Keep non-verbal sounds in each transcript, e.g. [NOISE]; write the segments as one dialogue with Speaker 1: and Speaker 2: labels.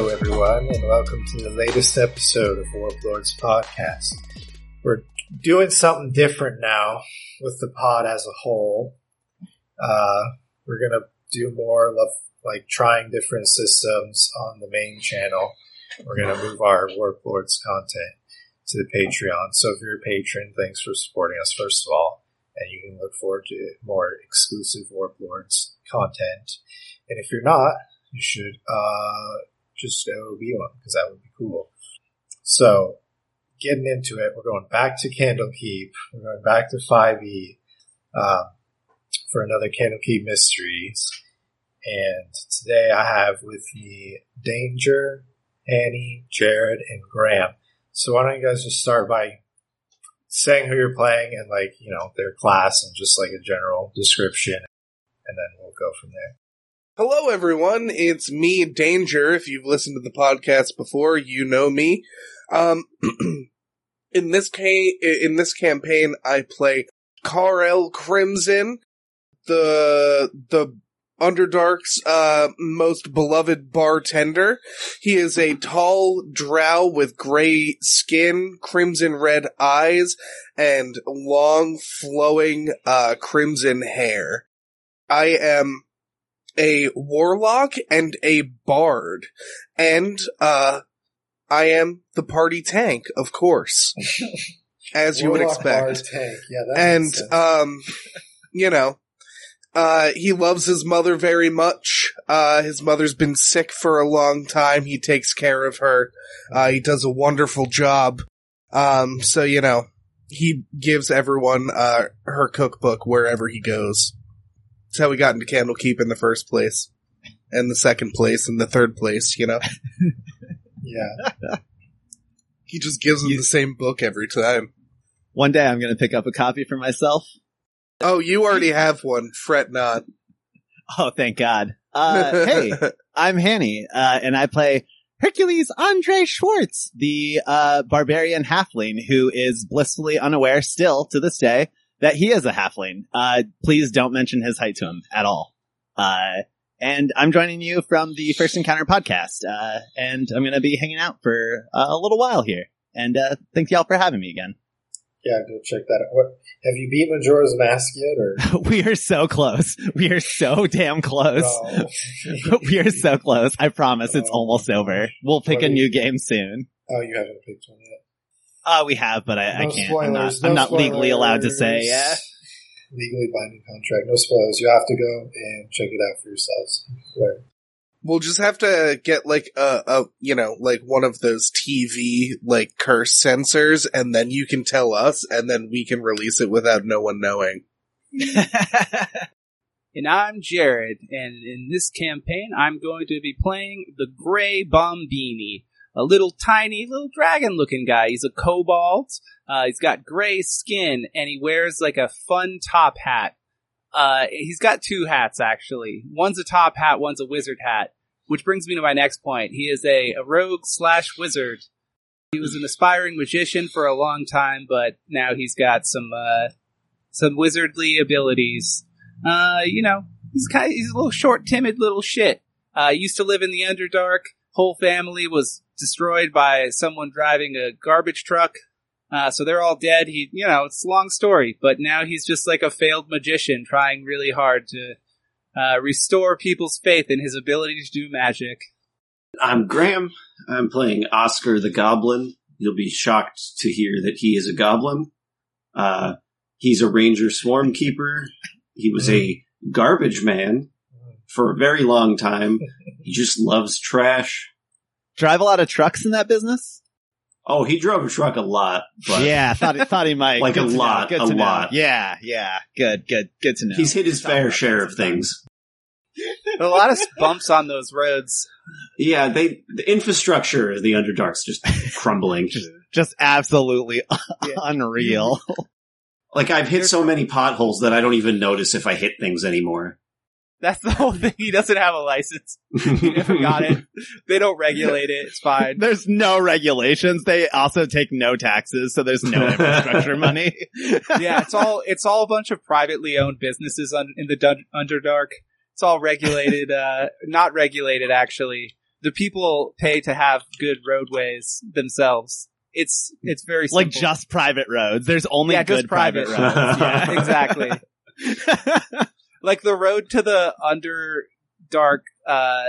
Speaker 1: everyone, and welcome to the latest episode of Warlords Podcast. We're doing something different now with the pod as a whole. Uh, we're gonna do more of like trying different systems on the main channel. We're gonna move our Warlords content to the Patreon. So if you're a patron, thanks for supporting us first of all, and you can look forward to more exclusive Warlords content. And if you're not, you should uh, just go be one because that would be cool. So, getting into it, we're going back to Candlekeep. We're going back to Five E um, for another Candlekeep mysteries. And today I have with me Danger, Annie, Jared, and Graham. So why don't you guys just start by saying who you're playing and like you know their class and just like a general description, and then we'll go from there.
Speaker 2: Hello, everyone. It's me, Danger. If you've listened to the podcast before, you know me. Um, [CLEARS THROAT] in this ca- in this campaign, I play Carl Crimson, the the Underdark's uh, most beloved bartender. He is a tall drow with gray skin, crimson red eyes, and long flowing uh, crimson hair. I am a warlock and a bard. And, uh, I am the party tank,
Speaker 1: [LAUGHS]
Speaker 2: of course. as you would
Speaker 1: Warlock
Speaker 2: expect.
Speaker 1: Bard Tank. Yeah, that
Speaker 2: and,
Speaker 1: makes sense.
Speaker 2: um, you know, uh, he loves his mother very much. Uh, his mother's been sick for a long time. He takes care of her. Uh, he does a wonderful job. Um, so, you know, he gives everyone, uh, her cookbook wherever he goes. That's how we got into Candlekeep in the first place. And the second place and the third place, you know?
Speaker 1: yeah.
Speaker 2: He just gives them the same book every time.
Speaker 3: One day I'm going to pick up a copy for myself.
Speaker 2: Oh, you already have one. Fret not.
Speaker 3: Oh, thank God.
Speaker 2: [LAUGHS]
Speaker 3: Uh, hey, I'm Hanny, uh, and I play Hercules Andre Schwartz, the uh, barbarian halfling who is blissfully unaware still to this day that he is a halfling. Uh, please don't mention his height to him at all. Uh, and I'm joining you from the First Encounter podcast, uh, and I'm going to be hanging out for uh, a little while here. And uh, thank y'all for having me again. [LAUGHS]
Speaker 1: Yeah, go check that out. What have you beat Majora's Mask yet?
Speaker 3: [LAUGHS]
Speaker 1: Or
Speaker 3: we are so close. We are so damn close.
Speaker 1: no?
Speaker 3: [LAUGHS] we are so close. I promise it's
Speaker 1: Oh.
Speaker 3: almost over. We'll pick a new game soon.
Speaker 1: oh, you haven't picked one yet.
Speaker 3: Uh, we have, but I, I
Speaker 1: No
Speaker 3: can't.
Speaker 1: Spoilers,
Speaker 3: I'm not,
Speaker 1: no
Speaker 3: I'm not legally allowed to say.
Speaker 1: spoilers.
Speaker 3: Yeah.
Speaker 1: Legally binding contract. No spoilers. You have to go and check it out for yourselves. Learn.
Speaker 2: We'll just have to get like a, a you know like one of those TV like curse sensors, and then you can tell us, and then we can release it without no one [LAUGHS] knowing.
Speaker 4: And I'm Jared, and in this campaign, I'm going to be playing the Gray Bombini, a little tiny, little dragon looking guy. He's a kobold. Uh, he's got gray skin, and he wears like a fun top hat. Uh, he's got two hats, actually. One's a top hat, one's a wizard hat, which brings me to my next point. He is a, a rogue slash wizard. He was an aspiring magician for a long time, but now he's got some, uh, some wizardly abilities uh, you know, he's kind of, he's a little short, timid little shit. Uh, used to live in the Underdark. Whole family was destroyed by someone driving a garbage truck. Uh, so they're all dead. He, you know, it's a long story, but now he's just like a failed magician trying really hard to uh, restore people's faith in his ability to do magic.
Speaker 5: I'm Graham. I'm playing Oscar the Goblin. You'll be shocked to hear that he is a goblin. Uh, he's a ranger swarm keeper. He was a garbage man for a very long time. He just loves trash.
Speaker 3: [LAUGHS] Drive a lot of trucks in that business.
Speaker 5: Oh, he drove a truck a lot, but
Speaker 3: yeah, thought thought he might.
Speaker 5: Like
Speaker 3: Good
Speaker 5: a
Speaker 3: to know,
Speaker 5: lot,
Speaker 3: Good
Speaker 5: a
Speaker 3: to know.
Speaker 5: lot.
Speaker 3: Yeah, yeah. Good, good, good to know.
Speaker 5: he's hit his
Speaker 3: Talk
Speaker 5: fair
Speaker 3: about
Speaker 5: share
Speaker 3: that
Speaker 5: of
Speaker 3: sometime.
Speaker 5: things.
Speaker 4: A lot of bumps on those roads.
Speaker 5: Yeah, they the infrastructure of the Underdark's just crumbling.
Speaker 3: Just absolutely [LAUGHS]
Speaker 4: Yeah.
Speaker 3: unreal.
Speaker 5: like I've hit so many potholes that I don't even notice if I hit things anymore.
Speaker 4: That's the whole thing. He doesn't have a license. He never got it. They don't regulate it. It's
Speaker 3: [LAUGHS]
Speaker 4: fine.
Speaker 3: There's no regulations. They also take no taxes, so there's
Speaker 5: [LAUGHS]
Speaker 3: no infrastructure money.
Speaker 4: yeah, it's all it's all a bunch of privately owned businesses on, in the dun- Underdark. It's all regulated, uh, not regulated actually. the people pay to have good roadways themselves. It's it's very simple.
Speaker 3: like just private roads. There's only
Speaker 4: Yeah, just
Speaker 3: good private,
Speaker 4: private
Speaker 5: roads.
Speaker 4: yeah,
Speaker 3: roads.
Speaker 4: [LAUGHS] exactly. like the road to the underdark. Uh,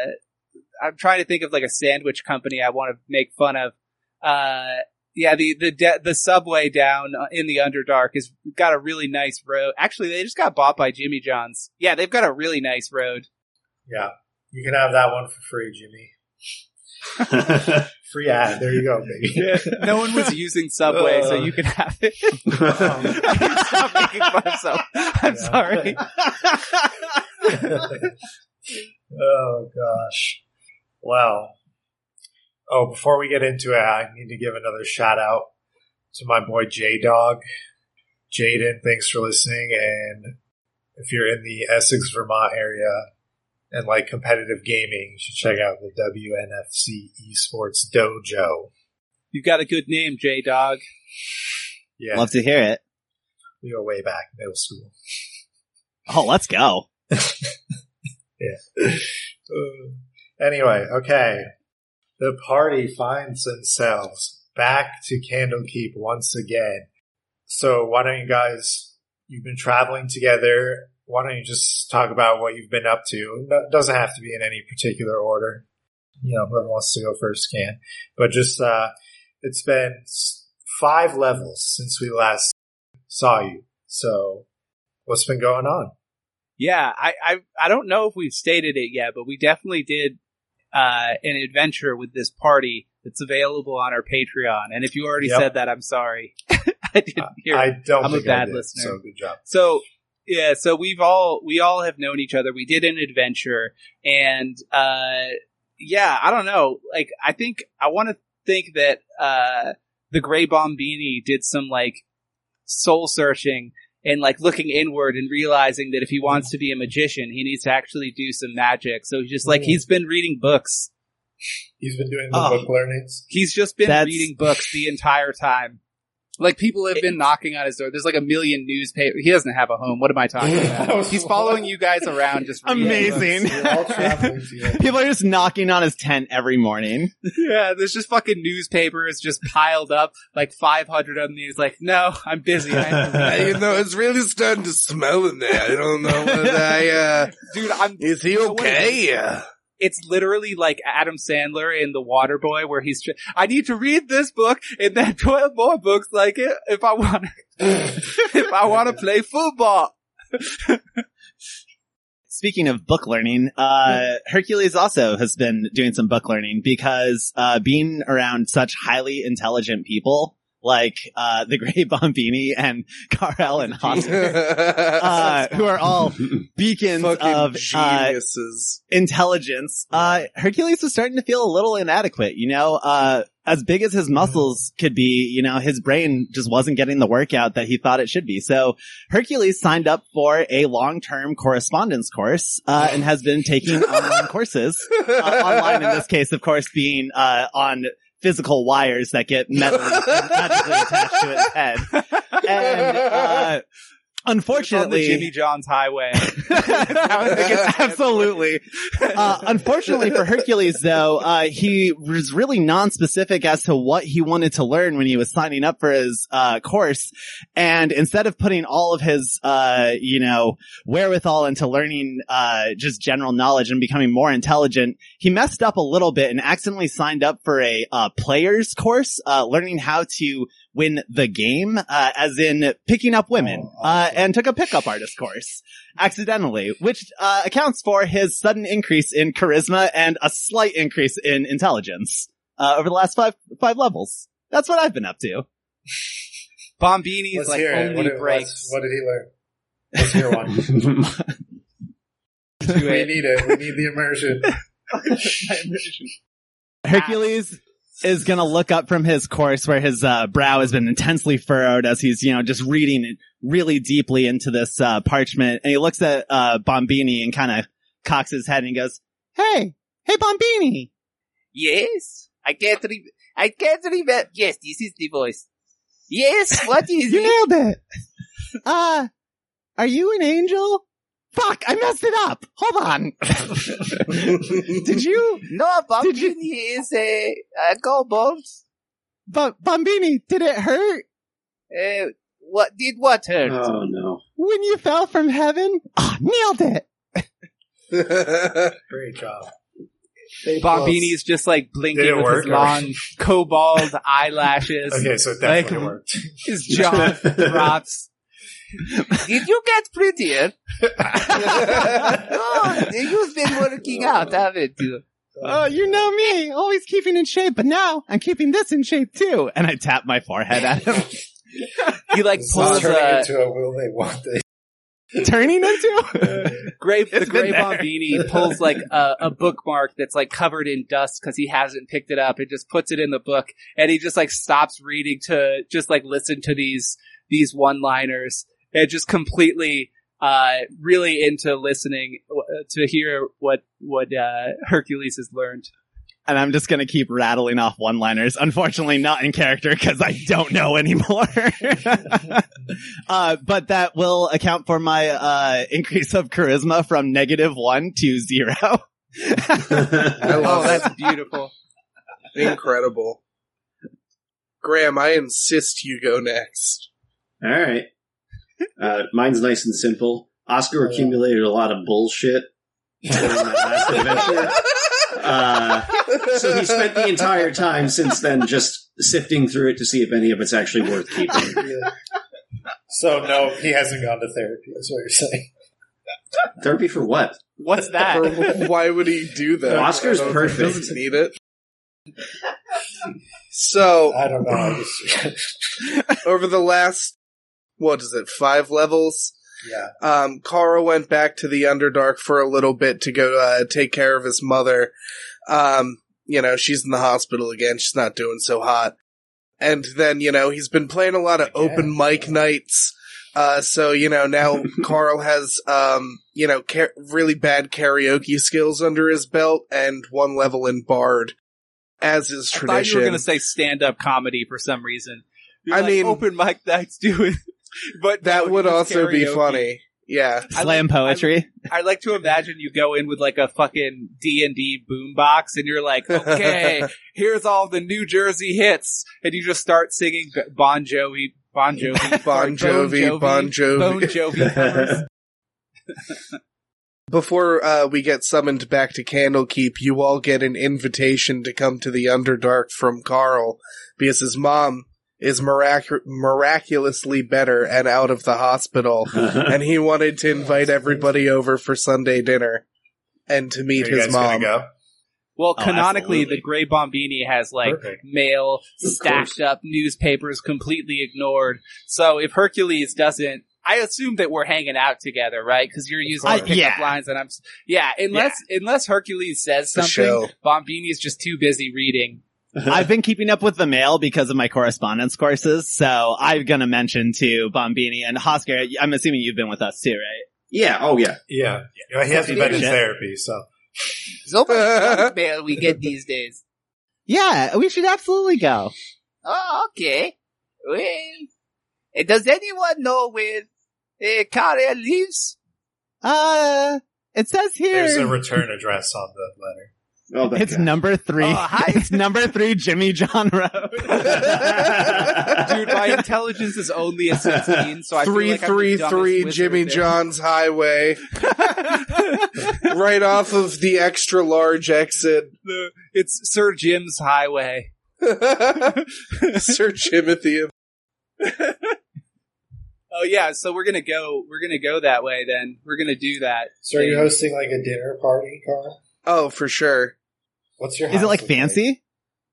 Speaker 4: I'm trying to think of like a sandwich company I want to make fun of. Uh, yeah, the the de- the subway down uh, in the underdark has got a really nice road. Actually, they just got bought by Jimmy John's. Yeah, they've got a really nice road.
Speaker 1: Yeah. You can have that one for free, Jimmy.
Speaker 5: [LAUGHS]
Speaker 1: Free ad. There you go, [LAUGHS] baby.
Speaker 4: [LAUGHS] No one was using Subway, so
Speaker 1: Uh.
Speaker 4: you can have it. [LAUGHS]
Speaker 1: Um,
Speaker 4: Stop making fun of Subway. I'm
Speaker 1: Yeah.
Speaker 4: sorry.
Speaker 1: [LAUGHS] oh gosh. Wow. Oh, before we get into it, I need to give another shout out to my boy J Dog. Jaden, thanks for listening. And if you're in the Essex, Vermont area and like competitive gaming, you should check out the WNFC Esports Dojo.
Speaker 4: You've got a good name, J Dog.
Speaker 1: Yeah,
Speaker 3: [LAUGHS] Love to hear it.
Speaker 1: we go way back, middle school.
Speaker 3: Oh, let's go.
Speaker 1: Uh, anyway, okay. The party finds themselves back to Candlekeep once again. So why don't you guys, you've been traveling together. Why don't you just talk about what you've been up to? No- It doesn't have to be in any particular order. You know, whoever wants to go first can. But just, uh, it's been s- five levels since we last saw you. So what's been going on?
Speaker 4: Yeah, I, I I don't know if we've stated it yet, but we definitely did uh, an adventure with this party that's available on our Patreon. And if you already
Speaker 1: Yep. Uh,
Speaker 4: said that, I'm sorry. [LAUGHS] I didn't hear.
Speaker 1: I don't
Speaker 4: I'm a
Speaker 1: think I
Speaker 4: bad
Speaker 1: did,
Speaker 4: listener.
Speaker 1: So good job.
Speaker 4: so yeah, so we've all we all have known each other. We did an adventure, and uh, yeah, I don't know. Like, I think I want to think that uh, the Gray Bombini did some like soul searching and like looking inward and realizing that if he wants to be a magician, he needs to actually do some magic. So he's just like
Speaker 1: Mm.
Speaker 4: he's been reading books.
Speaker 1: He's been doing the
Speaker 3: Oh.
Speaker 1: book learnings.
Speaker 4: He's just been
Speaker 3: That's-
Speaker 4: reading books the entire time. Like people have been knocking on his door. There's like a million newspaper. He doesn't have a home. What am I talking
Speaker 1: [LAUGHS] I
Speaker 4: about?
Speaker 1: was-
Speaker 4: [LAUGHS] He's following you guys around. Just reading books.
Speaker 3: Amazing.
Speaker 1: You're [LAUGHS] all traveling together.
Speaker 3: People are just knocking on his tent every morning.
Speaker 4: [LAUGHS] Yeah, there's just fucking newspapers just piled up, like 500 of them. He's like, no, I'm busy. I have to
Speaker 2: [LAUGHS]
Speaker 4: read."
Speaker 2: Uh, you know, it's really starting to smell in there. I don't know [LAUGHS] what I, uh,
Speaker 4: Dude, I'm.
Speaker 2: is he
Speaker 4: know what it
Speaker 2: okay?
Speaker 4: It's literally like Adam Sandler in The Water Boy, where he's. tr- I need to read this book and then [LAUGHS] twelve more books like it if I want. [LAUGHS] if I want to play football.
Speaker 3: Speaking of book learning, uh, Hercules also has been doing some book learning because, uh, being around such highly intelligent people like, uh, [LAUGHS] the Grey Bombini and Carl and
Speaker 1: [LAUGHS]
Speaker 2: [LAUGHS]
Speaker 3: Oscar, uh, who are all beacons
Speaker 2: fucking
Speaker 3: of, uh,
Speaker 2: geniuses.
Speaker 3: intelligence, uh, Hercules was starting to feel a little inadequate, you know, uh, as big as his muscles could be, you know, his brain just wasn't getting the workout that he thought it should be. So Hercules signed up for a long-term correspondence course, uh, and has been taking online courses, uh, online in
Speaker 2: [LAUGHS]
Speaker 3: this case, of course, being, uh, on physical wires that get metal magically attached to his head. And, uh,
Speaker 4: It's on the
Speaker 3: unfortunately,
Speaker 4: Jimmy John's Highway.
Speaker 3: absolutely uh, unfortunately for Hercules, though, uh, he was really non-specific as to what he wanted to learn when he was signing up for his uh, course. And instead of putting all of his, uh, you know, wherewithal into learning uh, just general knowledge and becoming more intelligent, he messed up a little bit and accidentally signed up for a uh, players course, uh, learning how to win the game, uh, as in picking up women, uh, and took a pickup artist course accidentally, which uh, accounts for his sudden increase in charisma and a slight increase in intelligence uh, over the last five five levels. That's what I've been up to.
Speaker 4: Bombini's
Speaker 1: Let's
Speaker 4: like
Speaker 1: hear it. What
Speaker 4: only
Speaker 1: did-
Speaker 4: breaks.
Speaker 1: what's- What did he learn? Let's hear
Speaker 5: [LAUGHS] Oh,
Speaker 1: one.
Speaker 4: to
Speaker 1: we
Speaker 4: it.
Speaker 1: need it. We need the immersion.
Speaker 4: [LAUGHS]
Speaker 1: [LAUGHS]
Speaker 3: Hercules is going to look up from his course where his uh, brow has been intensely furrowed as he's, you know, just reading it really deeply into this uh, parchment. And he looks at uh, Bombini and kind of cocks his head and he goes, Hey, hey, Bombini.
Speaker 4: Yes, I can't. Re- I can't remember. Yes, this is the voice. Yes, what
Speaker 3: [LAUGHS]
Speaker 4: is
Speaker 3: You nailed it. Uh, are you an angel? Fuck, I messed it up. Hold
Speaker 1: [LAUGHS]
Speaker 3: on. Did you,
Speaker 4: No,
Speaker 3: Did
Speaker 4: Bombini
Speaker 3: you-
Speaker 4: is a, a kobold.
Speaker 3: Bu- Bombini, did it hurt
Speaker 4: Uh, what did what hurt?
Speaker 5: Oh no.
Speaker 3: when you fell from heaven? Ah, nailed it.
Speaker 1: Great job.
Speaker 4: Bombini's just like
Speaker 1: Did
Speaker 4: blinking
Speaker 1: it
Speaker 4: with
Speaker 1: work,
Speaker 4: his
Speaker 1: or-
Speaker 4: long
Speaker 1: [LAUGHS]
Speaker 4: cobalt eyelashes.
Speaker 1: Okay, so it definitely
Speaker 4: Like-
Speaker 1: worked.
Speaker 4: His jaw
Speaker 1: [LAUGHS]
Speaker 4: drops. [LAUGHS] Did you get prettier?
Speaker 3: [LAUGHS]
Speaker 4: oh, you've been working out, haven't you?
Speaker 3: Oh, you know me, always keeping in shape, but now I'm keeping this in shape too. And I tap my forehead at
Speaker 1: [LAUGHS]
Speaker 3: him,
Speaker 4: You like
Speaker 1: This is
Speaker 4: pulls uh,
Speaker 1: turning
Speaker 3: uh,
Speaker 4: a
Speaker 1: into a will
Speaker 2: [LAUGHS]
Speaker 1: they want they.
Speaker 3: turning into.
Speaker 4: Gray, the
Speaker 3: It's been
Speaker 4: Gray
Speaker 3: there.
Speaker 4: Bombini pulls like a, a bookmark that's like covered in dust because he hasn't picked it up and just puts it in the book and he just like stops reading to just like listen to these these one liners and just completely uh really into listening uh, to hear what what uh Hercules has learned.
Speaker 3: and I'm just gonna keep rattling off one-liners. Unfortunately, not in character because I don't know anymore. [LAUGHS] uh, but that will account for my uh, increase of charisma from negative one to zero.
Speaker 2: [LAUGHS] I
Speaker 4: Oh,
Speaker 2: love it.
Speaker 4: that's beautiful.
Speaker 2: Incredible. Graham, I insist you go next.
Speaker 5: All right. Uh, mine's nice and simple.
Speaker 2: Oh,
Speaker 5: Oscar accumulated a lot of bullshit during my
Speaker 2: [LAUGHS]
Speaker 5: last adventure. Uh, so he spent the entire time since then just sifting through it to see if any of it's actually worth keeping.
Speaker 1: Yeah. [LAUGHS] So no, he hasn't gone to therapy. That's what you're saying.
Speaker 5: Therapy for
Speaker 2: [LAUGHS]
Speaker 5: what?
Speaker 4: What's that?
Speaker 2: Or why would he do that?
Speaker 5: Oscar's
Speaker 2: I don't-
Speaker 5: perfect.
Speaker 2: he Doesn't need it. So
Speaker 1: I don't know. I just, [LAUGHS]
Speaker 2: over the last, what is it, five levels?
Speaker 1: yeah,
Speaker 2: um, Carl went back to the Underdark for a little bit to go uh, take care of his mother. Um, you know, she's in the hospital again. She's not doing so hot. And then, you know, he's been playing a lot of open mic nights. Uh, so, you know, now
Speaker 4: [LAUGHS]
Speaker 2: Carl has, um, you know, ca- really bad karaoke skills under his belt and one level in Bard, as is
Speaker 4: I thought you
Speaker 2: tradition.
Speaker 4: were going to say stand up comedy for some reason. You're
Speaker 2: I
Speaker 4: like,
Speaker 2: mean-
Speaker 4: open mic nights doing, [LAUGHS] but
Speaker 2: that
Speaker 4: no,
Speaker 2: would
Speaker 4: it's
Speaker 2: also be
Speaker 4: karaoke.
Speaker 2: funny. Yeah.
Speaker 4: I
Speaker 3: Slam
Speaker 4: like-
Speaker 3: poetry.
Speaker 4: I like to imagine you go in with like a fucking D and D boombox, and you're like, okay, here's all the New Jersey hits, and you just start singing B- Bon Jovi, Bon
Speaker 2: [LAUGHS]
Speaker 4: Jovi,
Speaker 2: Bon Jovi, Bon Jovi.
Speaker 4: Bon
Speaker 2: [LAUGHS]
Speaker 4: Jovi covers.
Speaker 2: Before uh, we get summoned back to Candlekeep, you all get an invitation to come to the Underdark from Carl because his mom is miracu- miraculously better and out of
Speaker 1: [LAUGHS]
Speaker 2: the hospital, and he wanted to invite everybody over for Sunday dinner and to meet
Speaker 1: Are you
Speaker 2: his
Speaker 1: guys gonna
Speaker 2: mom.
Speaker 1: go?
Speaker 4: Well,
Speaker 3: Oh,
Speaker 4: canonically,
Speaker 3: absolutely.
Speaker 4: the Grey Bombini has like
Speaker 1: Perfect.
Speaker 4: mail stacked up, newspapers completely ignored. So if Hercules doesn't, I assume that we're hanging out together, right? Because you're using
Speaker 3: course.
Speaker 4: the pickup
Speaker 3: Yeah.
Speaker 4: lines, and I'm s- yeah. Unless unless Hercules says
Speaker 2: The show.
Speaker 4: something, Bombini is just too busy reading. [LAUGHS]
Speaker 3: I've been keeping up with the mail because of my correspondence courses, so I'm gonna mention to Bombini and Hosker. I'm assuming you've been with us too, right?
Speaker 5: Yeah. Oh, yeah.
Speaker 1: Yeah, You know, he hasn't been in
Speaker 3: Yeah.
Speaker 1: therapy, so
Speaker 4: So [LAUGHS]
Speaker 2: much junk
Speaker 4: mail we get these days.
Speaker 3: Yeah, we should absolutely go.
Speaker 4: Oh, okay. Well, eh, does anyone know where uh, Kara lives?
Speaker 3: Uh, it says
Speaker 1: there's a
Speaker 3: here
Speaker 1: return address on the letter.
Speaker 5: Oh, thank
Speaker 3: it's
Speaker 5: God.
Speaker 3: number three.
Speaker 4: Oh, hi.
Speaker 3: [LAUGHS] it's number three, Jimmy John Road.
Speaker 2: [LAUGHS]
Speaker 4: [LAUGHS] Dude, my intelligence is only a 16, so I feel like I'm the dumbest
Speaker 2: 333
Speaker 4: wizard
Speaker 2: Jimmy
Speaker 4: there.
Speaker 2: John's Highway, right off of the extra large
Speaker 4: [LAUGHS]
Speaker 2: exit.
Speaker 4: [LAUGHS] The- it's Sir Jim's Highway. [LAUGHS]
Speaker 2: Sir Timothy of
Speaker 4: Oh yeah, so we're gonna go. We're gonna go that way. Then we're gonna do that.
Speaker 1: So are you hosting like a dinner party, Carl?
Speaker 2: Oh, for sure.
Speaker 1: What's your?
Speaker 3: Is it
Speaker 1: house
Speaker 3: like fancy?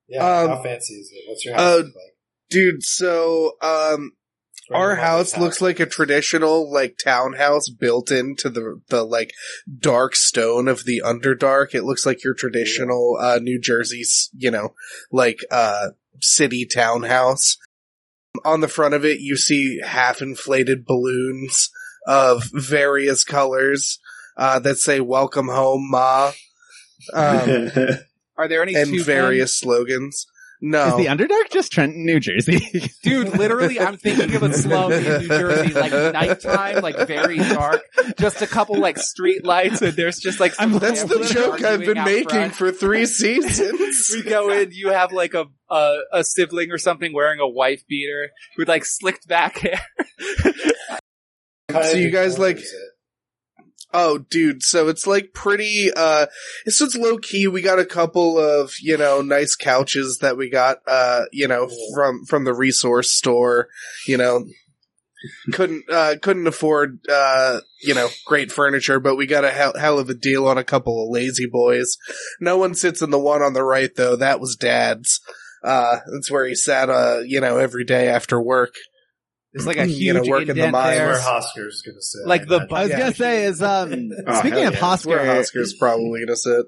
Speaker 1: Yeah,
Speaker 2: Um,
Speaker 1: how fancy is it? What's your house
Speaker 2: uh,
Speaker 1: look like?
Speaker 2: Dude, so um
Speaker 1: Or your
Speaker 2: our
Speaker 1: mother's
Speaker 2: house looks like a traditional like townhouse built into the the like dark stone of the underdark. It looks like your traditional uh New Jersey's, you know, like uh city townhouse. On the front of it, you see half inflated balloons of various colors uh that say welcome home ma. Um
Speaker 5: [LAUGHS]
Speaker 4: Are there any
Speaker 2: and
Speaker 4: two
Speaker 2: various slogans. No.
Speaker 3: Is the Underdark just Trenton, New [LAUGHS] Jersey?
Speaker 4: Dude, literally, I'm thinking of a slum in New Jersey, like nighttime, like very dark, just a couple like street lights, and there's just like some
Speaker 2: That's the
Speaker 4: families
Speaker 2: joke I've
Speaker 4: arguing
Speaker 2: been
Speaker 4: out
Speaker 2: making
Speaker 4: front.
Speaker 2: for three [LAUGHS] seasons.
Speaker 4: We go in, you have like a, a a sibling or something wearing a wife beater with like slicked back hair.
Speaker 2: So you guys, like- Oh, dude. So it's like pretty, uh, so it's low key. We got a couple of, you know, nice couches that we got, uh, you know, from, from the resource store, you know, couldn't, uh, couldn't afford, uh, you know, great furniture, but we got a hell, hell of a deal on a couple of lazy boys. No one sits in the one on the right though. That was dad's. Uh, that's where he sat, uh, you know, every day after work.
Speaker 6: There's
Speaker 3: [LAUGHS]
Speaker 6: like a huge
Speaker 2: You know, work in the
Speaker 6: indent
Speaker 2: mines.
Speaker 1: That's
Speaker 6: there.
Speaker 1: where Hosker's going to sit.
Speaker 6: Like the
Speaker 1: imagine.
Speaker 3: I was
Speaker 2: Yeah.
Speaker 3: gonna say is [LAUGHS] um
Speaker 5: Oh,
Speaker 3: speaking
Speaker 5: hell
Speaker 3: of
Speaker 5: yeah.
Speaker 2: That's where
Speaker 3: Hosker,
Speaker 2: Oscar's probably gonna sit.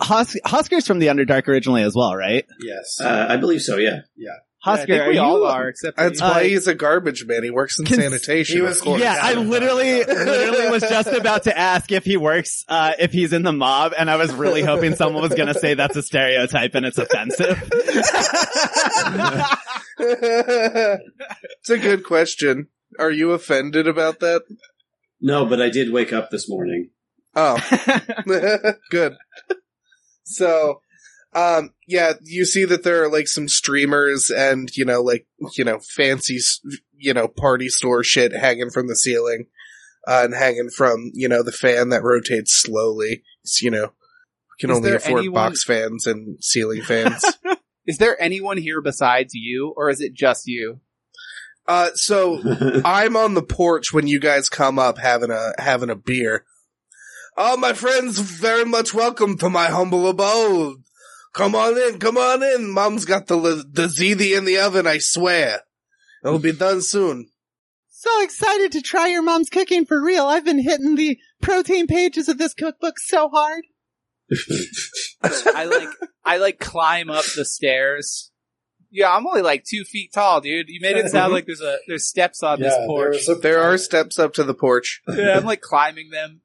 Speaker 3: Hos- Hosker's from the Underdark originally as well, right?
Speaker 1: yes.
Speaker 5: Uh, I believe so. Yeah.
Speaker 6: Yeah, I
Speaker 3: Hosker,
Speaker 6: think we
Speaker 3: you-
Speaker 6: all are, except for
Speaker 2: That's
Speaker 6: you.
Speaker 3: Uh,
Speaker 2: why he's a garbage man. He works in
Speaker 3: cons-
Speaker 2: sanitation.
Speaker 1: he
Speaker 2: of
Speaker 1: was-
Speaker 2: course.
Speaker 3: Yeah, I literally, literally was just about to ask if he works, uh, if he's in the mob, and I was really hoping someone was gonna say that's a stereotype and it's offensive.
Speaker 2: [LAUGHS] it's a good question. Are you offended about that?
Speaker 5: No, but I did wake up this morning.
Speaker 4: [LAUGHS]
Speaker 5: [LAUGHS]
Speaker 2: Oh, [LAUGHS] good. So, um, yeah, you see that there are like some streamers and you know, like you know, fancy s- you know party store shit hanging from the ceiling uh, and hanging from you know the fan that rotates slowly. It's, you know, we can
Speaker 4: Is
Speaker 2: only
Speaker 4: there
Speaker 2: afford
Speaker 4: anyone-
Speaker 2: box fans and ceiling fans. [LAUGHS]
Speaker 4: Is there anyone here besides you, or is it just you?
Speaker 2: uh, so I'm on the porch when you guys come up having a having a beer. All my friends, very much welcome to my humble abode. Come on in, come on in. Mom's got the the ziti in the oven. I swear, it'll be done soon.
Speaker 3: [LAUGHS] so excited to try your mom's cooking for real. I've been hitting the protein pages of this cookbook so hard.
Speaker 4: I like I like climb up the stairs. Yeah, I'm only like two feet tall, dude. You made it
Speaker 2: [LAUGHS]
Speaker 4: sound like there's a there's steps on this
Speaker 1: Yeah,
Speaker 4: porch.
Speaker 1: was a-
Speaker 2: There are steps up to
Speaker 1: [LAUGHS]
Speaker 2: the porch.
Speaker 4: Yeah, I'm like climbing them.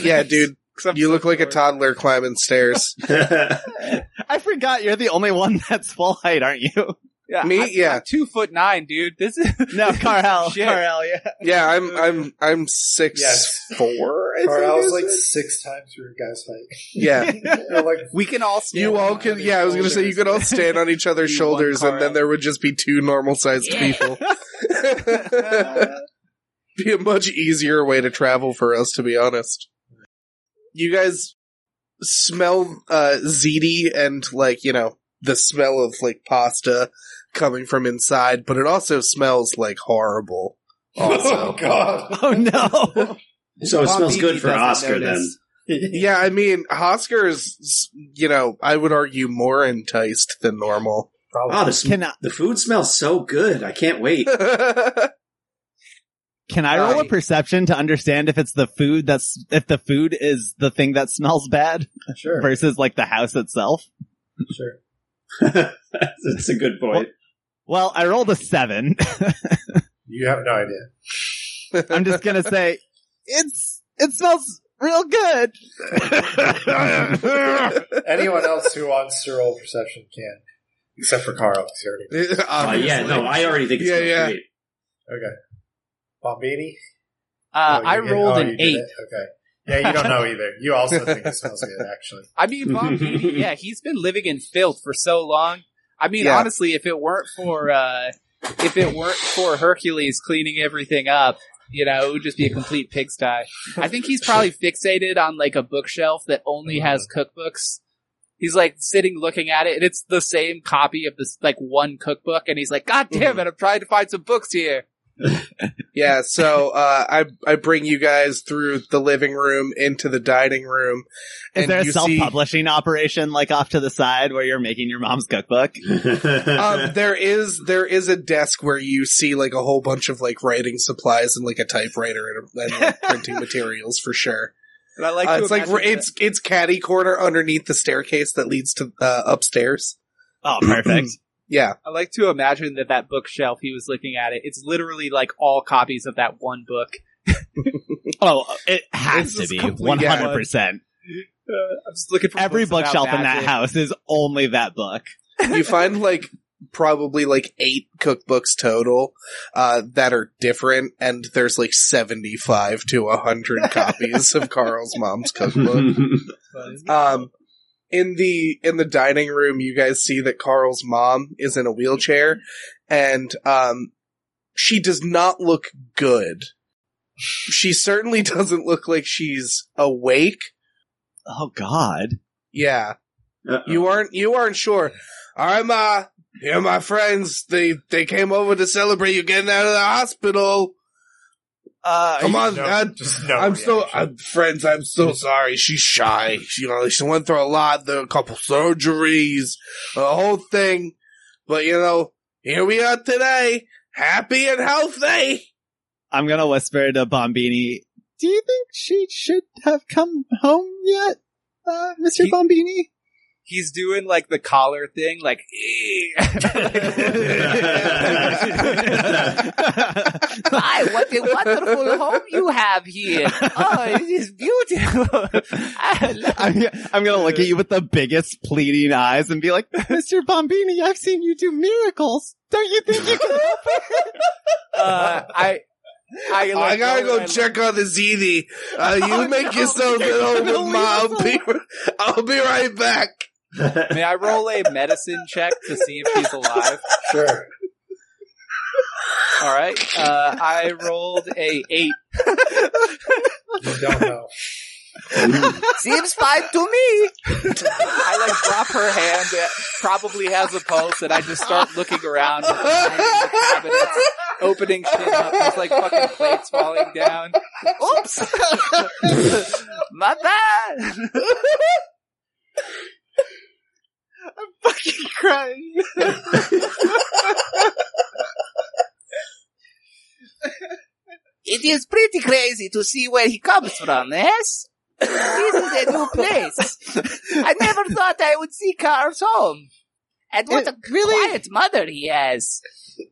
Speaker 2: Yeah, dude,
Speaker 4: 'Cause I'm
Speaker 2: you
Speaker 4: so
Speaker 2: look like a
Speaker 4: short.
Speaker 2: toddler
Speaker 1: [LAUGHS]
Speaker 2: climbing stairs.
Speaker 3: I forgot you're the only one that's full height, aren't you?
Speaker 4: Yeah,
Speaker 2: Me,
Speaker 4: I'm-
Speaker 2: yeah.
Speaker 4: I'm two foot nine, dude. This is [LAUGHS]
Speaker 3: No, [LAUGHS] Carl,
Speaker 4: Shit.
Speaker 3: Carl, yeah.
Speaker 2: Yeah, I'm I'm I'm six
Speaker 1: Yes.
Speaker 2: four. I think
Speaker 1: Or I was
Speaker 2: is
Speaker 1: like
Speaker 2: it?
Speaker 1: six times your guys' height. [LAUGHS]
Speaker 2: yeah. [LAUGHS]
Speaker 1: They're like
Speaker 4: we can all stand
Speaker 2: you
Speaker 4: on
Speaker 2: all
Speaker 4: each
Speaker 2: could,
Speaker 4: other's
Speaker 2: yeah, I was going to say you
Speaker 4: shoulders.
Speaker 2: could all stand on each [LAUGHS] other's
Speaker 4: Be one
Speaker 2: shoulders,
Speaker 4: car
Speaker 2: and then
Speaker 4: out.
Speaker 2: there would just be two normal sized [LAUGHS] people. be a much easier way to travel for us, to be honest. You guys smell uh, ziti and like you know the smell of like pasta coming from inside, but it also smells like horrible.
Speaker 1: Oh
Speaker 2: [LAUGHS] Also,
Speaker 1: god.
Speaker 3: Oh no.
Speaker 5: so it
Speaker 4: Bob
Speaker 5: smells good
Speaker 4: Beatty
Speaker 5: for
Speaker 4: doesn't
Speaker 5: Oscar
Speaker 4: notice.
Speaker 2: [LAUGHS] yeah, I mean, Oscar is you know I would argue more enticed than normal. [LAUGHS]
Speaker 5: then. Oh, the, sm-
Speaker 3: Can I,
Speaker 5: the food smells so good. I
Speaker 2: [LAUGHS]
Speaker 5: can't wait.
Speaker 3: can I roll a
Speaker 2: Right.
Speaker 3: perception to understand if it's the food that's, if the food is the thing that smells bad
Speaker 1: Sure.
Speaker 3: versus like the house itself?
Speaker 1: Sure.
Speaker 5: That's a good point.
Speaker 3: Well, I rolled a seven. [LAUGHS]
Speaker 1: You have no idea.
Speaker 3: I'm just gonna say it's it smells real good.
Speaker 1: Anyone else who wants to roll perception can, except for Carl. 'cause he already-
Speaker 5: Oh, yeah,
Speaker 2: Obviously.
Speaker 5: no, I already think it's
Speaker 2: Yeah,
Speaker 5: smells
Speaker 2: yeah.
Speaker 5: great.
Speaker 1: Okay. Bombini?
Speaker 4: Uh,
Speaker 1: Oh,
Speaker 4: I
Speaker 1: you did-
Speaker 4: rolled
Speaker 1: oh, you
Speaker 4: an
Speaker 1: did
Speaker 4: eight.
Speaker 1: it. Okay. Yeah, you don't know either. You
Speaker 2: [LAUGHS]
Speaker 1: also think it smells good, actually.
Speaker 4: I mean, Bob Beatty, yeah, he's been living in filth for so long. I mean,
Speaker 2: Yeah.
Speaker 4: honestly, if it weren't for uh, if it weren't for Hercules cleaning everything up, you know, it would just be a complete pigsty. I think he's
Speaker 2: [LAUGHS]
Speaker 4: probably fixated on like a bookshelf that only has cookbooks. He's like sitting looking at it, and it's the same copy of this like one cookbook, and he's like, "God
Speaker 2: Mm-hmm.
Speaker 4: damn it, I'm trying to find some books here."
Speaker 2: Yeah, so uh, I I bring you guys through the living room into the dining room.
Speaker 3: Is there a
Speaker 2: you
Speaker 3: self
Speaker 2: see-
Speaker 3: publishing operation like off to the side where you're making your mom's cookbook?
Speaker 2: [LAUGHS]
Speaker 4: [LAUGHS]
Speaker 2: Um, there is there is a desk where you see like a whole bunch of like writing supplies and like a typewriter and, and like,
Speaker 4: [LAUGHS]
Speaker 2: printing materials for sure.
Speaker 4: And I like
Speaker 2: Uh,
Speaker 4: to
Speaker 2: it's like
Speaker 4: imagine that-
Speaker 2: it's it's caddy corner underneath the staircase that leads to uh, upstairs.
Speaker 3: Oh, perfect.
Speaker 2: Yeah,
Speaker 4: I like to imagine that that bookshelf he was looking at it. It's literally like all copies of that one book.
Speaker 3: oh, it has
Speaker 4: This is
Speaker 3: to be
Speaker 4: complete-
Speaker 3: one hundred percent.
Speaker 4: Uh, I'm just looking for
Speaker 3: Every
Speaker 4: books about
Speaker 3: bookshelf in that
Speaker 4: magic.
Speaker 3: house is only that book.
Speaker 2: you find
Speaker 4: [LAUGHS]
Speaker 2: like probably like eight cookbooks total uh, that are different, and there's like 75 to 100 copies of Carl's mom's cookbook. Um, in the in the dining room, you guys see that Carl's mom is in a wheelchair, and um, she does not look good. She certainly [LAUGHS] doesn't look like she's awake.
Speaker 3: Oh God.
Speaker 2: Yeah, you aren't you aren't sure. All right, ma. Here, are my friends. They they came over to celebrate you getting out of the hospital.
Speaker 3: Uh,
Speaker 2: Come on,
Speaker 1: No,
Speaker 2: Dad.
Speaker 1: just no
Speaker 2: I'm so [LAUGHS]
Speaker 1: reaction.
Speaker 2: I'm, friends. I'm so sorry. She's shy. She, you know, she went through a lot. There were a couple surgeries, a whole thing. But you know, here we are today, happy and healthy.
Speaker 3: I'm gonna whisper to Bombini. Do you think she should have come home yet, uh, Mr. [LAUGHS]
Speaker 4: He-
Speaker 3: Bombini?
Speaker 4: He's doing like the collar thing, like,
Speaker 3: [LAUGHS]
Speaker 7: My, what a wonderful home you have
Speaker 4: [LAUGHS]
Speaker 7: here. Oh, it is beautiful. I love
Speaker 3: I'm, I'm gonna look at you with the biggest pleading eyes and be like, Mr. Bombini, I've seen you do miracles. Don't you think you [LAUGHS] can?
Speaker 4: uh, I, Oh, I,
Speaker 2: I
Speaker 4: like,
Speaker 2: gotta
Speaker 4: lower-
Speaker 2: go check on the ZD.
Speaker 7: [LAUGHS]
Speaker 2: Uh, you make yourself at home with ma. I'll be, I'll be right back.
Speaker 4: May I roll a medicine check to see if she's alive?
Speaker 1: sure.
Speaker 4: All right. Uh, I rolled a eight.
Speaker 1: You don't know.
Speaker 7: Seems fine to me.
Speaker 4: I like drop her hand. It probably has a pulse, and I just start looking around, finding the cabinets, opening shit up. There's like fucking plates falling down. [LAUGHS]
Speaker 7: Oops. My bad. It is pretty crazy to see where he comes from, yes? this is a new place. I
Speaker 3: [LAUGHS]
Speaker 7: never thought I would see Carl's home. And what a
Speaker 3: Uh, really-
Speaker 7: quiet mother he has.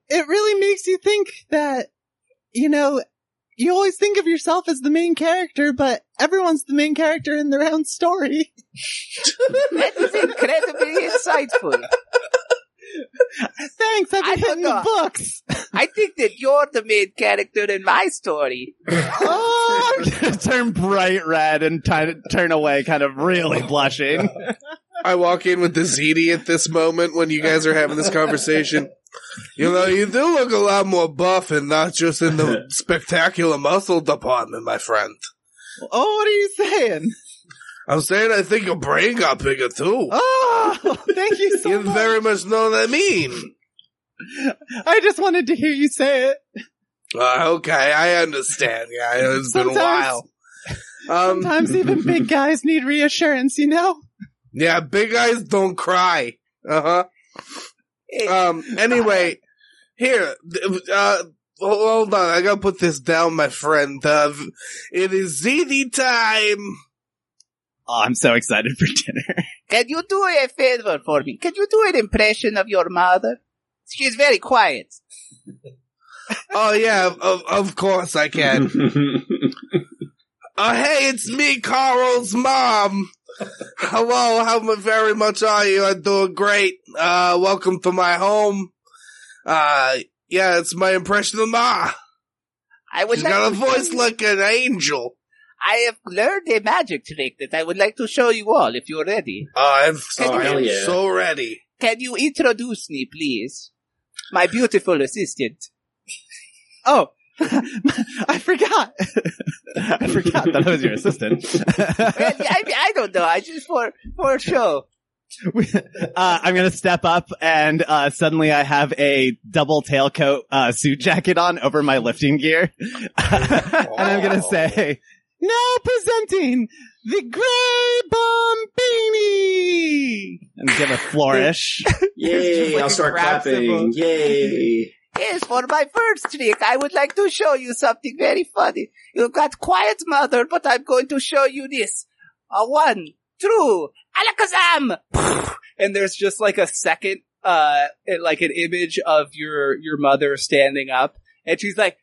Speaker 3: It really makes you think that, you know, you always think of yourself as the main character, but everyone's the main character in their own story.
Speaker 7: That is
Speaker 3: [LAUGHS]
Speaker 7: incredibly insightful.
Speaker 3: Thanks, I've been
Speaker 7: I
Speaker 3: hitting the
Speaker 7: forgot.
Speaker 3: books.
Speaker 7: I think that you're the main character in my story.
Speaker 3: Oh, I'm gonna [LAUGHS] turn bright red and ti- turn away, kind of really blushing.
Speaker 2: I walk in with the ZD at this moment when you guys are having this conversation. You know, you do look a lot more buff and not just in the spectacular muscle department, my friend.
Speaker 3: Oh, what are you saying?
Speaker 2: I'm saying I think your brain got bigger too.
Speaker 3: Oh, thank you so
Speaker 2: you
Speaker 3: much.
Speaker 2: very much know what I mean.
Speaker 3: I just wanted to hear you say it.
Speaker 2: Uh, okay, I understand. Yeah, it's been a
Speaker 3: Sometimes-
Speaker 2: while. Um,
Speaker 3: Sometimes even big guys need reassurance, you know?
Speaker 2: yeah, big eyes don't cry. Uh huh. Um. Anyway, here. th- Uh, ho- hold on. I gotta put this down, my friend. Uh, v- it is ZD time.
Speaker 3: [LAUGHS] Oh, I'm so excited for dinner.
Speaker 7: Can you do a favor for me? Can you do an impression of your mother? She's very quiet.
Speaker 2: Oh yeah, of- of of course I
Speaker 5: [LAUGHS]
Speaker 2: can. Uh, hey, it's me, Carl's mom. Hello, how mu- very much are you? I'm doing great. Uh, welcome to my home. Uh, yeah, it's my impression of Ma.
Speaker 7: I would
Speaker 2: She's
Speaker 7: like
Speaker 2: got a
Speaker 7: to show
Speaker 2: voice
Speaker 7: you-
Speaker 2: like an angel.
Speaker 7: I have learned a magic trick that I would like to show you all if you're ready.
Speaker 2: Uh, I'm, so-
Speaker 7: Oh,
Speaker 5: hell
Speaker 2: I'm
Speaker 5: yeah.
Speaker 2: so ready.
Speaker 7: Can you introduce me, please? My beautiful assistant.
Speaker 3: Oh, [LAUGHS] I forgot. [LAUGHS] I forgot that I was your assistant. [LAUGHS]
Speaker 7: Well, I, I don't know. I just for for show.
Speaker 3: uh, I'm gonna step up and, uh, suddenly I have a double tailcoat, uh, suit jacket on over my lifting gear. [LAUGHS] and I'm gonna say, now presenting the Grey Bombini! And give a flourish.
Speaker 5: Yay! I'll start clapping. Yay!
Speaker 7: Yes, for my first trick, I would like to show you something very funny. You've got quiet mother, but I'm going to show you this. A one, two, alakazam!
Speaker 4: And there's just like a second, uh,
Speaker 7: [LAUGHS]
Speaker 4: it- like an image of your, your mother standing up. And she's like,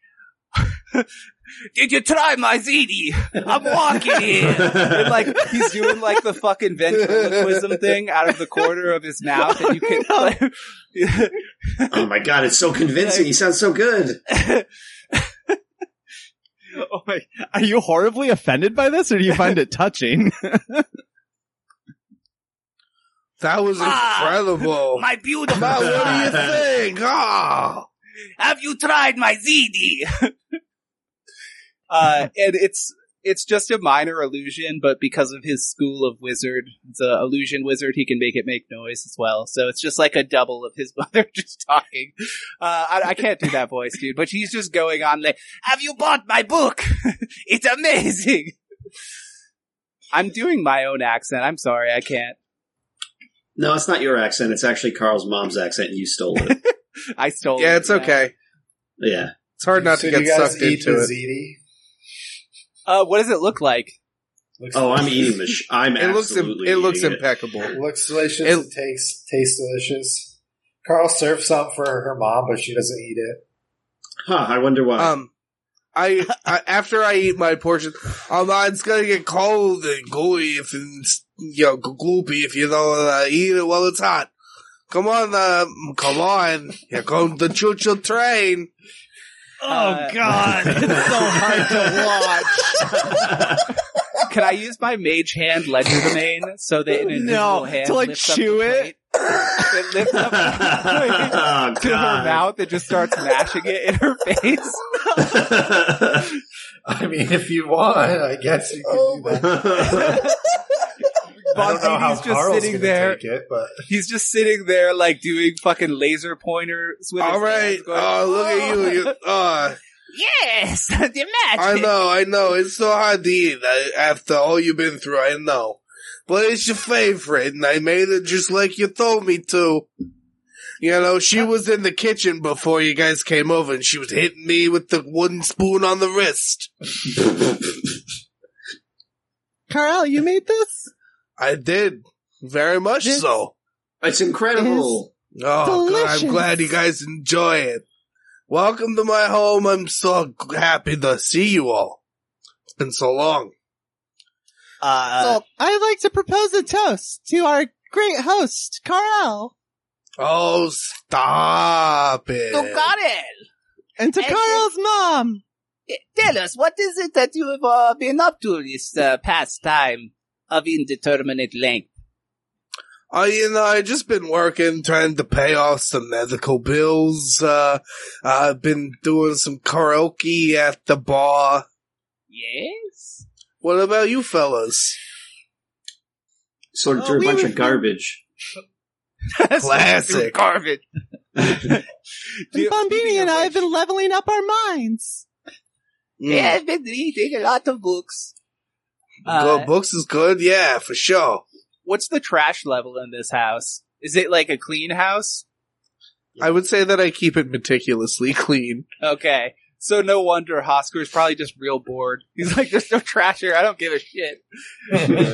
Speaker 4: Did you try my ziti? I'm walking
Speaker 5: [LAUGHS]
Speaker 4: in. And like he's doing like the fucking ventriloquism thing out of the corner of his mouth, and
Speaker 2: [LAUGHS]
Speaker 4: you can.
Speaker 5: oh my god, it's so convincing. He sounds so good.
Speaker 3: [LAUGHS] Oh my, are you horribly offended by this or do you find it [LAUGHS] touching?
Speaker 2: That was
Speaker 4: Ah,
Speaker 2: incredible.
Speaker 4: my beautiful.
Speaker 2: Ma, what do you think? Ah.
Speaker 4: Have you tried my ZD? [LAUGHS] uh, and it's it's just a minor illusion, but because of his school of wizard, it's a illusion wizard. He can make it make noise as well, so it's just like a double of his [LAUGHS] mother just talking. Uh, I, I can't do that voice, dude, but he's just going on like, "Have you bought my book? [LAUGHS] it's amazing." I'm doing my own accent. I'm sorry, I can't.
Speaker 5: No, it's not your accent. It's actually Carl's mom's accent. You stole it.
Speaker 4: I stole.
Speaker 2: Yeah,
Speaker 4: it,
Speaker 2: it's okay.
Speaker 5: Yeah.
Speaker 2: It's hard not
Speaker 1: So do
Speaker 2: to get
Speaker 1: you guys
Speaker 2: sucked
Speaker 1: eat the
Speaker 2: into it.
Speaker 1: ziti?
Speaker 4: Uh, what does it look like?
Speaker 1: Looks
Speaker 5: Oh, I'm eating the. Sh- I'm
Speaker 2: It looks im-
Speaker 5: absolutely.
Speaker 2: it looks
Speaker 5: eating
Speaker 2: impeccable.
Speaker 1: looks delicious.
Speaker 2: It-
Speaker 1: It, tastes tastes delicious. Carl serves something for her mom, but she doesn't eat it.
Speaker 5: Huh, I wonder why. [LAUGHS]
Speaker 2: Um, I, I after I eat my portion, um, it's gonna get cold and gooey if it's you know gloopy if you don't uh, eat it while it's hot. Come on, uh, come on! Here comes the choo-choo train.
Speaker 4: Uh,
Speaker 3: god, it's so hard
Speaker 2: [LAUGHS]
Speaker 3: to watch.
Speaker 4: Can I use my mage hand ledger domain so that an invisible
Speaker 3: No,
Speaker 4: hand
Speaker 3: to, like,
Speaker 4: lifts up
Speaker 3: chew
Speaker 4: the
Speaker 3: it?
Speaker 4: plate? It lifts
Speaker 1: [LAUGHS]
Speaker 4: up [LAUGHS]
Speaker 5: oh,
Speaker 4: to her mouth and just starts mashing it in her face.
Speaker 1: [LAUGHS] I mean, if you want, I guess you can do that. I don't know how
Speaker 4: Bonzini's just
Speaker 1: Carl's
Speaker 4: sitting
Speaker 1: gonna
Speaker 4: there.
Speaker 1: take it, but
Speaker 4: He's just sitting there like doing fucking laser pointers with
Speaker 2: All
Speaker 4: his
Speaker 2: right,
Speaker 4: hands going,
Speaker 2: oh look at you! you uh,
Speaker 4: Yes, [LAUGHS] the magic.
Speaker 3: [LAUGHS]
Speaker 2: I know, I know. It's so hard to eat I, after all you've been through. I know, but it's your favorite, and I made it just like you told me to. You know, she was in the kitchen before you guys came over, and she was hitting me with the wooden spoon on the wrist.
Speaker 3: [LAUGHS] Carl, you made this?
Speaker 2: I did very much
Speaker 3: This-
Speaker 2: so.
Speaker 5: [LAUGHS] it's incredible.
Speaker 2: Oh, God,
Speaker 3: Delicious.
Speaker 2: I'm glad you guys enjoy it. Welcome to my home. I'm so g- happy to see you all. It's been so long.
Speaker 3: Uh, I'd like to propose a toast to our great host, Carl,
Speaker 2: Oh, stop it.
Speaker 3: and to
Speaker 4: Hey,
Speaker 3: Carl's mom.
Speaker 4: tell us, what is it that you have uh, been up to this uh, past time of indeterminate length?
Speaker 2: Uh, you know, I just been working, trying to pay off some medical bills. Uh, I've been doing some karaoke at the bar.
Speaker 4: Yes?
Speaker 2: What about you fellas?
Speaker 5: Sorted through a bunch of garbage.
Speaker 4: [LAUGHS]
Speaker 2: Classic.
Speaker 4: Garbage.
Speaker 3: And
Speaker 4: Yeah,
Speaker 3: Bombini
Speaker 4: speaking
Speaker 3: and
Speaker 4: of
Speaker 3: I have
Speaker 4: which-
Speaker 3: been leveling up our minds. [LAUGHS]
Speaker 4: Yeah,
Speaker 2: Mm.
Speaker 4: I've been reading a lot of books. uh,
Speaker 2: Good books is good, yeah, for sure.
Speaker 4: what's the trash level in this house? Is it like a clean house?
Speaker 2: I would say that I keep it meticulously [LAUGHS] clean.
Speaker 4: Okay. So no wonder Hosker's probably just real bored. [LAUGHS] He's like, there's no trash here. I don't give a shit. [LAUGHS]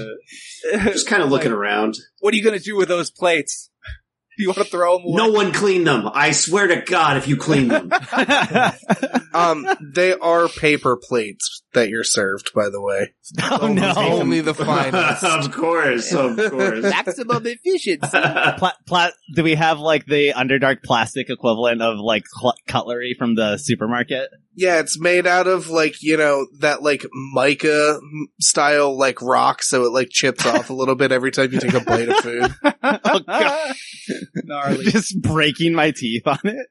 Speaker 5: Just kind of looking around.
Speaker 4: what are you going to do with those plates? [LAUGHS] You want to throw them away?
Speaker 5: No one cleaned them. I swear to God, if you clean them.
Speaker 3: Oh,
Speaker 2: Um, they are paper plates that you're served, by the way.
Speaker 3: Oh
Speaker 2: Only the finest.
Speaker 5: [LAUGHS] of course, of course.
Speaker 4: Maximum
Speaker 5: [LAUGHS]
Speaker 4: efficiency.
Speaker 3: Pla- pla- do we have like the Underdark plastic equivalent of like cl- cutlery from the supermarket?
Speaker 2: Yeah, it's made out of like you know that like mica mm, style like rock, so it like chips off a little bit every time you take a bite of food.
Speaker 3: Oh, God.
Speaker 4: [LAUGHS]
Speaker 3: [LAUGHS]
Speaker 4: Gnarly.
Speaker 3: Just breaking my teeth on it.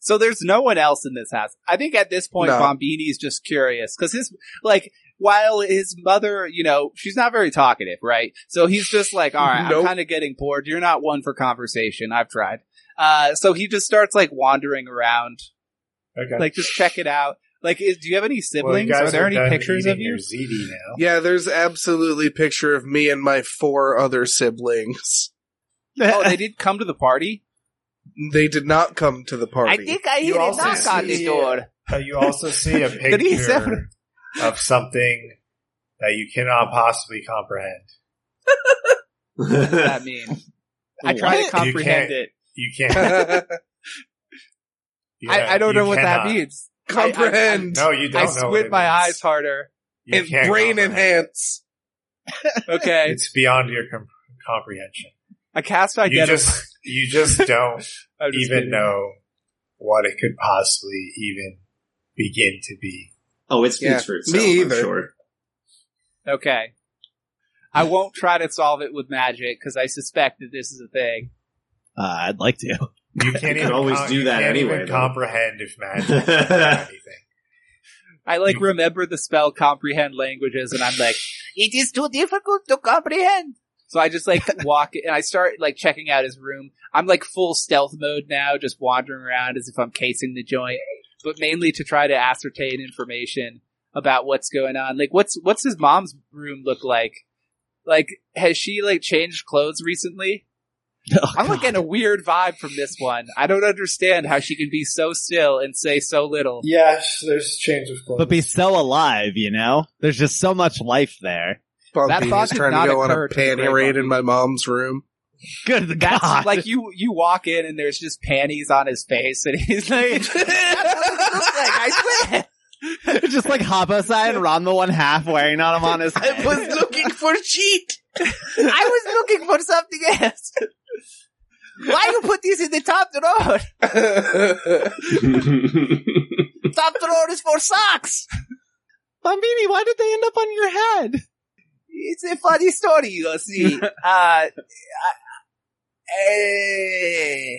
Speaker 4: So there's no one else in this house. I think at this point,
Speaker 2: No.
Speaker 4: Bombini's just curious because his like while his mother, you know, she's not very talkative, right? So he's just like, all right,
Speaker 2: Nope.
Speaker 4: I'm kind of getting bored. You're not one for conversation. I've tried. Uh, so he just starts like wandering around,
Speaker 1: okay.
Speaker 4: like just check it out. Like, is, do you have any
Speaker 1: Well, you
Speaker 4: siblings?
Speaker 1: guys
Speaker 4: are there any
Speaker 1: done
Speaker 4: pictures of
Speaker 1: eating
Speaker 4: you?
Speaker 1: Your ziti [LAUGHS] now.
Speaker 2: Yeah, there's absolutely a picture of me and my four other siblings.
Speaker 4: [LAUGHS] oh, they did come to the party.
Speaker 2: They did not come to the party.
Speaker 4: I
Speaker 1: You also see- Uh, you also see [LAUGHS] a
Speaker 4: he said-
Speaker 1: picture of something that you cannot possibly comprehend.
Speaker 4: What does that mean? I try to
Speaker 3: What?
Speaker 1: You
Speaker 4: comprehend
Speaker 1: [LAUGHS] can't-
Speaker 4: it.
Speaker 1: You can't.
Speaker 2: I
Speaker 1: you
Speaker 4: I, I don't
Speaker 1: you
Speaker 4: know what
Speaker 1: cannot.
Speaker 4: that means.
Speaker 2: [LAUGHS] comprehend,
Speaker 1: No, you don't
Speaker 4: I
Speaker 1: know. what
Speaker 4: squint
Speaker 1: it
Speaker 4: my
Speaker 1: means.
Speaker 4: eyes harder.
Speaker 1: You
Speaker 2: and
Speaker 1: can't
Speaker 2: brain
Speaker 1: comprehend.
Speaker 2: enhance.
Speaker 4: Okay,
Speaker 1: It's beyond your com- comprehension.
Speaker 4: I cast my
Speaker 1: you just you [LAUGHS] just don't
Speaker 4: [LAUGHS] I'm just
Speaker 1: even
Speaker 4: kidding.
Speaker 1: know what it could possibly even begin to be.
Speaker 5: Oh, it speaks
Speaker 2: Yeah,
Speaker 5: for itself.
Speaker 2: me
Speaker 5: I'm
Speaker 2: either.
Speaker 5: sure. [LAUGHS]
Speaker 4: Okay, I won't try to solve it with magic because I suspect that this is a thing.
Speaker 3: [LAUGHS] Uh, I'd like to.
Speaker 1: You can't
Speaker 5: could
Speaker 1: even
Speaker 5: always
Speaker 1: com-
Speaker 5: do
Speaker 1: you
Speaker 5: that
Speaker 1: can't
Speaker 5: anyway,
Speaker 1: even
Speaker 5: though.
Speaker 1: comprehend if
Speaker 5: [LAUGHS]
Speaker 1: magic or anything.
Speaker 4: I like
Speaker 1: Mm.
Speaker 4: remember the spell comprehend languages, and I'm like, it is too difficult to comprehend. So
Speaker 1: [LAUGHS]
Speaker 4: I just like walk and I start like checking out his room. I'm like full stealth mode now, just wandering around as if I'm casing the joint, but mainly to try to ascertain information about what's going on. Like, what's what's his mom's room look like? Like, has she like changed clothes recently?
Speaker 3: [LAUGHS]
Speaker 4: I'm like getting a weird vibe from this one. I don't understand how she can be so still and say so little.
Speaker 1: Yeah, there's change of clothes.
Speaker 3: but be so alive, you know? There's just so much life there.
Speaker 4: That
Speaker 2: Bumpy
Speaker 4: thought
Speaker 2: is
Speaker 4: did
Speaker 2: trying
Speaker 4: not
Speaker 2: to go on
Speaker 4: occur
Speaker 2: a
Speaker 4: to the
Speaker 2: panty
Speaker 4: great
Speaker 2: raid
Speaker 4: Bumpy.
Speaker 2: in my mom's
Speaker 4: [LAUGHS]
Speaker 2: room. [LAUGHS]
Speaker 3: Good [LAUGHS]
Speaker 4: That's
Speaker 3: God.
Speaker 4: like you you walk in and there's just panties on his face and [LAUGHS] he's like, "That's what it looks like, I swear.
Speaker 3: just like Habasai and Ron the one half wearing on him on [LAUGHS] his head.
Speaker 2: looking for cheat.
Speaker 4: I was looking for something else. Why you put these in the top drawer? Top drawer is for socks.
Speaker 3: Bombini, why did they end up on your head?
Speaker 4: It's a funny story, you [LAUGHS] see. Uh, I, eh,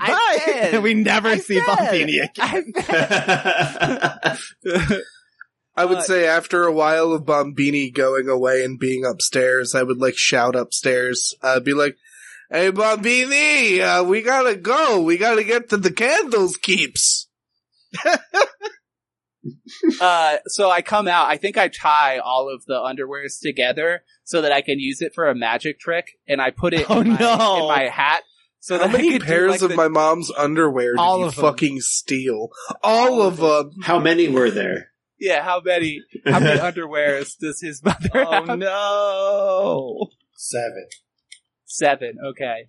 Speaker 4: I
Speaker 3: Bye.
Speaker 4: [LAUGHS]
Speaker 3: [LAUGHS]
Speaker 4: fell.
Speaker 3: we never
Speaker 4: I
Speaker 3: see
Speaker 4: fell.
Speaker 3: Bombini again.
Speaker 4: I fell.
Speaker 2: I would
Speaker 4: Uh,
Speaker 2: say after a while of Bombini going away and being upstairs, I would like shout upstairs. I'd be like, "Hey, Bombini, uh, we gotta go. We gotta get to the candles keeps."
Speaker 4: uh, so I come out. I think I tie all of the underwears together so that I can use it for a magic trick, and I put it
Speaker 3: Oh,
Speaker 4: in, my,
Speaker 3: no.
Speaker 4: in my hat. So
Speaker 2: How
Speaker 4: that I
Speaker 2: many
Speaker 4: could do,
Speaker 2: pairs
Speaker 4: like,
Speaker 2: of
Speaker 4: the-
Speaker 2: my mom's underwear did
Speaker 4: All
Speaker 2: you
Speaker 4: of 'em.
Speaker 2: fucking steal? All,
Speaker 4: All
Speaker 2: of them.
Speaker 5: How many were there?
Speaker 4: yeah? How many
Speaker 2: [LAUGHS]
Speaker 4: how many underwears does his mother?
Speaker 2: Oh,
Speaker 3: Oh, [LAUGHS]
Speaker 4: have?
Speaker 3: no.
Speaker 1: Seven.
Speaker 4: Seven. Okay.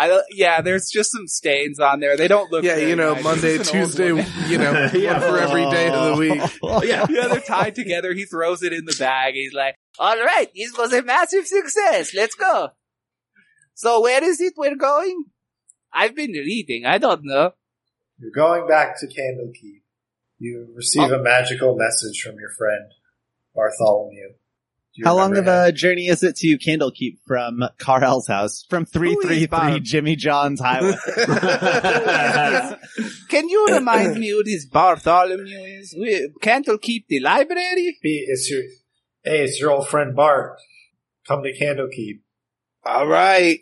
Speaker 4: I don't, yeah, there's just some stains on there. They don't look.
Speaker 2: Yeah,
Speaker 4: very
Speaker 2: you know,
Speaker 4: nice.
Speaker 2: Monday,
Speaker 4: She's an old
Speaker 2: Tuesday,
Speaker 4: woman.
Speaker 2: you know,
Speaker 5: Yeah.
Speaker 2: one for every day of the
Speaker 3: [LAUGHS]
Speaker 2: week.
Speaker 4: [LAUGHS]
Speaker 5: Oh, yeah.
Speaker 4: yeah, they're tied together. He throws it in the bag. He's like, all right, this was a massive success. Let's go. So where is it we're going? I've been reading. I don't know.
Speaker 1: You're going back to Candlekeep. You receive
Speaker 3: Oh.
Speaker 1: a magical message from your friend Bartholomew. Do you
Speaker 3: How long of
Speaker 1: remember him?
Speaker 3: a journey is it to Candlekeep from Carl's house? From
Speaker 4: Bob?
Speaker 3: 333 Jimmy John's Highway.
Speaker 1: [COUGHS]
Speaker 4: Can you remind me who this Bartholomew is? We can't keep the library?
Speaker 1: B, it's your hey, it's your old friend Bart. Come to Candlekeep.
Speaker 2: All right.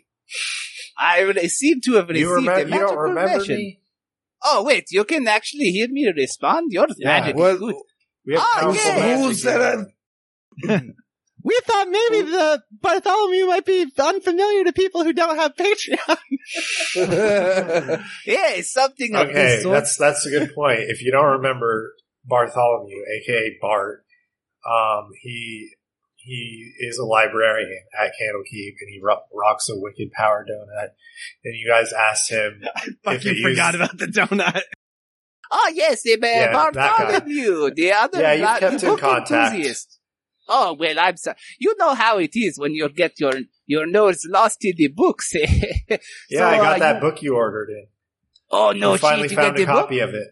Speaker 4: I re- seem to have received
Speaker 1: You remember?
Speaker 4: a
Speaker 1: You
Speaker 4: magical
Speaker 1: don't remember
Speaker 4: message.
Speaker 1: me?
Speaker 4: Oh, wait, you can actually hear me respond? Your
Speaker 1: Yeah.
Speaker 4: magic is
Speaker 2: What,
Speaker 4: good.
Speaker 1: We have
Speaker 3: Ah,
Speaker 4: Oh,
Speaker 1: council
Speaker 4: yeah.
Speaker 1: magic
Speaker 2: Who's that
Speaker 1: going.
Speaker 3: [LAUGHS] we thought maybe the Bartholomew might be unfamiliar to people who don't have Patreon.
Speaker 4: Yeah,
Speaker 3: [LAUGHS]
Speaker 4: something of
Speaker 1: Okay,
Speaker 4: this sort.
Speaker 1: that's that's a good point. If you don't remember Bartholomew, aka Bart, um, he he is a librarian at Candlekeep, and he ro- rocks a wicked power donut. And you guys asked
Speaker 3: [LAUGHS]
Speaker 1: him, If it
Speaker 3: Fucking
Speaker 1: used-
Speaker 3: forgot about the donut.
Speaker 4: Oh yes, the uh,
Speaker 1: Yeah, that guy.
Speaker 4: Bartholomew, the other
Speaker 1: Yeah, you've
Speaker 4: la-
Speaker 1: kept in
Speaker 4: book
Speaker 1: contact.
Speaker 4: enthusiast. Oh well, I'm sorry. You know how it is when you get your your nose lost in the
Speaker 1: [LAUGHS]
Speaker 4: books.
Speaker 1: "Yeah,
Speaker 4: So,
Speaker 1: I got
Speaker 4: uh,
Speaker 1: that
Speaker 4: you-
Speaker 1: book you ordered in.
Speaker 4: [LAUGHS] oh no,
Speaker 1: you finally
Speaker 4: shit, you
Speaker 1: found
Speaker 4: get
Speaker 1: a
Speaker 4: the book.
Speaker 1: copy of it."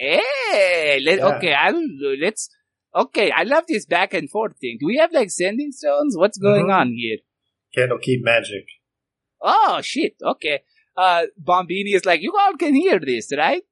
Speaker 4: Hey, let,
Speaker 1: Yeah.
Speaker 4: okay, I'll let's. Okay, I love this back and forth thing. Do we have like sending stones? What's going
Speaker 1: Mhm.
Speaker 4: on here?
Speaker 1: Candlekeep magic.
Speaker 4: Oh shit. Okay. Uh, Bombini is like, you all can hear this, right?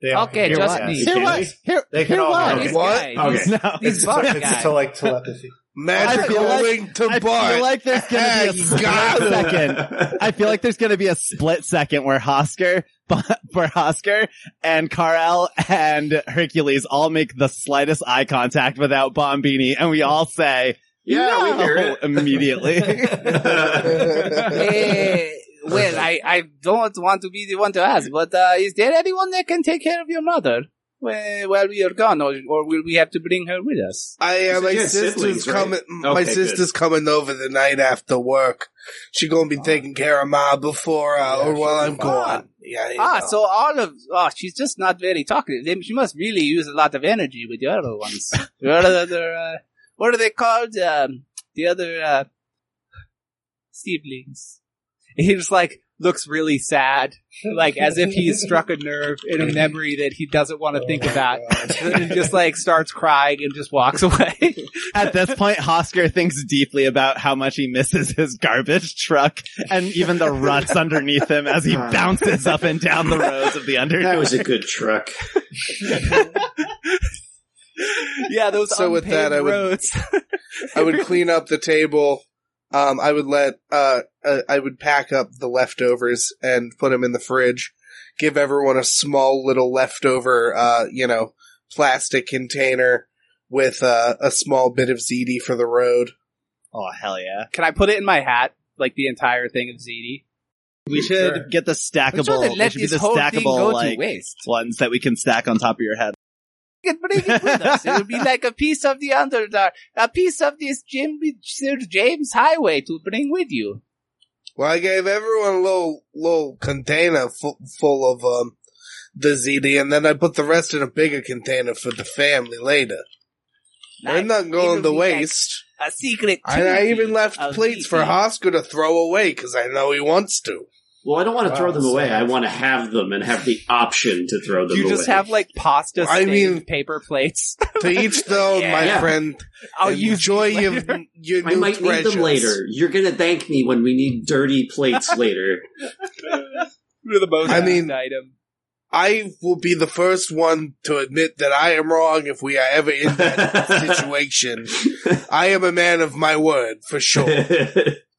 Speaker 1: They all can
Speaker 4: Okay,
Speaker 1: hear [LAUGHS]
Speaker 4: just
Speaker 1: us.
Speaker 4: me.
Speaker 1: Can
Speaker 3: Here
Speaker 1: we?
Speaker 3: what? Here,
Speaker 1: They can
Speaker 3: here
Speaker 1: all
Speaker 3: what?
Speaker 1: Okay.
Speaker 4: Oh, This
Speaker 2: What?
Speaker 4: guy,
Speaker 3: [LAUGHS]
Speaker 5: Okay.
Speaker 4: This
Speaker 1: It's,
Speaker 4: Bart
Speaker 1: it's
Speaker 4: guy.
Speaker 1: to like
Speaker 4: [LAUGHS]
Speaker 1: telepathy.
Speaker 2: Magic
Speaker 3: I feel like-
Speaker 2: going to
Speaker 3: I
Speaker 2: Bart.
Speaker 3: feel like there's gonna be a
Speaker 2: You
Speaker 3: split
Speaker 2: got him.
Speaker 3: second. I feel like there's gonna be a split second where Hosker, [LAUGHS] for Hosker and Carl and Hercules all make the slightest eye contact without Bombini, and we all say,
Speaker 5: [LAUGHS] yeah,
Speaker 3: no,
Speaker 5: we
Speaker 3: [LAUGHS]
Speaker 5: hear it. [LAUGHS]
Speaker 3: immediately.
Speaker 4: [LAUGHS] Eh, well, I, I don't want to be the one to ask, but uh, is there anyone that can take care of your mother? Well, while we are gone, or, or will we have to bring her with us?
Speaker 2: I uh,
Speaker 5: Is it
Speaker 2: my
Speaker 5: your
Speaker 2: sister's
Speaker 5: siblings, right?
Speaker 2: coming. my
Speaker 5: Okay, good.
Speaker 2: sister's coming over the night after work. She gonna be taking care of ma before uh,
Speaker 1: Yeah,
Speaker 2: or while
Speaker 1: she'll
Speaker 2: I'm
Speaker 1: be
Speaker 2: gone. Yeah. you
Speaker 4: Ah,
Speaker 2: know.
Speaker 4: so all of oh, she's just not very talkative. They- She must really use a lot of energy with the other [LAUGHS] ones. the other, uh, what are they called? Um, the other uh, siblings. He just like looks really sad, like as if he's struck a nerve in a memory that he doesn't want to
Speaker 1: [LAUGHS]
Speaker 4: think about. [LAUGHS] and just like starts crying and just
Speaker 2: [LAUGHS]
Speaker 4: walks away.
Speaker 3: At this point, Hosker thinks deeply about how much he misses his garbage truck and even the [LAUGHS] ruts underneath him as he bounces up and down the roads of the
Speaker 5: That
Speaker 3: under.
Speaker 5: was a good truck.
Speaker 4: yeah, those
Speaker 2: So with that,
Speaker 4: unpaved
Speaker 2: I would-
Speaker 4: roads.
Speaker 2: I would clean up the table. Um, I would let, uh, uh, I would pack up the leftovers and put them in the fridge. Give everyone a small little leftover, uh, you know, plastic container with uh, a small bit of ziti for the road.
Speaker 3: Oh hell yeah!
Speaker 4: Can I put it in my hat? Like the entire thing of ZD?
Speaker 3: We should
Speaker 1: Sure.
Speaker 3: get the
Speaker 7: I'm sure
Speaker 3: stackable.
Speaker 7: they
Speaker 3: they
Speaker 7: let
Speaker 3: should be
Speaker 7: this
Speaker 3: the
Speaker 7: whole thing go
Speaker 3: stackable
Speaker 7: to
Speaker 3: like
Speaker 7: waste.
Speaker 4: [LAUGHS]
Speaker 3: ones that we can stack on top of your head.
Speaker 4: We could bring it with us. It would be like a piece of the underdark, a piece of this Jim Sir James Highway to bring with you.
Speaker 2: Well, I gave everyone a little, little container full, full of, um, the ziti, and then I put the rest in a bigger container for the family later. They're
Speaker 4: Nice.
Speaker 2: not going
Speaker 4: It'll
Speaker 2: to
Speaker 4: be like
Speaker 2: waste.
Speaker 4: A secret.
Speaker 2: And I
Speaker 4: trophy
Speaker 2: even left
Speaker 4: of
Speaker 2: plates for
Speaker 4: ZD.
Speaker 2: Hosker to throw away because I know he wants to.
Speaker 5: Well, I don't want to
Speaker 1: Wow,
Speaker 5: throw them
Speaker 1: so-
Speaker 5: away. I want to have them and have the option to throw them
Speaker 4: You
Speaker 5: away.
Speaker 4: just have like pasta
Speaker 2: I
Speaker 4: stained
Speaker 2: mean-
Speaker 4: paper plates.
Speaker 2: To
Speaker 4: [LAUGHS]
Speaker 2: each though,
Speaker 4: Yeah.
Speaker 2: my
Speaker 5: Yeah.
Speaker 2: friend.
Speaker 4: [LAUGHS] I'll use
Speaker 2: enjoy
Speaker 4: these
Speaker 2: your,
Speaker 4: later.
Speaker 2: your
Speaker 5: I
Speaker 2: new
Speaker 5: might need
Speaker 2: treasures.
Speaker 5: them later. You're gonna thank me when we need dirty plates later.
Speaker 4: You're the most
Speaker 2: I mean-
Speaker 4: used item.
Speaker 2: I will be the first one to admit that I am wrong if we are ever in
Speaker 4: [LAUGHS]
Speaker 2: that situation. I am a man of my word, for
Speaker 4: [LAUGHS]
Speaker 2: sure.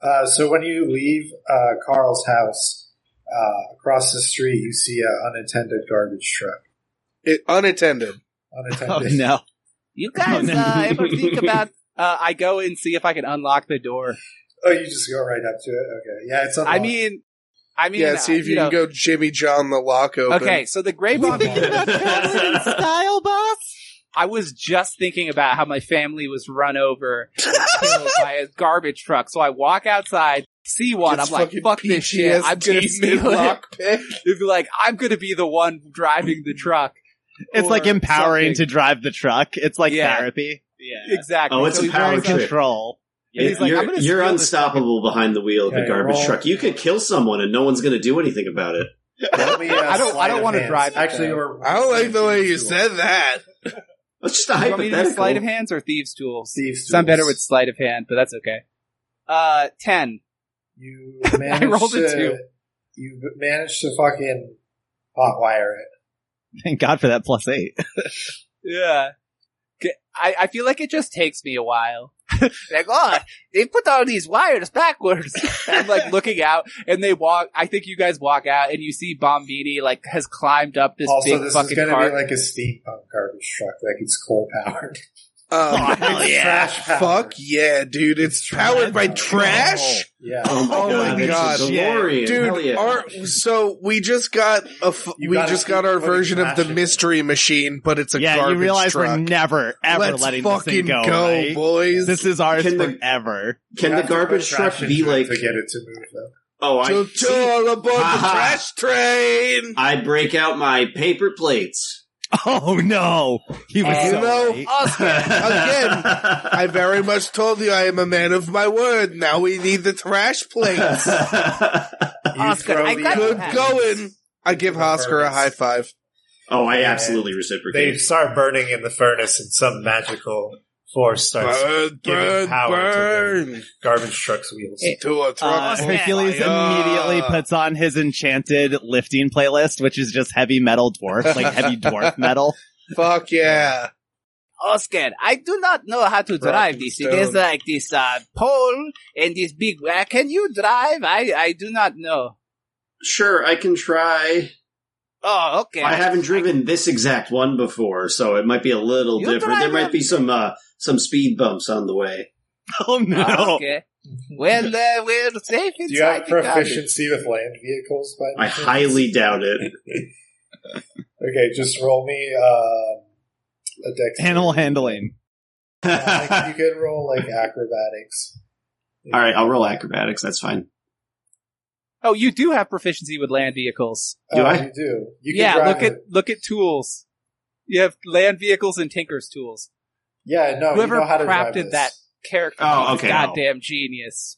Speaker 1: Uh, so when you leave uh, Carl's house, uh, across the street, you see an unattended garbage truck.
Speaker 2: It, unattended.
Speaker 3: Oh
Speaker 1: Unattended.
Speaker 3: no!
Speaker 4: You guys
Speaker 3: [LAUGHS] no.
Speaker 4: uh,
Speaker 3: [LAUGHS]
Speaker 4: ever think about? Uh, I go and see if I can unlock the door.
Speaker 1: Oh, you just go right up to it. Okay, yeah, it's.
Speaker 4: I
Speaker 1: unlocked.
Speaker 4: mean, I mean,
Speaker 2: Oh. yeah, see
Speaker 4: uh,
Speaker 2: if you can
Speaker 4: know-
Speaker 2: go Jimmy John the lock open.
Speaker 4: Okay, so the Grey
Speaker 2: [LAUGHS]
Speaker 4: Bomb.
Speaker 3: Style boss.
Speaker 4: I was just thinking about how my family was run over and killed by a garbage truck. So I walk outside, see one.
Speaker 2: It's
Speaker 4: I'm like,
Speaker 2: fucking
Speaker 4: fuck this shit.
Speaker 2: [LAUGHS]
Speaker 4: I'm gonna
Speaker 2: PTSD
Speaker 4: steal [LAUGHS] it.
Speaker 2: lock pick.
Speaker 4: It'd be like, I'm gonna be the one driving the truck.
Speaker 3: It's like
Speaker 4: or
Speaker 3: empowering
Speaker 4: something.
Speaker 3: to drive the truck. It's like
Speaker 4: Yeah.
Speaker 3: therapy. Yeah.
Speaker 4: Exactly.
Speaker 5: Oh, it's
Speaker 4: So uh,
Speaker 5: a
Speaker 4: he
Speaker 5: power
Speaker 4: drives
Speaker 3: You're in
Speaker 5: trip.
Speaker 3: control.
Speaker 4: And he's like,
Speaker 5: you're
Speaker 4: "I'm gonna
Speaker 5: you're
Speaker 4: steal this
Speaker 5: unstoppable behind the wheel of the
Speaker 1: Okay,
Speaker 5: garbage
Speaker 1: roll.
Speaker 5: truck. You could kill someone and no one's gonna do anything about it.
Speaker 1: [LAUGHS] Let me, uh,
Speaker 4: I don't- I
Speaker 1: sleight
Speaker 4: don't
Speaker 1: of
Speaker 4: wanna
Speaker 1: hands.
Speaker 4: drive it,
Speaker 1: Actually,
Speaker 4: though.
Speaker 1: we're-
Speaker 2: I don't like the way you
Speaker 1: Thieves'
Speaker 2: said that.
Speaker 5: That's just a
Speaker 4: You want me to do
Speaker 5: hypothetical.
Speaker 4: sleight of hands or thieves' tools?
Speaker 1: Thieves'
Speaker 4: Sound better
Speaker 1: tools.
Speaker 4: with sleight of hand, but that's okay. Uh, ten.
Speaker 1: [LAUGHS] You managed
Speaker 4: rolled a
Speaker 1: to,
Speaker 4: two.
Speaker 1: You managed to fucking hotwire it.
Speaker 3: Thank God for that plus eight.
Speaker 4: Yeah. K- I, I feel like it just takes me a while. [LAUGHS] like, oh, they put all these wires backwards. [LAUGHS] I'm like looking out and they walk, I think you guys walk out and you see Bombini like has climbed up this
Speaker 1: also,
Speaker 4: big
Speaker 1: this is
Speaker 4: fucking
Speaker 1: going to
Speaker 4: cart.
Speaker 1: be like a steampunk garbage truck. Like it's coal powered.
Speaker 4: Oh,
Speaker 1: [LAUGHS]
Speaker 2: Um, [LAUGHS]
Speaker 3: hell yeah.
Speaker 1: Trash
Speaker 2: fuck yeah, dude. It's powered by
Speaker 1: powered.
Speaker 2: trash?
Speaker 1: Yeah.
Speaker 5: Oh my
Speaker 2: Oh my
Speaker 5: god,
Speaker 2: God.
Speaker 5: It's a DeLorean. Hell
Speaker 2: Dude,
Speaker 5: yeah.
Speaker 2: our, so we just got a f-
Speaker 1: You
Speaker 2: we
Speaker 1: gotta
Speaker 2: just
Speaker 1: keep
Speaker 2: got our
Speaker 1: putting
Speaker 2: version of the
Speaker 1: trash in.
Speaker 2: mystery machine, but it's a
Speaker 3: yeah,
Speaker 2: garbage
Speaker 3: you realize we're
Speaker 2: truck.
Speaker 3: never ever
Speaker 2: Let's
Speaker 3: letting this
Speaker 2: fucking
Speaker 3: thing go. right?
Speaker 2: boys.
Speaker 3: This is ours
Speaker 5: Can the-
Speaker 3: forever. [LAUGHS]
Speaker 1: You
Speaker 5: Can the
Speaker 1: have to put
Speaker 5: garbage truck
Speaker 1: trash
Speaker 5: be
Speaker 1: into it
Speaker 5: like?
Speaker 1: to get it to move though?
Speaker 5: Oh, I
Speaker 2: so
Speaker 5: see.
Speaker 2: all aboard
Speaker 5: [LAUGHS]
Speaker 2: the
Speaker 5: Ha-ha.
Speaker 2: trash train.
Speaker 5: I break out my paper plates.
Speaker 3: Oh no, he was
Speaker 2: You
Speaker 3: so
Speaker 2: know,
Speaker 3: right.
Speaker 4: Oh,
Speaker 1: [LAUGHS]
Speaker 5: [LAUGHS]
Speaker 2: Again, I very much told you I am a man of my word. Now we need the trash
Speaker 5: [LAUGHS]
Speaker 2: plates.
Speaker 1: You
Speaker 4: Oscar,
Speaker 1: throw
Speaker 4: I
Speaker 1: the-
Speaker 4: got
Speaker 2: Good going. I give
Speaker 1: The
Speaker 2: Hosker a
Speaker 1: birds.
Speaker 2: high five.
Speaker 5: oh, I absolutely reciprocate.
Speaker 1: They start burning in the furnace, and some magical force starts
Speaker 2: Burn,
Speaker 1: giving
Speaker 2: burn,
Speaker 1: power to them.
Speaker 2: burn.
Speaker 1: garbage truck's wheels.
Speaker 2: To a
Speaker 3: Uh,
Speaker 2: truck.
Speaker 3: Hercules immediately puts on his enchanted lifting playlist, which is just heavy metal dwarf, like heavy dwarf metal. [LAUGHS]
Speaker 2: Fuck yeah.
Speaker 4: Oscar, oh, I do not know how to drive
Speaker 2: and
Speaker 4: this.
Speaker 2: stone.
Speaker 4: It is like this, uh, pole and this big, uh, can you drive? I, I do not know.
Speaker 5: Sure, I can try.
Speaker 4: Oh, okay.
Speaker 5: I haven't driven this exact one before, so it might be a little
Speaker 4: You
Speaker 5: different. There
Speaker 4: drive
Speaker 5: might be
Speaker 4: it.
Speaker 5: some uh, some speed bumps on the way.
Speaker 3: Oh
Speaker 1: [LAUGHS]
Speaker 4: Oh,
Speaker 3: no,
Speaker 4: okay. Well, uh, we're safe inside
Speaker 1: Do you have
Speaker 4: the garbage.
Speaker 1: proficiency with land vehicles? By any
Speaker 5: I [LAUGHS]
Speaker 1: chance?
Speaker 5: highly doubt it.
Speaker 1: Okay, just roll me uh, a dex.
Speaker 3: Animal handling. [LAUGHS]
Speaker 1: [LAUGHS] Uh, like, you could roll like acrobatics.
Speaker 5: All right, I'll roll acrobatics. That's fine.
Speaker 4: Oh, you do have proficiency with land vehicles.
Speaker 5: Do
Speaker 1: Oh,
Speaker 5: I?
Speaker 1: You do. You can
Speaker 4: yeah,
Speaker 1: drive
Speaker 4: look
Speaker 1: a-
Speaker 4: at look at tools. You have land vehicles and tinker's tools.
Speaker 1: yeah. No,
Speaker 4: whoever
Speaker 1: you know how to
Speaker 4: crafted
Speaker 1: drive this.
Speaker 4: that character
Speaker 5: Oh,
Speaker 4: is
Speaker 5: okay,
Speaker 4: goddamn genius.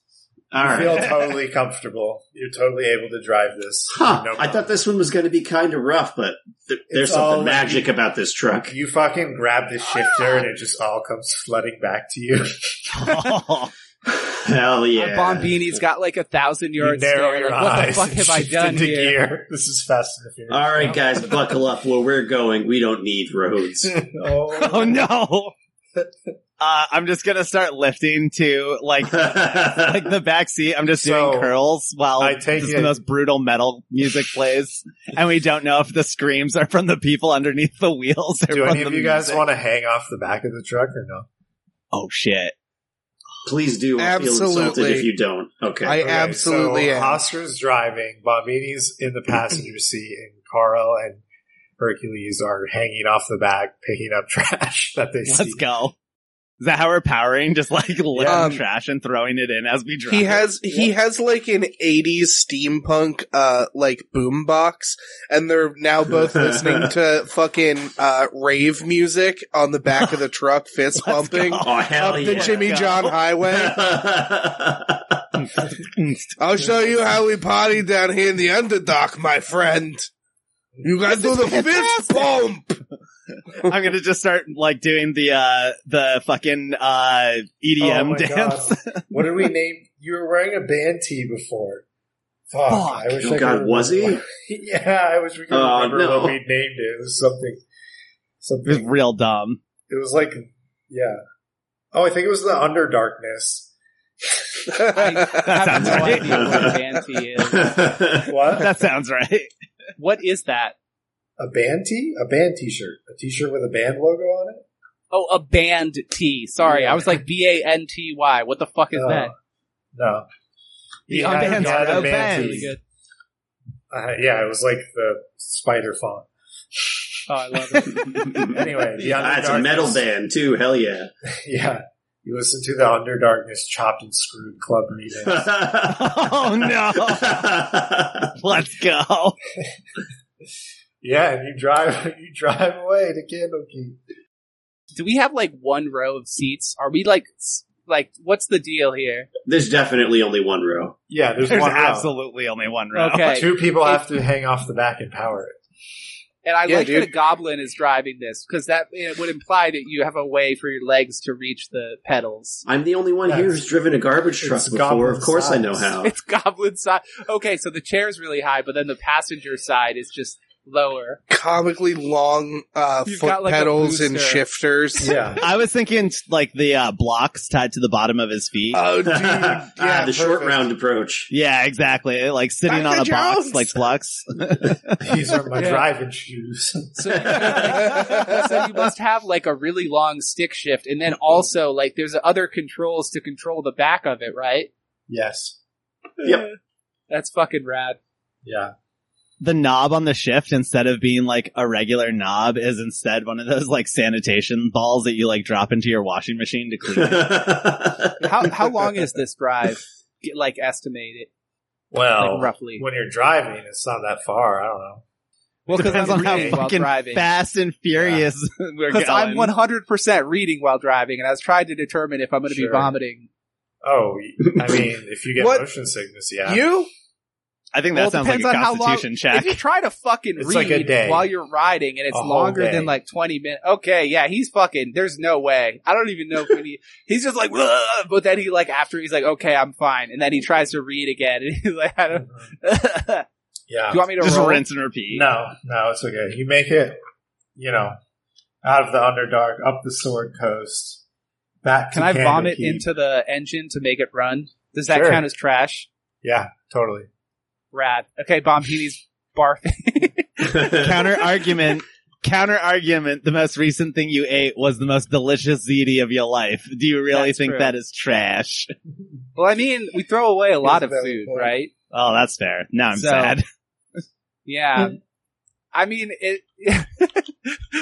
Speaker 5: All
Speaker 1: you
Speaker 5: right.
Speaker 1: feel totally comfortable. You're totally able to drive this.
Speaker 5: Huh,
Speaker 1: No
Speaker 5: I thought this one was going to be kind of rough, but th- there's
Speaker 1: It's all-
Speaker 5: something magic about this truck.
Speaker 1: You fucking grab the shifter and it just all comes flooding back to you.
Speaker 5: [LAUGHS]
Speaker 3: Oh,
Speaker 5: Hell yeah.
Speaker 4: Bombini's got like a thousand
Speaker 1: You
Speaker 4: yard
Speaker 1: narrow
Speaker 4: stare.
Speaker 1: your
Speaker 4: Like, what the
Speaker 1: eyes.
Speaker 4: fuck
Speaker 1: and
Speaker 4: have I
Speaker 1: shift
Speaker 4: done
Speaker 1: into
Speaker 4: here?
Speaker 1: gear. This is fast and the Furious.
Speaker 5: All right, guys, buckle up. Where we're going, we don't need [LAUGHS] roads.
Speaker 1: [LAUGHS] oh,
Speaker 3: oh no. Uh, I'm just gonna start lifting to like like the back seat. I'm just
Speaker 1: So,
Speaker 3: doing curls while
Speaker 1: I take
Speaker 3: just
Speaker 1: it-
Speaker 3: the most brutal metal music
Speaker 1: [LAUGHS]
Speaker 3: plays, and we don't know if the screams are from the people underneath the wheels. Or
Speaker 1: Do
Speaker 3: from
Speaker 1: any of
Speaker 3: the
Speaker 1: you guys
Speaker 3: music.
Speaker 1: want to hang off the back of the truck or no?
Speaker 3: Oh shit!
Speaker 5: Please do. I feel insulted
Speaker 2: Absolutely.
Speaker 5: if you don't. Okay.
Speaker 2: I
Speaker 1: Okay,
Speaker 2: absolutely
Speaker 1: so
Speaker 2: am.
Speaker 1: Oscar's driving, Bombini's in the passenger seat, and Carl and Hercules are hanging off the back, picking up [LAUGHS] trash that they see.
Speaker 3: Let's go. Is that how we're powering? Just like lifting
Speaker 2: Um,
Speaker 3: trash and throwing it in as we drive.
Speaker 2: He has he has like an '80s steampunk uh like boombox, and they're now both listening to fucking uh rave music on the back of the truck, fist
Speaker 3: Let's
Speaker 2: pumping
Speaker 3: go.
Speaker 5: oh, hell
Speaker 2: up
Speaker 5: yeah.
Speaker 2: the Jimmy
Speaker 3: Go.
Speaker 2: John [LAUGHS]
Speaker 5: [LAUGHS]
Speaker 2: Highway. I'll show you how we party down here in the underdock, my friend. You guys do the fist pump.
Speaker 3: I'm gonna just start like doing the uh the fucking uh
Speaker 1: Oh
Speaker 3: EDM
Speaker 1: my
Speaker 3: dance.
Speaker 1: God. What did we name? You were wearing a band tee before. Fuck. I wish I
Speaker 5: oh,
Speaker 1: could
Speaker 5: God, was he?
Speaker 1: remember. [LAUGHS] yeah, I wish we could
Speaker 5: Oh,
Speaker 1: remember
Speaker 5: no.
Speaker 1: what we named it. It was something.
Speaker 3: [LAUGHS] It was
Speaker 1: Something.
Speaker 3: real dumb.
Speaker 1: It was like, yeah. Oh, I think it was the Underdarkness.
Speaker 2: [LAUGHS]
Speaker 4: I have
Speaker 3: sounds
Speaker 4: no
Speaker 3: right.
Speaker 4: idea what a banty
Speaker 1: [LAUGHS]
Speaker 4: is.
Speaker 5: [LAUGHS]
Speaker 1: What?
Speaker 3: That sounds right.
Speaker 4: What is that?
Speaker 1: [LAUGHS] a band tee? A band t-shirt. A t-shirt with a band logo on it?
Speaker 4: Oh, a band T. Sorry, I was like B A N T Y. What the fuck is
Speaker 1: Oh,
Speaker 4: that?
Speaker 1: No.
Speaker 3: The
Speaker 1: Yeah, I
Speaker 3: unbands
Speaker 1: got
Speaker 3: are
Speaker 1: a
Speaker 3: no
Speaker 1: band
Speaker 3: bands.
Speaker 1: tee. Uh, yeah, it was like the spider font.
Speaker 4: Oh, I love it.
Speaker 1: Anyway, the
Speaker 5: Ah, it's a metal
Speaker 1: Underdarkness-
Speaker 5: band, too. Hell yeah.
Speaker 1: Yeah. You listen to the Underdarkness Chopped and Screwed Club
Speaker 5: [LAUGHS]
Speaker 1: remix. [LAUGHS]
Speaker 3: Oh no! Let's go.
Speaker 1: yeah, and you drive [LAUGHS] you drive away to Candlekeep.
Speaker 4: Do we have like one row of seats? Are we like s- like what's the deal here?
Speaker 5: There's definitely only one row.
Speaker 1: Yeah, there's,
Speaker 3: There's
Speaker 1: one row.
Speaker 3: absolutely only one row.
Speaker 4: Okay,
Speaker 1: Two people have to hang off the back and power it.
Speaker 4: and I
Speaker 2: Yeah,
Speaker 4: like
Speaker 2: dude.
Speaker 4: that a goblin is driving this because that it would imply that you have a way for your legs to reach the pedals.
Speaker 5: [LAUGHS] I'm the only one
Speaker 1: Yeah,
Speaker 5: here
Speaker 1: it's-
Speaker 5: who's driven a garbage truck
Speaker 1: it's
Speaker 5: before. Of
Speaker 1: goblin
Speaker 5: course I
Speaker 1: size.
Speaker 4: [LAUGHS]
Speaker 5: know how.
Speaker 4: It's goblin side. Okay, so the chair is really high, but then the passenger side is just lower.
Speaker 2: Comically long uh,
Speaker 4: You've
Speaker 2: foot
Speaker 4: got, like, a
Speaker 2: pedals and
Speaker 4: booster.
Speaker 1: [LAUGHS]
Speaker 2: shifters.
Speaker 1: Yeah.
Speaker 3: I was thinking like the uh, blocks tied to the bottom of his feet.
Speaker 2: Oh, dude!
Speaker 5: [LAUGHS] Ah,
Speaker 2: Yeah,
Speaker 5: the short
Speaker 2: perfect.
Speaker 5: round
Speaker 3: [LAUGHS]
Speaker 5: approach.
Speaker 3: yeah, exactly. Like sitting
Speaker 2: Dr.
Speaker 3: on a box,
Speaker 2: Jones!
Speaker 3: like blocks.
Speaker 1: These are my
Speaker 4: Yeah.
Speaker 1: driving shoes.
Speaker 4: [LAUGHS] so you must have like a really long stick shift, and then also like there's other controls to control the back of it, right?
Speaker 1: yes.
Speaker 5: Yep.
Speaker 4: That's fucking rad.
Speaker 1: Yeah.
Speaker 3: the knob on the shift instead of being like a regular knob is instead one of those like sanitation balls that you like drop into your washing machine to
Speaker 5: [LAUGHS]
Speaker 3: clean. it.
Speaker 4: How how long is this drive? Get, like estimate it,
Speaker 1: Well,
Speaker 4: like roughly.
Speaker 1: when you're driving, it's not that far. I don't know.
Speaker 4: Well, because
Speaker 3: Depends
Speaker 4: I'm
Speaker 3: on how
Speaker 4: reading while
Speaker 3: fucking
Speaker 4: driving.
Speaker 3: fast and furious [LAUGHS] we're going.
Speaker 4: Because I'm 100 percent reading while driving, and I was trying to determine if I'm going to
Speaker 1: Sure.
Speaker 4: be vomiting.
Speaker 1: Oh, y-
Speaker 4: [LAUGHS]
Speaker 1: I mean, if you get
Speaker 2: What?
Speaker 1: motion sickness, yeah.
Speaker 2: You
Speaker 3: I think that
Speaker 4: Well,
Speaker 3: sounds
Speaker 4: it
Speaker 3: like a
Speaker 4: depends on how long-
Speaker 3: constitution check.
Speaker 4: If you try to fucking
Speaker 1: It's
Speaker 4: read
Speaker 1: like a day.
Speaker 4: while you're riding, and it's
Speaker 1: A whole
Speaker 4: longer
Speaker 1: day.
Speaker 4: than like 20 minutes. Okay, yeah, he's fucking. There's no way. I don't even know if he. [LAUGHS] He's just like, "Ugh," but then he like after he's like, okay, I'm fine, and then he tries to read again, [LAUGHS] and he's like, I don't.
Speaker 1: Mhm.
Speaker 4: Do
Speaker 1: Yeah.
Speaker 4: you want me to
Speaker 3: Just
Speaker 4: roll?
Speaker 3: rinse and repeat.
Speaker 1: No, no, it's okay. You make it, you know, out of the Underdark, up the Sword Coast, back.
Speaker 4: Can
Speaker 1: to
Speaker 4: I vomit
Speaker 1: Candlekeep.
Speaker 4: into the engine to make it run? Does that
Speaker 1: Sure.
Speaker 4: count as trash?
Speaker 1: Yeah, totally.
Speaker 4: Rad. Okay, Bombini's barfing.
Speaker 3: counter argument. Counter argument. The most recent thing you ate was the most delicious ziti of your life. Do you really
Speaker 4: That's
Speaker 3: think
Speaker 4: true.
Speaker 3: that is trash?
Speaker 4: [LAUGHS] well, I mean, we throw away a lot of
Speaker 2: That's a
Speaker 4: food,
Speaker 2: valid point.
Speaker 4: right? [LAUGHS]
Speaker 3: Oh, that's fair. Now I'm
Speaker 4: So-
Speaker 2: Hmm.
Speaker 3: sad.
Speaker 2: [LAUGHS]
Speaker 4: Yeah. I mean, it, [LAUGHS]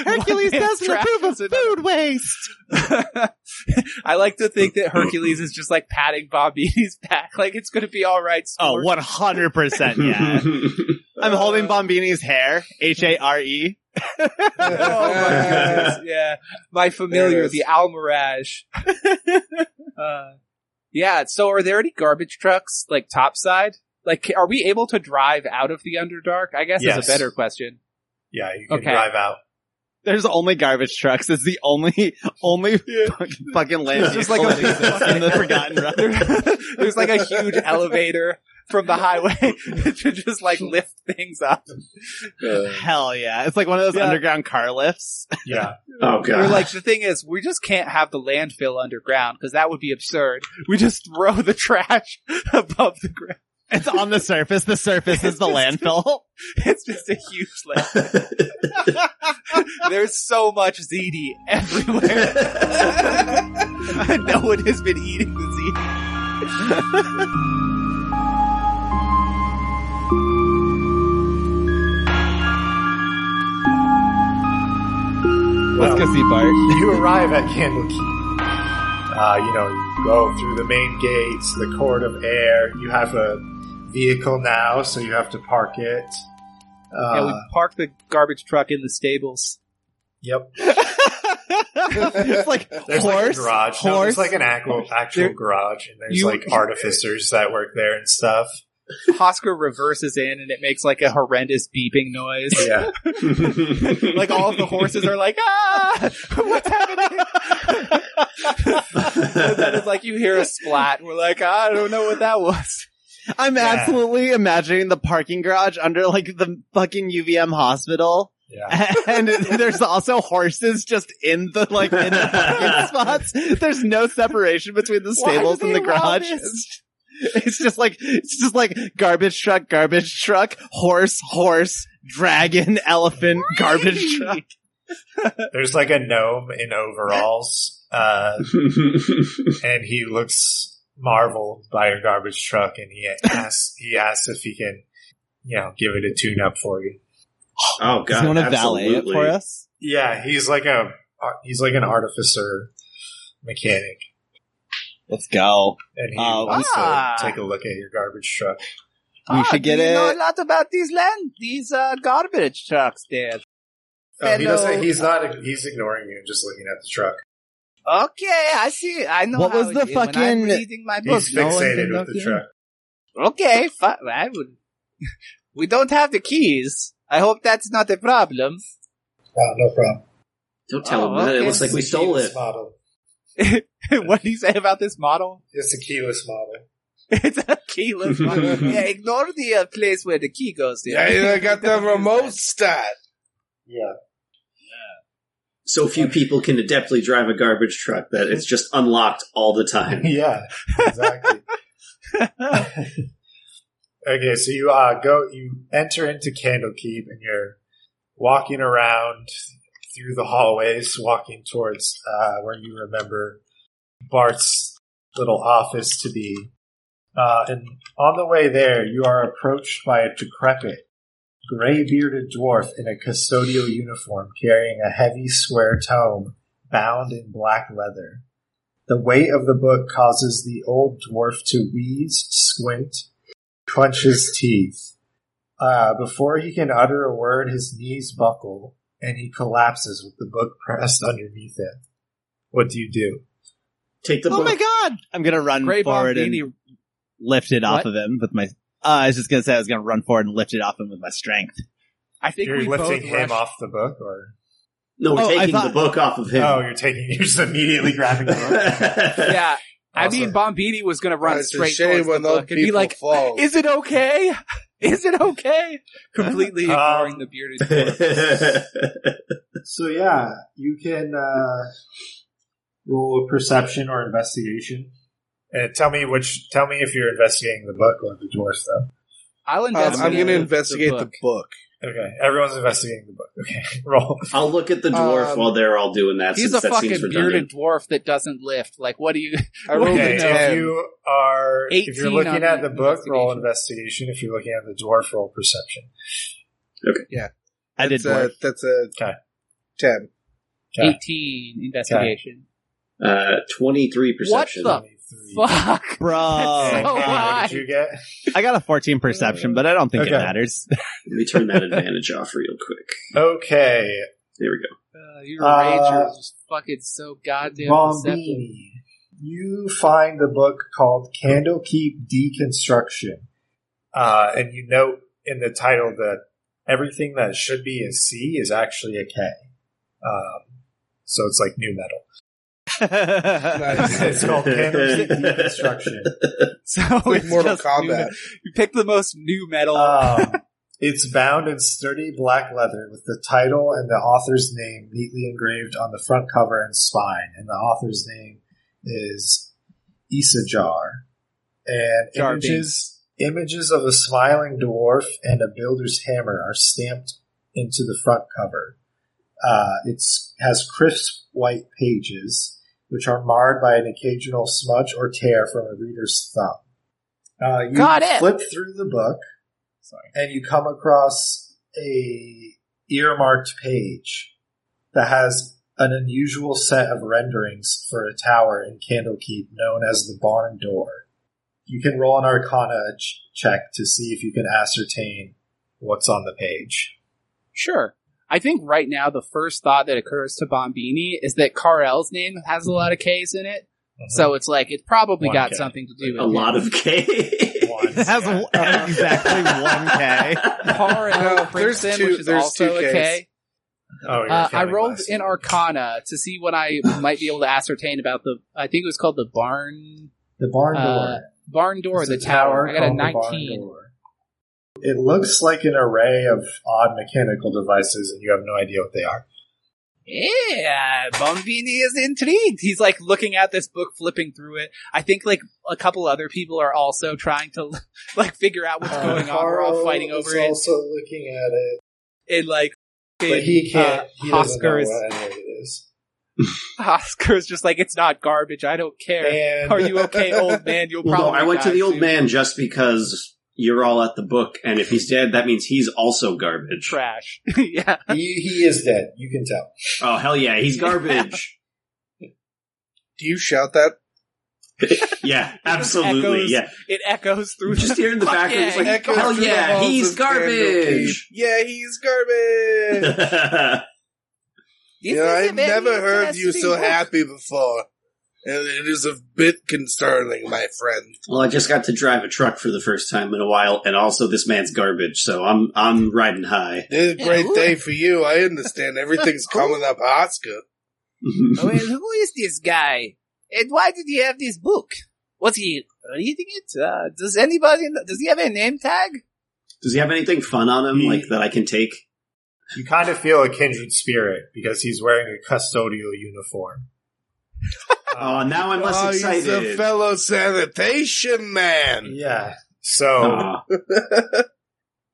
Speaker 3: Hercules
Speaker 4: One man
Speaker 3: doesn't
Speaker 4: trashes
Speaker 3: approve of
Speaker 4: another.
Speaker 3: food waste.
Speaker 4: [LAUGHS] I like to think that Hercules is just like patting Bombini's [LAUGHS] back, like it's going to be all right.
Speaker 3: Oh,
Speaker 4: sport.
Speaker 3: 100%. Yeah. I'm holding Bombini's hair. H A R E.
Speaker 4: [LAUGHS]
Speaker 2: [LAUGHS]
Speaker 4: Oh, my goodness, yeah, my
Speaker 2: There it
Speaker 4: familiar,
Speaker 2: is.
Speaker 4: the
Speaker 2: [LAUGHS]
Speaker 4: Almirage. uh, yeah. So, are there any garbage trucks like topside? Like, are we able to drive out of the Underdark? I guess
Speaker 1: Yes.
Speaker 4: is a better question.
Speaker 1: Yeah, you can
Speaker 4: Okay.
Speaker 1: drive out.
Speaker 3: There's only garbage trucks. It's the only, only fucking land
Speaker 4: It's just
Speaker 3: vehicle
Speaker 4: like a-
Speaker 3: that exists in the [LAUGHS] Forgotten Realm.
Speaker 4: [LAUGHS] There's like a huge elevator from the highway [LAUGHS] to just like lift things up.
Speaker 3: Hell yeah. It's like one of those
Speaker 4: Yeah.
Speaker 3: underground car lifts. [LAUGHS]
Speaker 1: Yeah.
Speaker 4: [LAUGHS]
Speaker 5: oh god!
Speaker 4: We're like, the thing is, we just can't have the landfill underground because that would be absurd. We just throw the trash [LAUGHS] above the ground.
Speaker 3: It's on the surface. The surface is
Speaker 4: [LAUGHS]
Speaker 3: the landfill.
Speaker 4: It's just a huge landfill. [LAUGHS] There's so much ziti everywhere. [LAUGHS] no one has been eating the ziti.
Speaker 1: Well,
Speaker 3: see Bart.
Speaker 1: you arrive at Candlekeep. Uh, you know, you go through the main gates, the court of air. You have a vehicle now, so you have to park it. Uh,
Speaker 4: yeah, we parked the garbage truck in the stables.
Speaker 1: Yep.
Speaker 3: it's like
Speaker 1: There's
Speaker 3: horse,
Speaker 1: like a garage. No,
Speaker 3: horse.
Speaker 1: there's like an actual, actual
Speaker 4: There-
Speaker 1: garage, and there's
Speaker 4: you-
Speaker 1: like artificers that work there and stuff.
Speaker 4: Hosker reverses in and it makes like a horrendous beeping noise.
Speaker 1: Yeah.
Speaker 5: [LAUGHS]
Speaker 4: Like all of the horses are like, ah, [LAUGHS]
Speaker 3: [LAUGHS]
Speaker 4: what's happening? and then it's like you hear a splat. We're like, I don't know what that was.
Speaker 3: I'm
Speaker 1: Yeah.
Speaker 3: absolutely imagining the parking garage under like the fucking UVM hospital. [LAUGHS]
Speaker 1: Yeah.
Speaker 3: And there's also horses just in the like in the parking spots. There's no separation between the
Speaker 4: Why do
Speaker 3: stables and
Speaker 4: they
Speaker 3: the
Speaker 4: allow
Speaker 3: garage.
Speaker 4: this?
Speaker 3: It's just like it's just like garbage truck, garbage truck, horse, horse, dragon, elephant, garbage truck.
Speaker 1: There's like a gnome in overalls, uh, and he looks marveled by your garbage truck, and he asks, he asks if he can, you know, give it a tune up for you.
Speaker 5: oh god!
Speaker 3: Does he want to valet it
Speaker 5: absolutely.
Speaker 3: for us?
Speaker 1: Yeah, he's like a uh, he's like an artificer mechanic,
Speaker 3: Let's go.
Speaker 1: and he
Speaker 3: Oh,
Speaker 1: wants
Speaker 4: ah.
Speaker 1: to take a look at your garbage truck.
Speaker 3: We should get
Speaker 4: do Ah, you know
Speaker 3: it.
Speaker 4: a lot about these land, these uh, garbage trucks there.
Speaker 1: Oh, he
Speaker 4: Hello.
Speaker 1: doesn't. He's not. He's ignoring you and just looking at the truck.
Speaker 4: Okay, I see. I know.
Speaker 3: What
Speaker 4: how
Speaker 3: was
Speaker 4: it
Speaker 3: the
Speaker 4: is when I'm
Speaker 3: fucking-
Speaker 4: reading my book.
Speaker 1: He's
Speaker 4: No one
Speaker 1: fixated
Speaker 4: can
Speaker 1: with
Speaker 4: look
Speaker 1: the
Speaker 4: in.
Speaker 1: truck.
Speaker 4: Okay, fi- I would. [LAUGHS] we don't have the keys. I hope that's not a problem. [LAUGHS]
Speaker 1: Oh, no problem.
Speaker 5: Don't tell
Speaker 4: Oh,
Speaker 5: him that. It
Speaker 4: okay.
Speaker 5: looks like we
Speaker 1: It's a
Speaker 5: stole
Speaker 1: keyless
Speaker 5: it.
Speaker 1: Model.
Speaker 4: what do you say about this model? [LAUGHS]
Speaker 1: It's a keyless model.
Speaker 4: It's a
Speaker 2: [LAUGHS]
Speaker 4: keyless model. yeah, ignore the uh, place where the key goes. there.
Speaker 2: Yeah, I got
Speaker 4: [LAUGHS]
Speaker 2: the remote stat.
Speaker 1: Yeah.
Speaker 5: So few people can adeptly drive a garbage truck that it's just unlocked all the
Speaker 4: [LAUGHS]
Speaker 5: time.
Speaker 1: [LAUGHS] yeah, exactly. [LAUGHS] okay, so you uh, go, you enter into Candlekeep, and you're walking around through the hallways, walking towards uh, where you remember Bart's little office to be. Uh, and on the way there, you are approached by a decrepit, gray-bearded dwarf in a custodial uniform, carrying a heavy square tome bound in black leather. The weight of the book causes the old dwarf to wheeze, squint, clench his teeth. Uh, before he can utter a word, his knees buckle and he collapses with the book pressed underneath him. What do you do?
Speaker 5: Take the
Speaker 3: oh
Speaker 5: book.
Speaker 3: my god! I'm gonna run
Speaker 4: Grey
Speaker 3: forward and
Speaker 4: Bombini
Speaker 3: lift it off
Speaker 4: What?
Speaker 3: of him with my. Uh, I was just gonna say I was gonna run forward and lift it off him with my strength.
Speaker 4: I think
Speaker 1: You're
Speaker 4: we
Speaker 1: lifting
Speaker 4: both
Speaker 1: him
Speaker 4: rushed-
Speaker 1: off the book, or
Speaker 5: No, we're
Speaker 3: Oh, I
Speaker 5: taking
Speaker 3: thought-
Speaker 5: the book off of him.
Speaker 1: oh, you're taking [LAUGHS] you're just immediately grabbing the book.
Speaker 5: yeah.
Speaker 4: Yeah, I
Speaker 1: Awesome.
Speaker 4: mean Bombini was going to run
Speaker 2: It's
Speaker 4: straight
Speaker 2: a shame
Speaker 4: towards
Speaker 2: when
Speaker 4: the
Speaker 2: those
Speaker 4: book and be
Speaker 2: people
Speaker 4: like,
Speaker 2: fall.
Speaker 4: "Is it okay? [LAUGHS] Is it
Speaker 1: [LAUGHS]
Speaker 4: okay?" Completely ignoring
Speaker 1: Um,
Speaker 4: the bearded dwarf.
Speaker 1: [LAUGHS] so yeah, you can uh, roll a perception or investigation. And Uh, tell me which. Tell me if you're investigating the book or the dwarf, though.
Speaker 4: [LAUGHS] I'll
Speaker 2: Um,
Speaker 4: investigate.
Speaker 2: I'm going to
Speaker 4: the
Speaker 2: investigate the
Speaker 4: book.
Speaker 2: book.
Speaker 1: Okay, everyone's investigating the book. Okay, [LAUGHS] roll.
Speaker 5: [LAUGHS] I'll look at the dwarf
Speaker 2: Um,
Speaker 5: while they're all doing that.
Speaker 4: He's
Speaker 5: since
Speaker 4: a
Speaker 5: that
Speaker 4: fucking
Speaker 5: seems
Speaker 4: bearded
Speaker 5: redundant.
Speaker 4: dwarf that doesn't lift. Like, what do you?
Speaker 2: I rolled
Speaker 1: Okay,
Speaker 2: a
Speaker 1: if
Speaker 2: 10.
Speaker 1: you are if
Speaker 4: 18
Speaker 1: you're looking
Speaker 4: on
Speaker 1: at the
Speaker 4: the
Speaker 1: book, roll investigation. If you're looking at the dwarf, roll perception.
Speaker 2: Yeah.
Speaker 3: I did
Speaker 2: That's a,
Speaker 3: work.
Speaker 2: that's a
Speaker 1: Okay.
Speaker 4: [LAUGHS]
Speaker 2: ten.
Speaker 1: Okay.
Speaker 7: 18 investigation.
Speaker 5: Uh, 23 perception.
Speaker 7: What Oh.
Speaker 1: [LAUGHS]
Speaker 7: Fuck.
Speaker 3: Bro,
Speaker 7: That's so
Speaker 1: What
Speaker 7: high.
Speaker 1: did Oh, you get?
Speaker 3: I got a 14 perception, but I don't think
Speaker 1: Okay.
Speaker 3: it matters.
Speaker 5: Let me turn that advantage off real quick.
Speaker 1: Okay.
Speaker 5: There we go.
Speaker 7: Uh, your
Speaker 1: Uh,
Speaker 7: ranger is just fucking so goddamn deceptive.
Speaker 1: Bombini, you find a book called Candlekeep Deconstruction, uh, and you note in the title that everything that should be a C is actually a K. Um, so it's like new
Speaker 2: [LAUGHS]
Speaker 1: metal.
Speaker 3: [LAUGHS]
Speaker 2: Nice.
Speaker 1: it's called
Speaker 2: [LAUGHS]
Speaker 1: Candlekeep Deconstruction.
Speaker 4: [LAUGHS] So
Speaker 2: Like
Speaker 4: it's
Speaker 2: Mortal
Speaker 4: just new
Speaker 2: Kombat.
Speaker 4: me- you pick the most new metal.
Speaker 1: Um, it's bound in sturdy black leather with the title and the author's name neatly engraved on the front cover and spine. And the author's name is Isajar. And
Speaker 4: Jar
Speaker 1: images images of a smiling dwarf and a builder's hammer are stamped into the front cover. Uh, it's has crisp white pages, which are marred by an occasional smudge or tear from a reader's thumb. Uh, you
Speaker 7: Got it.
Speaker 1: flip through the book, and you come across a earmarked page that has an unusual set of renderings for a tower in Candlekeep known as the Barn Door. You can roll an Arcana ch- check to see if you can ascertain what's on the page.
Speaker 7: Sure. I think right now the first thought that occurs to Bombini is that Carl's name has a lot of K's in it. So it's like, it probably
Speaker 1: One
Speaker 7: got
Speaker 1: K.
Speaker 7: something to do with
Speaker 5: A lot of
Speaker 4: [LAUGHS]
Speaker 5: K.
Speaker 7: [LAUGHS]
Speaker 1: One.
Speaker 3: it has w-
Speaker 4: Um,
Speaker 3: exactly 1K.
Speaker 5: [LAUGHS]
Speaker 2: No,
Speaker 7: Carl
Speaker 2: [LAUGHS] there's
Speaker 7: Brinson,
Speaker 2: two-
Speaker 7: which is
Speaker 2: there's
Speaker 7: also
Speaker 2: two
Speaker 7: a K.
Speaker 1: Oh, you're
Speaker 7: Uh, I
Speaker 1: counting
Speaker 7: rolled
Speaker 1: last.
Speaker 7: in Arcana to see what I might be able to ascertain about the, I think it was called the barn,
Speaker 1: the barn door.
Speaker 7: uh, barn door,
Speaker 1: It's
Speaker 7: the
Speaker 1: a
Speaker 7: tower. I got a
Speaker 1: called the barn
Speaker 7: 19.
Speaker 1: door. It looks like an array of odd mechanical devices, and you have no idea what they are.
Speaker 4: Yeah, Bombini is intrigued. He's like looking at this book, flipping through it. I think like a couple other people are also trying to [LAUGHS] like figure out what's
Speaker 1: Uh,
Speaker 4: going on. We're all
Speaker 1: Carl
Speaker 4: fighting over
Speaker 1: is
Speaker 4: it,
Speaker 1: Also looking at it,
Speaker 4: and like
Speaker 1: but he can't.
Speaker 4: uh,
Speaker 1: he doesn't know
Speaker 4: Hosker is- [LAUGHS]
Speaker 1: what any of it is.
Speaker 4: Oscar's just like it's not garbage. I don't care.
Speaker 1: And
Speaker 4: Are you okay, old man?
Speaker 1: [LAUGHS]
Speaker 4: You'll
Speaker 5: Well,
Speaker 4: probably.
Speaker 5: no, I went to
Speaker 4: die
Speaker 5: the old
Speaker 4: soon.
Speaker 5: man just because you're all at the book, and if he's dead, that means he's also
Speaker 4: [LAUGHS]
Speaker 5: garbage.
Speaker 4: Trash. [LAUGHS] yeah.
Speaker 1: he, he is dead. You can tell.
Speaker 5: Oh hell yeah, he's garbage.
Speaker 2: Do you shout that?
Speaker 5: yeah, absolutely.
Speaker 4: Echoes.
Speaker 5: Yeah,
Speaker 4: It echoes
Speaker 5: you
Speaker 4: through.
Speaker 5: just hear in the
Speaker 4: Fuck
Speaker 5: background, it's like
Speaker 2: Echoes
Speaker 5: hell
Speaker 2: through the
Speaker 5: yeah,
Speaker 2: halls
Speaker 5: he's
Speaker 2: of Candlekeep.
Speaker 5: garbage.
Speaker 2: Yeah, he's garbage.
Speaker 5: [LAUGHS]
Speaker 4: This
Speaker 2: You know,
Speaker 4: is a
Speaker 2: I've
Speaker 4: very
Speaker 2: never heard you
Speaker 4: interesting
Speaker 2: so
Speaker 4: book.
Speaker 2: happy before. And it is a bit concerning, my friend.
Speaker 5: well, I just got to drive a truck for the first time in a while, and also this man's garbage, so I'm I'm riding high.
Speaker 2: It's a
Speaker 4: Yeah,
Speaker 2: great
Speaker 4: ooh.
Speaker 2: day for you. I understand. Everything's coming up, Oscar.
Speaker 4: [LAUGHS] Well, who is this guy? And why did he have this book? Was he reading it? Uh, does anybody? kn- Does he have a name tag?
Speaker 5: [LAUGHS] Does he have anything fun on him, like that I can take?
Speaker 1: You kind of feel a kindred spirit because he's wearing a custodial [LAUGHS] uniform. Uh,
Speaker 5: Oh, now I'm less
Speaker 2: oh, he's
Speaker 5: excited.
Speaker 2: a fellow sanitation man.
Speaker 1: yeah. Um, So
Speaker 5: Aw.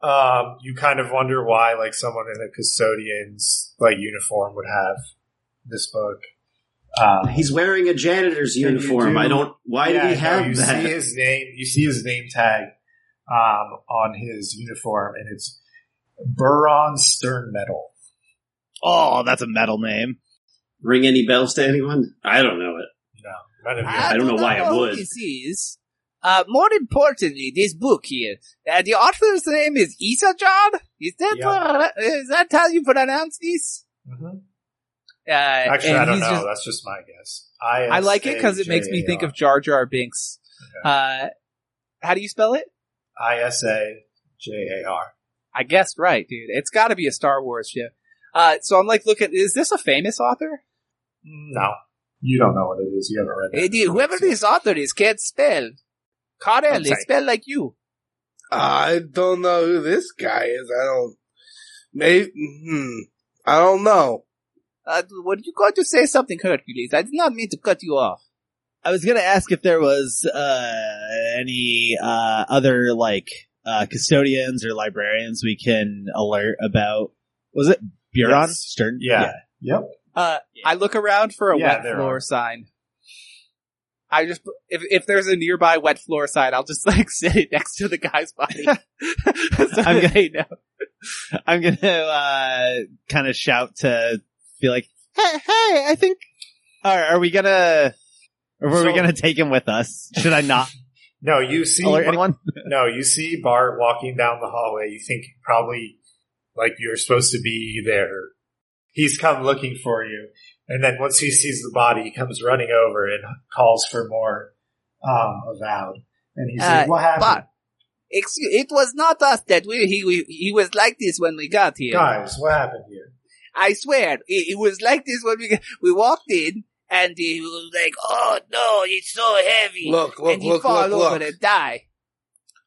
Speaker 1: um, you kind of wonder why, like, someone in a custodian's like uniform would have this book. Um,
Speaker 5: He's wearing a janitor's
Speaker 1: Yeah, you
Speaker 5: uniform.
Speaker 1: do.
Speaker 5: I don't. Why
Speaker 1: Yeah,
Speaker 5: did he
Speaker 1: no,
Speaker 5: have
Speaker 1: you
Speaker 5: that?
Speaker 1: see his name. You see his name tag um, on his uniform, and it's Buron Stern Metal.
Speaker 3: Oh, that's a metal name.
Speaker 5: Ring any bells to anyone? I don't know it.
Speaker 1: No, none of you.
Speaker 4: Ah.
Speaker 5: I don't know why I
Speaker 4: who
Speaker 5: would.
Speaker 4: This is. Uh, more importantly, this book here. Uh, the author's name is Isajan. Is that
Speaker 1: Yeah.
Speaker 4: pro- is that how you pronounce this?
Speaker 1: Mhm.
Speaker 4: Uh,
Speaker 1: Actually,
Speaker 4: and
Speaker 1: I don't
Speaker 4: he's
Speaker 1: know.
Speaker 4: just-
Speaker 1: That's just my guess.
Speaker 4: I like it because it makes me think of Jar Jar Binks. Uh, how do you spell it?
Speaker 1: I S A J A R.
Speaker 4: I guessed right, dude. It's got to be a Star Wars ship. Uh, so I'm like, looking. Is this a famous author?
Speaker 1: No, you don't know what it is. You haven't read
Speaker 4: Eh,
Speaker 1: it.
Speaker 4: the- Mm. whoever this author is can't spell. Carell
Speaker 1: Okay.
Speaker 4: is spelled like you.
Speaker 2: I don't know who this guy is. I don't. Maybe. Hmm, I don't know.
Speaker 4: Uh, were you going to say something, Hercules? I did not mean to cut you off.
Speaker 3: I was gonna ask if there was uh, any uh, other like uh, custodians or librarians we can alert about. Was it Buron
Speaker 1: Yes.
Speaker 3: Stern?
Speaker 1: Yeah. Yep.
Speaker 4: Uh, I look around for a
Speaker 1: Yeah,
Speaker 4: wet
Speaker 1: there
Speaker 4: floor
Speaker 1: are.
Speaker 4: sign. I just if if there's a nearby wet floor sign, I'll just [LAUGHS] like sit it next to the
Speaker 2: [LAUGHS]
Speaker 4: guy's body. [LAUGHS] so
Speaker 3: [LAUGHS] I'm
Speaker 4: that they know.
Speaker 3: I'm gonna uh, kind of shout to be like, "Hey, hey! I think are, are we gonna? Or are we
Speaker 1: So-
Speaker 3: gonna take him with us? Should I not
Speaker 1: No, you see,
Speaker 3: alert [LAUGHS] anyone?
Speaker 1: no, you see Bart walking down the hallway. You think probably like you're supposed to be there. He's come looking for you, and then once he sees the body, he comes running over and calls for more um, avowed. And he's like,
Speaker 4: Uh,
Speaker 1: "What happened,
Speaker 4: Bart, Excuse, it was not us that we he we, he was like this when we got here.
Speaker 1: guys? What happened here?"
Speaker 4: I swear, it, it was like this when we got- we walked in, and he was like, "Oh no, it's so heavy,"
Speaker 2: Look, look,
Speaker 4: and he
Speaker 2: look,
Speaker 4: fall
Speaker 2: look,
Speaker 4: over
Speaker 2: look.
Speaker 4: and die.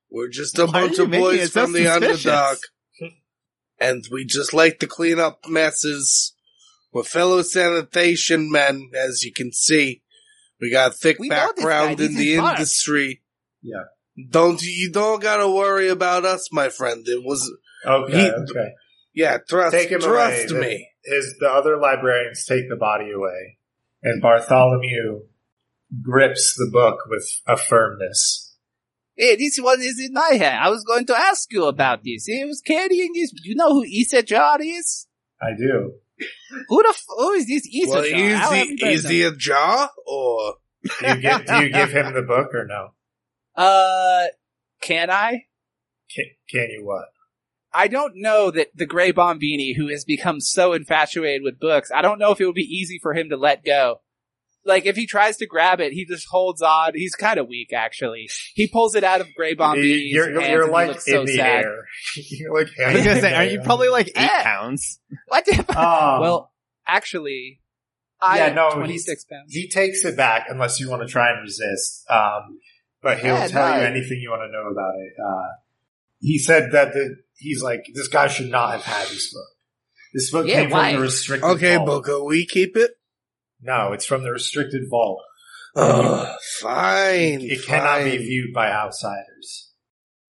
Speaker 2: We're just a
Speaker 3: Why are
Speaker 2: bunch
Speaker 3: you
Speaker 2: of
Speaker 3: making
Speaker 2: boys
Speaker 3: it so
Speaker 2: from the
Speaker 3: suspicious?
Speaker 4: [LAUGHS]
Speaker 2: underdog. And we just like to clean up messes. We're fellow sanitation men, as you can see. We got thick
Speaker 4: We know this guy.
Speaker 2: background in
Speaker 4: This
Speaker 2: the
Speaker 4: is Mark.
Speaker 2: industry.
Speaker 1: Yeah.
Speaker 2: Don't you don't gotta worry about us, my friend. It was
Speaker 1: Okay,
Speaker 2: He-
Speaker 1: okay.
Speaker 2: yeah, trust
Speaker 1: Take him
Speaker 2: trust
Speaker 1: away.
Speaker 2: me.
Speaker 1: Is the other librarians take the body away, and Bartholomew grips the book with a firmness.
Speaker 4: Hey, this one is in my hand. I was going to ask you about this. He was carrying this. You know who Issachar is?
Speaker 1: I do.
Speaker 4: Who the f- who is this Issachar?
Speaker 2: Well, is
Speaker 4: How
Speaker 2: he
Speaker 4: everybody
Speaker 2: is
Speaker 4: knows?
Speaker 2: he a jaw or
Speaker 1: Do you give, do you give him the book or no?
Speaker 4: Uh, can I?
Speaker 1: Can, can you what?
Speaker 4: I don't know that the Grey Bombini, who has become so infatuated with books, I don't know if it would be easy for him to let go. Like if he tries to grab it, he just holds on. He's kind of weak, actually. He pulls it out of Grey Bombini's
Speaker 1: you're
Speaker 4: hands
Speaker 1: you're
Speaker 4: and he
Speaker 1: like
Speaker 4: looks so
Speaker 1: in the
Speaker 4: sad.
Speaker 1: air. [LAUGHS] you're like
Speaker 3: I was gonna say,
Speaker 1: are
Speaker 3: aren't you probably like eight
Speaker 4: Eh.
Speaker 3: pounds?
Speaker 4: What? The-
Speaker 1: [LAUGHS] Um,
Speaker 4: well, actually, I
Speaker 1: Yeah,
Speaker 4: am
Speaker 1: no,
Speaker 4: twenty six pounds.
Speaker 1: he takes it back unless you want to try and resist. Um, but he'll
Speaker 4: Yeah,
Speaker 1: tell
Speaker 4: no.
Speaker 1: you anything you want to know about it. Uh, he said that the, he's like this guy should not have had this book. This book
Speaker 4: Yeah,
Speaker 1: came
Speaker 4: why?
Speaker 1: from the restricted.
Speaker 2: Okay,
Speaker 1: vault.
Speaker 2: Boko, we keep it?
Speaker 1: No, it's from the restricted vault.
Speaker 2: Ugh, fine.
Speaker 1: It cannot be
Speaker 2: fine.
Speaker 1: viewed by outsiders.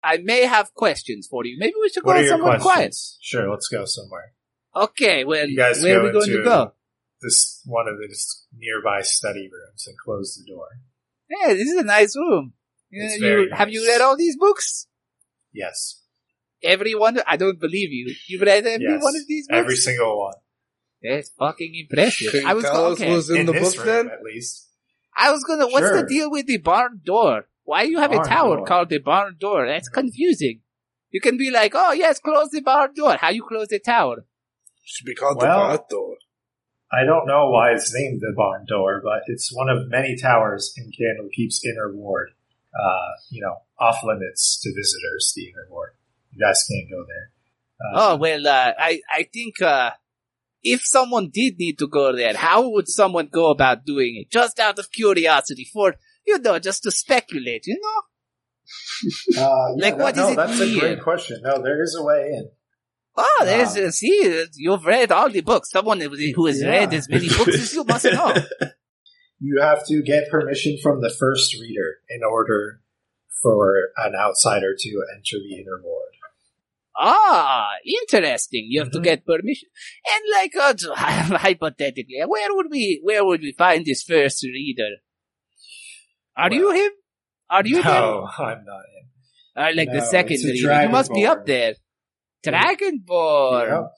Speaker 4: I may have questions for you. Maybe we should
Speaker 1: What
Speaker 4: go
Speaker 1: are your
Speaker 4: somewhere
Speaker 1: questions?
Speaker 4: quiet.
Speaker 1: Sure, let's go somewhere.
Speaker 4: Okay, when
Speaker 1: You guys
Speaker 4: where
Speaker 1: go
Speaker 4: are we going
Speaker 1: into-
Speaker 4: to go?
Speaker 1: This one of the just nearby study rooms and close the door.
Speaker 4: Yeah, this is a nice room. Yeah,
Speaker 1: It's
Speaker 4: You,
Speaker 1: very
Speaker 4: Have
Speaker 1: nice.
Speaker 4: you read all these books?
Speaker 1: Yes,
Speaker 4: every one. I don't believe you. You've read every
Speaker 1: Yes.
Speaker 4: one of these books.
Speaker 1: every single one.
Speaker 4: That's fucking impressive.
Speaker 2: Can you
Speaker 4: I was
Speaker 2: tell
Speaker 4: go-
Speaker 2: us
Speaker 4: okay.
Speaker 2: what's in, the book then?
Speaker 1: at least.
Speaker 4: I was gonna. What's
Speaker 1: Sure.
Speaker 4: the deal with the barn door? Why you have
Speaker 1: Barn
Speaker 4: a tower
Speaker 1: door.
Speaker 4: called the barn door? That's confusing. You can be like, oh yes, close the barn door. How you close the tower?
Speaker 2: Should be called
Speaker 1: Well-
Speaker 2: the Bot Door.
Speaker 1: I don't know why it's named the Barn Door, but it's one of many towers in Candlekeep's Inner Ward. Uh, you know, off limits to visitors, the Inner Ward. You guys can't go there. Uh,
Speaker 4: oh well, uh, I I think uh, if someone did need to go there, how would someone go about doing it? Just out of curiosity, for you know, just to speculate, you know.
Speaker 1: uh, yeah,
Speaker 4: Like,
Speaker 1: no,
Speaker 4: what
Speaker 1: no,
Speaker 4: is it
Speaker 1: That's a
Speaker 4: here?
Speaker 1: great question. No, there is a way in.
Speaker 4: Oh, there's
Speaker 1: Wow.
Speaker 4: uh, see, you've read all the books. Someone who has
Speaker 1: Yeah.
Speaker 4: read as many books as you must know.
Speaker 1: [LAUGHS] You have to get permission from the first reader in order for an outsider to enter the Inner Ward.
Speaker 4: Ah, interesting. You have
Speaker 1: Mhm.
Speaker 4: to get permission. And like, uh, [LAUGHS] t- hypothetically, where would we, where would we find this first reader? Are you him? Are you him?
Speaker 1: no, I'm not in.
Speaker 4: Or like
Speaker 1: No,
Speaker 4: the second
Speaker 1: it's a
Speaker 4: reader? You must be
Speaker 1: dragonborn.
Speaker 4: up there. Dragonborn.
Speaker 1: Yep.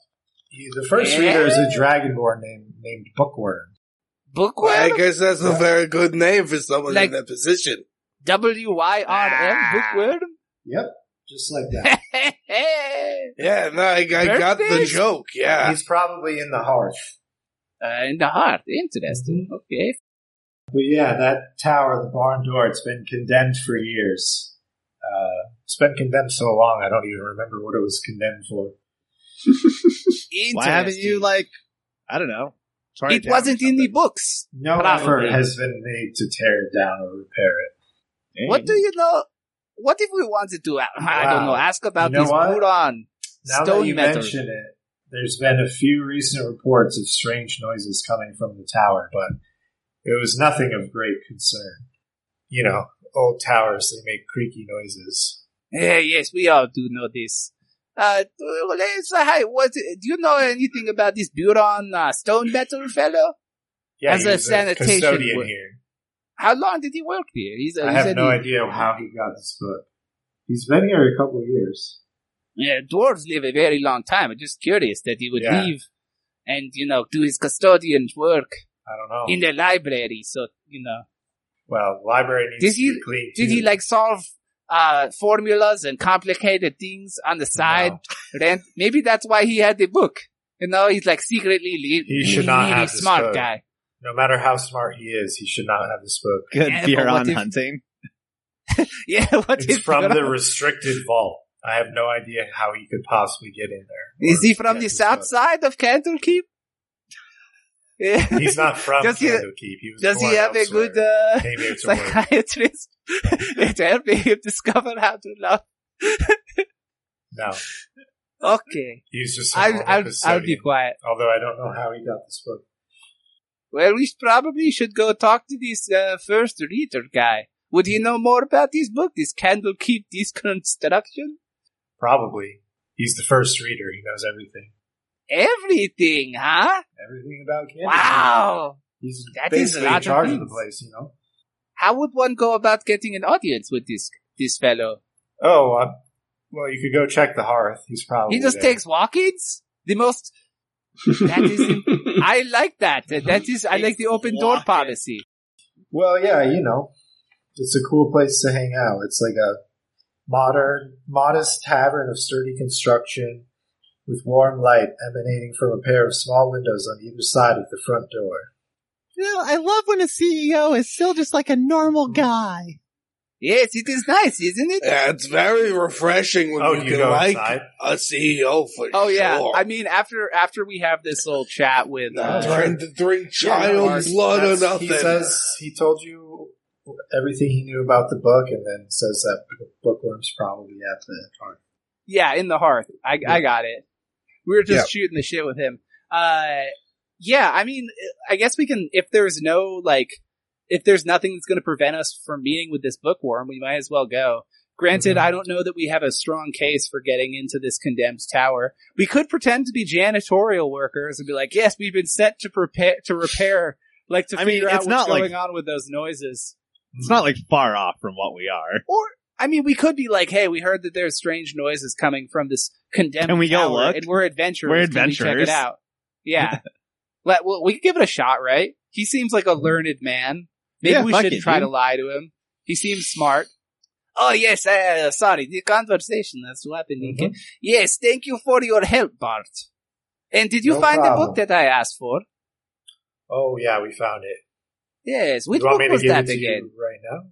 Speaker 1: He- The first
Speaker 4: Yeah.
Speaker 1: reader is a dragonborn named named Bookworm.
Speaker 4: Bookworm?
Speaker 2: I guess that's a very good name for someone
Speaker 4: Like-
Speaker 2: in that position.
Speaker 4: W-Y-R-M?
Speaker 7: Ah.
Speaker 4: Bookworm? [LAUGHS]
Speaker 1: Yep, just like that.
Speaker 2: Yeah, no, I, I got the
Speaker 4: Birthdays?
Speaker 2: joke. Yeah.
Speaker 1: He's probably in the hearth.
Speaker 4: uh, in the heart. Interesting. Okay.
Speaker 1: But yeah, that tower, the barn door, it's been condemned for years. Uh, it's been condemned so long, I don't even remember what it was condemned for.
Speaker 3: Why haven't you like, I don't know? torn
Speaker 4: It
Speaker 3: down or
Speaker 4: wasn't in the
Speaker 3: something?
Speaker 4: books.
Speaker 1: No
Speaker 4: Probably.
Speaker 1: effort has been made to tear it down or repair it.
Speaker 3: Dang.
Speaker 4: What do you know? What if we wanted to? I don't know. Ask about
Speaker 1: You know
Speaker 4: this
Speaker 1: what?
Speaker 4: Muron
Speaker 1: Now that you
Speaker 4: stone metal.
Speaker 1: mention it, there's been a few recent reports of strange noises coming from the tower, but it was nothing of great concern. You know, old towers, they make creaky noises.
Speaker 4: Yeah, yes, we all do know this. Uh, let's- hi, what, do you know anything about this Buron uh, stone metal fellow?
Speaker 1: Yeah,
Speaker 4: As
Speaker 1: he
Speaker 4: a
Speaker 1: was
Speaker 4: sanitation
Speaker 1: custodian
Speaker 4: work-
Speaker 1: here.
Speaker 4: How long did he work there? He's, uh,
Speaker 1: I
Speaker 4: he
Speaker 1: have
Speaker 4: said
Speaker 1: no
Speaker 4: he-
Speaker 1: idea how he got this book. He's been here a couple of years.
Speaker 4: Yeah, dwarves live a very long time. I'm just curious that he would
Speaker 1: Yeah.
Speaker 4: leave and, you know, do his custodian's work
Speaker 1: I don't know.
Speaker 4: in the library. So, you know,
Speaker 1: well, library needs
Speaker 4: Did he-
Speaker 1: to be clean.
Speaker 4: did he
Speaker 1: too.
Speaker 4: like solve uh, formulas and complicated things on the side?
Speaker 1: No.
Speaker 4: Ran- Maybe that's why he had the book. You know, he's like secretly le-
Speaker 1: He should not
Speaker 4: really
Speaker 1: have this
Speaker 4: smart
Speaker 1: book.
Speaker 4: guy. [LAUGHS]
Speaker 1: No matter how smart he is, he should not have this book.
Speaker 3: Good
Speaker 4: Yeah, but
Speaker 3: fear
Speaker 4: what
Speaker 3: on
Speaker 4: if-
Speaker 3: hunting.
Speaker 4: Yeah, what
Speaker 1: It's
Speaker 4: if-
Speaker 1: from the restricted vault. I have no idea how he could possibly get in there.
Speaker 4: Is
Speaker 1: Or
Speaker 4: he from
Speaker 1: get
Speaker 4: the
Speaker 1: this
Speaker 4: south
Speaker 1: book.
Speaker 4: side of Candlekeep? [LAUGHS] Yeah.
Speaker 1: [LAUGHS] He's not from
Speaker 4: Does he-
Speaker 1: Candlekeep. He was
Speaker 4: [LAUGHS] Does he
Speaker 1: born
Speaker 4: have a
Speaker 1: elsewhere.
Speaker 4: good uh,
Speaker 1: Came here to work.
Speaker 4: psychiatrist [LAUGHS] to help him [LAUGHS] discover how to love?
Speaker 1: No,
Speaker 4: Okay,
Speaker 1: he's just. a
Speaker 4: I'll
Speaker 1: normal
Speaker 4: I'll, I'll
Speaker 1: custodian.
Speaker 4: be quiet.
Speaker 1: Although I don't know how he got this book.
Speaker 4: Well, we probably should go talk to this uh, first reader guy. Would he know more about this book, this [LAUGHS] Candlekeep Deconstruction?
Speaker 1: Probably, he's the first reader. He knows everything.
Speaker 4: Everything, huh?
Speaker 1: Everything about Candlekeep.
Speaker 4: Wow.
Speaker 1: He's
Speaker 4: That is a
Speaker 1: basically
Speaker 4: lot
Speaker 1: in
Speaker 4: of
Speaker 1: charge of the
Speaker 4: things.
Speaker 1: place, you know.
Speaker 4: How would one go about getting an audience with this this fellow?
Speaker 1: Oh, uh, well, you could go check the hearth. He's probably
Speaker 4: He just
Speaker 1: there.
Speaker 4: takes walk-ins. The most. That is. [LAUGHS] I like that. That is. I like the open door
Speaker 3: Walk-in.
Speaker 4: policy.
Speaker 1: Well, yeah, you know, it's a cool place to hang out. It's like a modern, modest tavern of sturdy construction with warm light emanating from a pair of small windows on either side of the front door.
Speaker 3: You know, I love when a CEO is still just like a normal guy.
Speaker 4: Yes, it is nice,
Speaker 2: [LAUGHS]
Speaker 4: isn't it?
Speaker 2: Yeah, it's very refreshing
Speaker 1: Oh,
Speaker 2: when Oh, you, can like a CEO for
Speaker 4: Oh yeah.
Speaker 2: sure.
Speaker 4: I mean, after after we have this little chat with
Speaker 2: I'm
Speaker 4: uh,
Speaker 2: trying to drink child
Speaker 1: That's-
Speaker 2: blood or
Speaker 1: that's-
Speaker 2: nothing.
Speaker 1: He says he told you everything he knew about the book, and then says that bookworm's probably at the hearth.
Speaker 4: yeah, in the hearth. I I got it. We were just shooting the shit with him. Uh, yeah. I mean, I guess we can. If there's no like, if there's nothing that's going to prevent us from meeting with this bookworm, we might as well go. Granted,
Speaker 3: Mm-hmm.
Speaker 1: Mhm.
Speaker 4: I don't know that we have a strong case for getting into this condemned tower. We could pretend to be janitorial workers and be like, "Yes, we've been sent to prepare to repair, like to
Speaker 3: I mean,
Speaker 4: figure out
Speaker 3: it's
Speaker 4: what's
Speaker 3: not like-
Speaker 4: going on with those noises."
Speaker 3: It's not like far off from what we are.
Speaker 4: I mean, we could be like, "Hey, we heard that there's strange noises coming from this condemned
Speaker 3: Can we go
Speaker 4: tower,
Speaker 3: look?
Speaker 4: And we're adventurers.
Speaker 3: We're
Speaker 4: Can we check
Speaker 3: adventurers."
Speaker 4: it out.
Speaker 3: [LAUGHS]
Speaker 4: Yeah. Let well, we could give it a shot, right? He seems like a learned man. Maybe
Speaker 3: Yeah,
Speaker 4: we
Speaker 3: fuck
Speaker 4: should
Speaker 3: it,
Speaker 4: try
Speaker 3: dude.
Speaker 4: to lie to him. He seems smart. Oh yes, uh, sorry, the conversation that's what happened.
Speaker 3: Mm-hmm.
Speaker 1: Mhm.
Speaker 4: Yes, thank you for your help, Bart. And did you
Speaker 1: No
Speaker 4: find
Speaker 1: problem.
Speaker 4: the book that I asked for?
Speaker 1: Oh yeah, we found it.
Speaker 4: Yes, which
Speaker 1: you want
Speaker 4: book
Speaker 1: me to
Speaker 4: was
Speaker 1: give
Speaker 4: that
Speaker 1: it to
Speaker 4: again?
Speaker 1: you right now?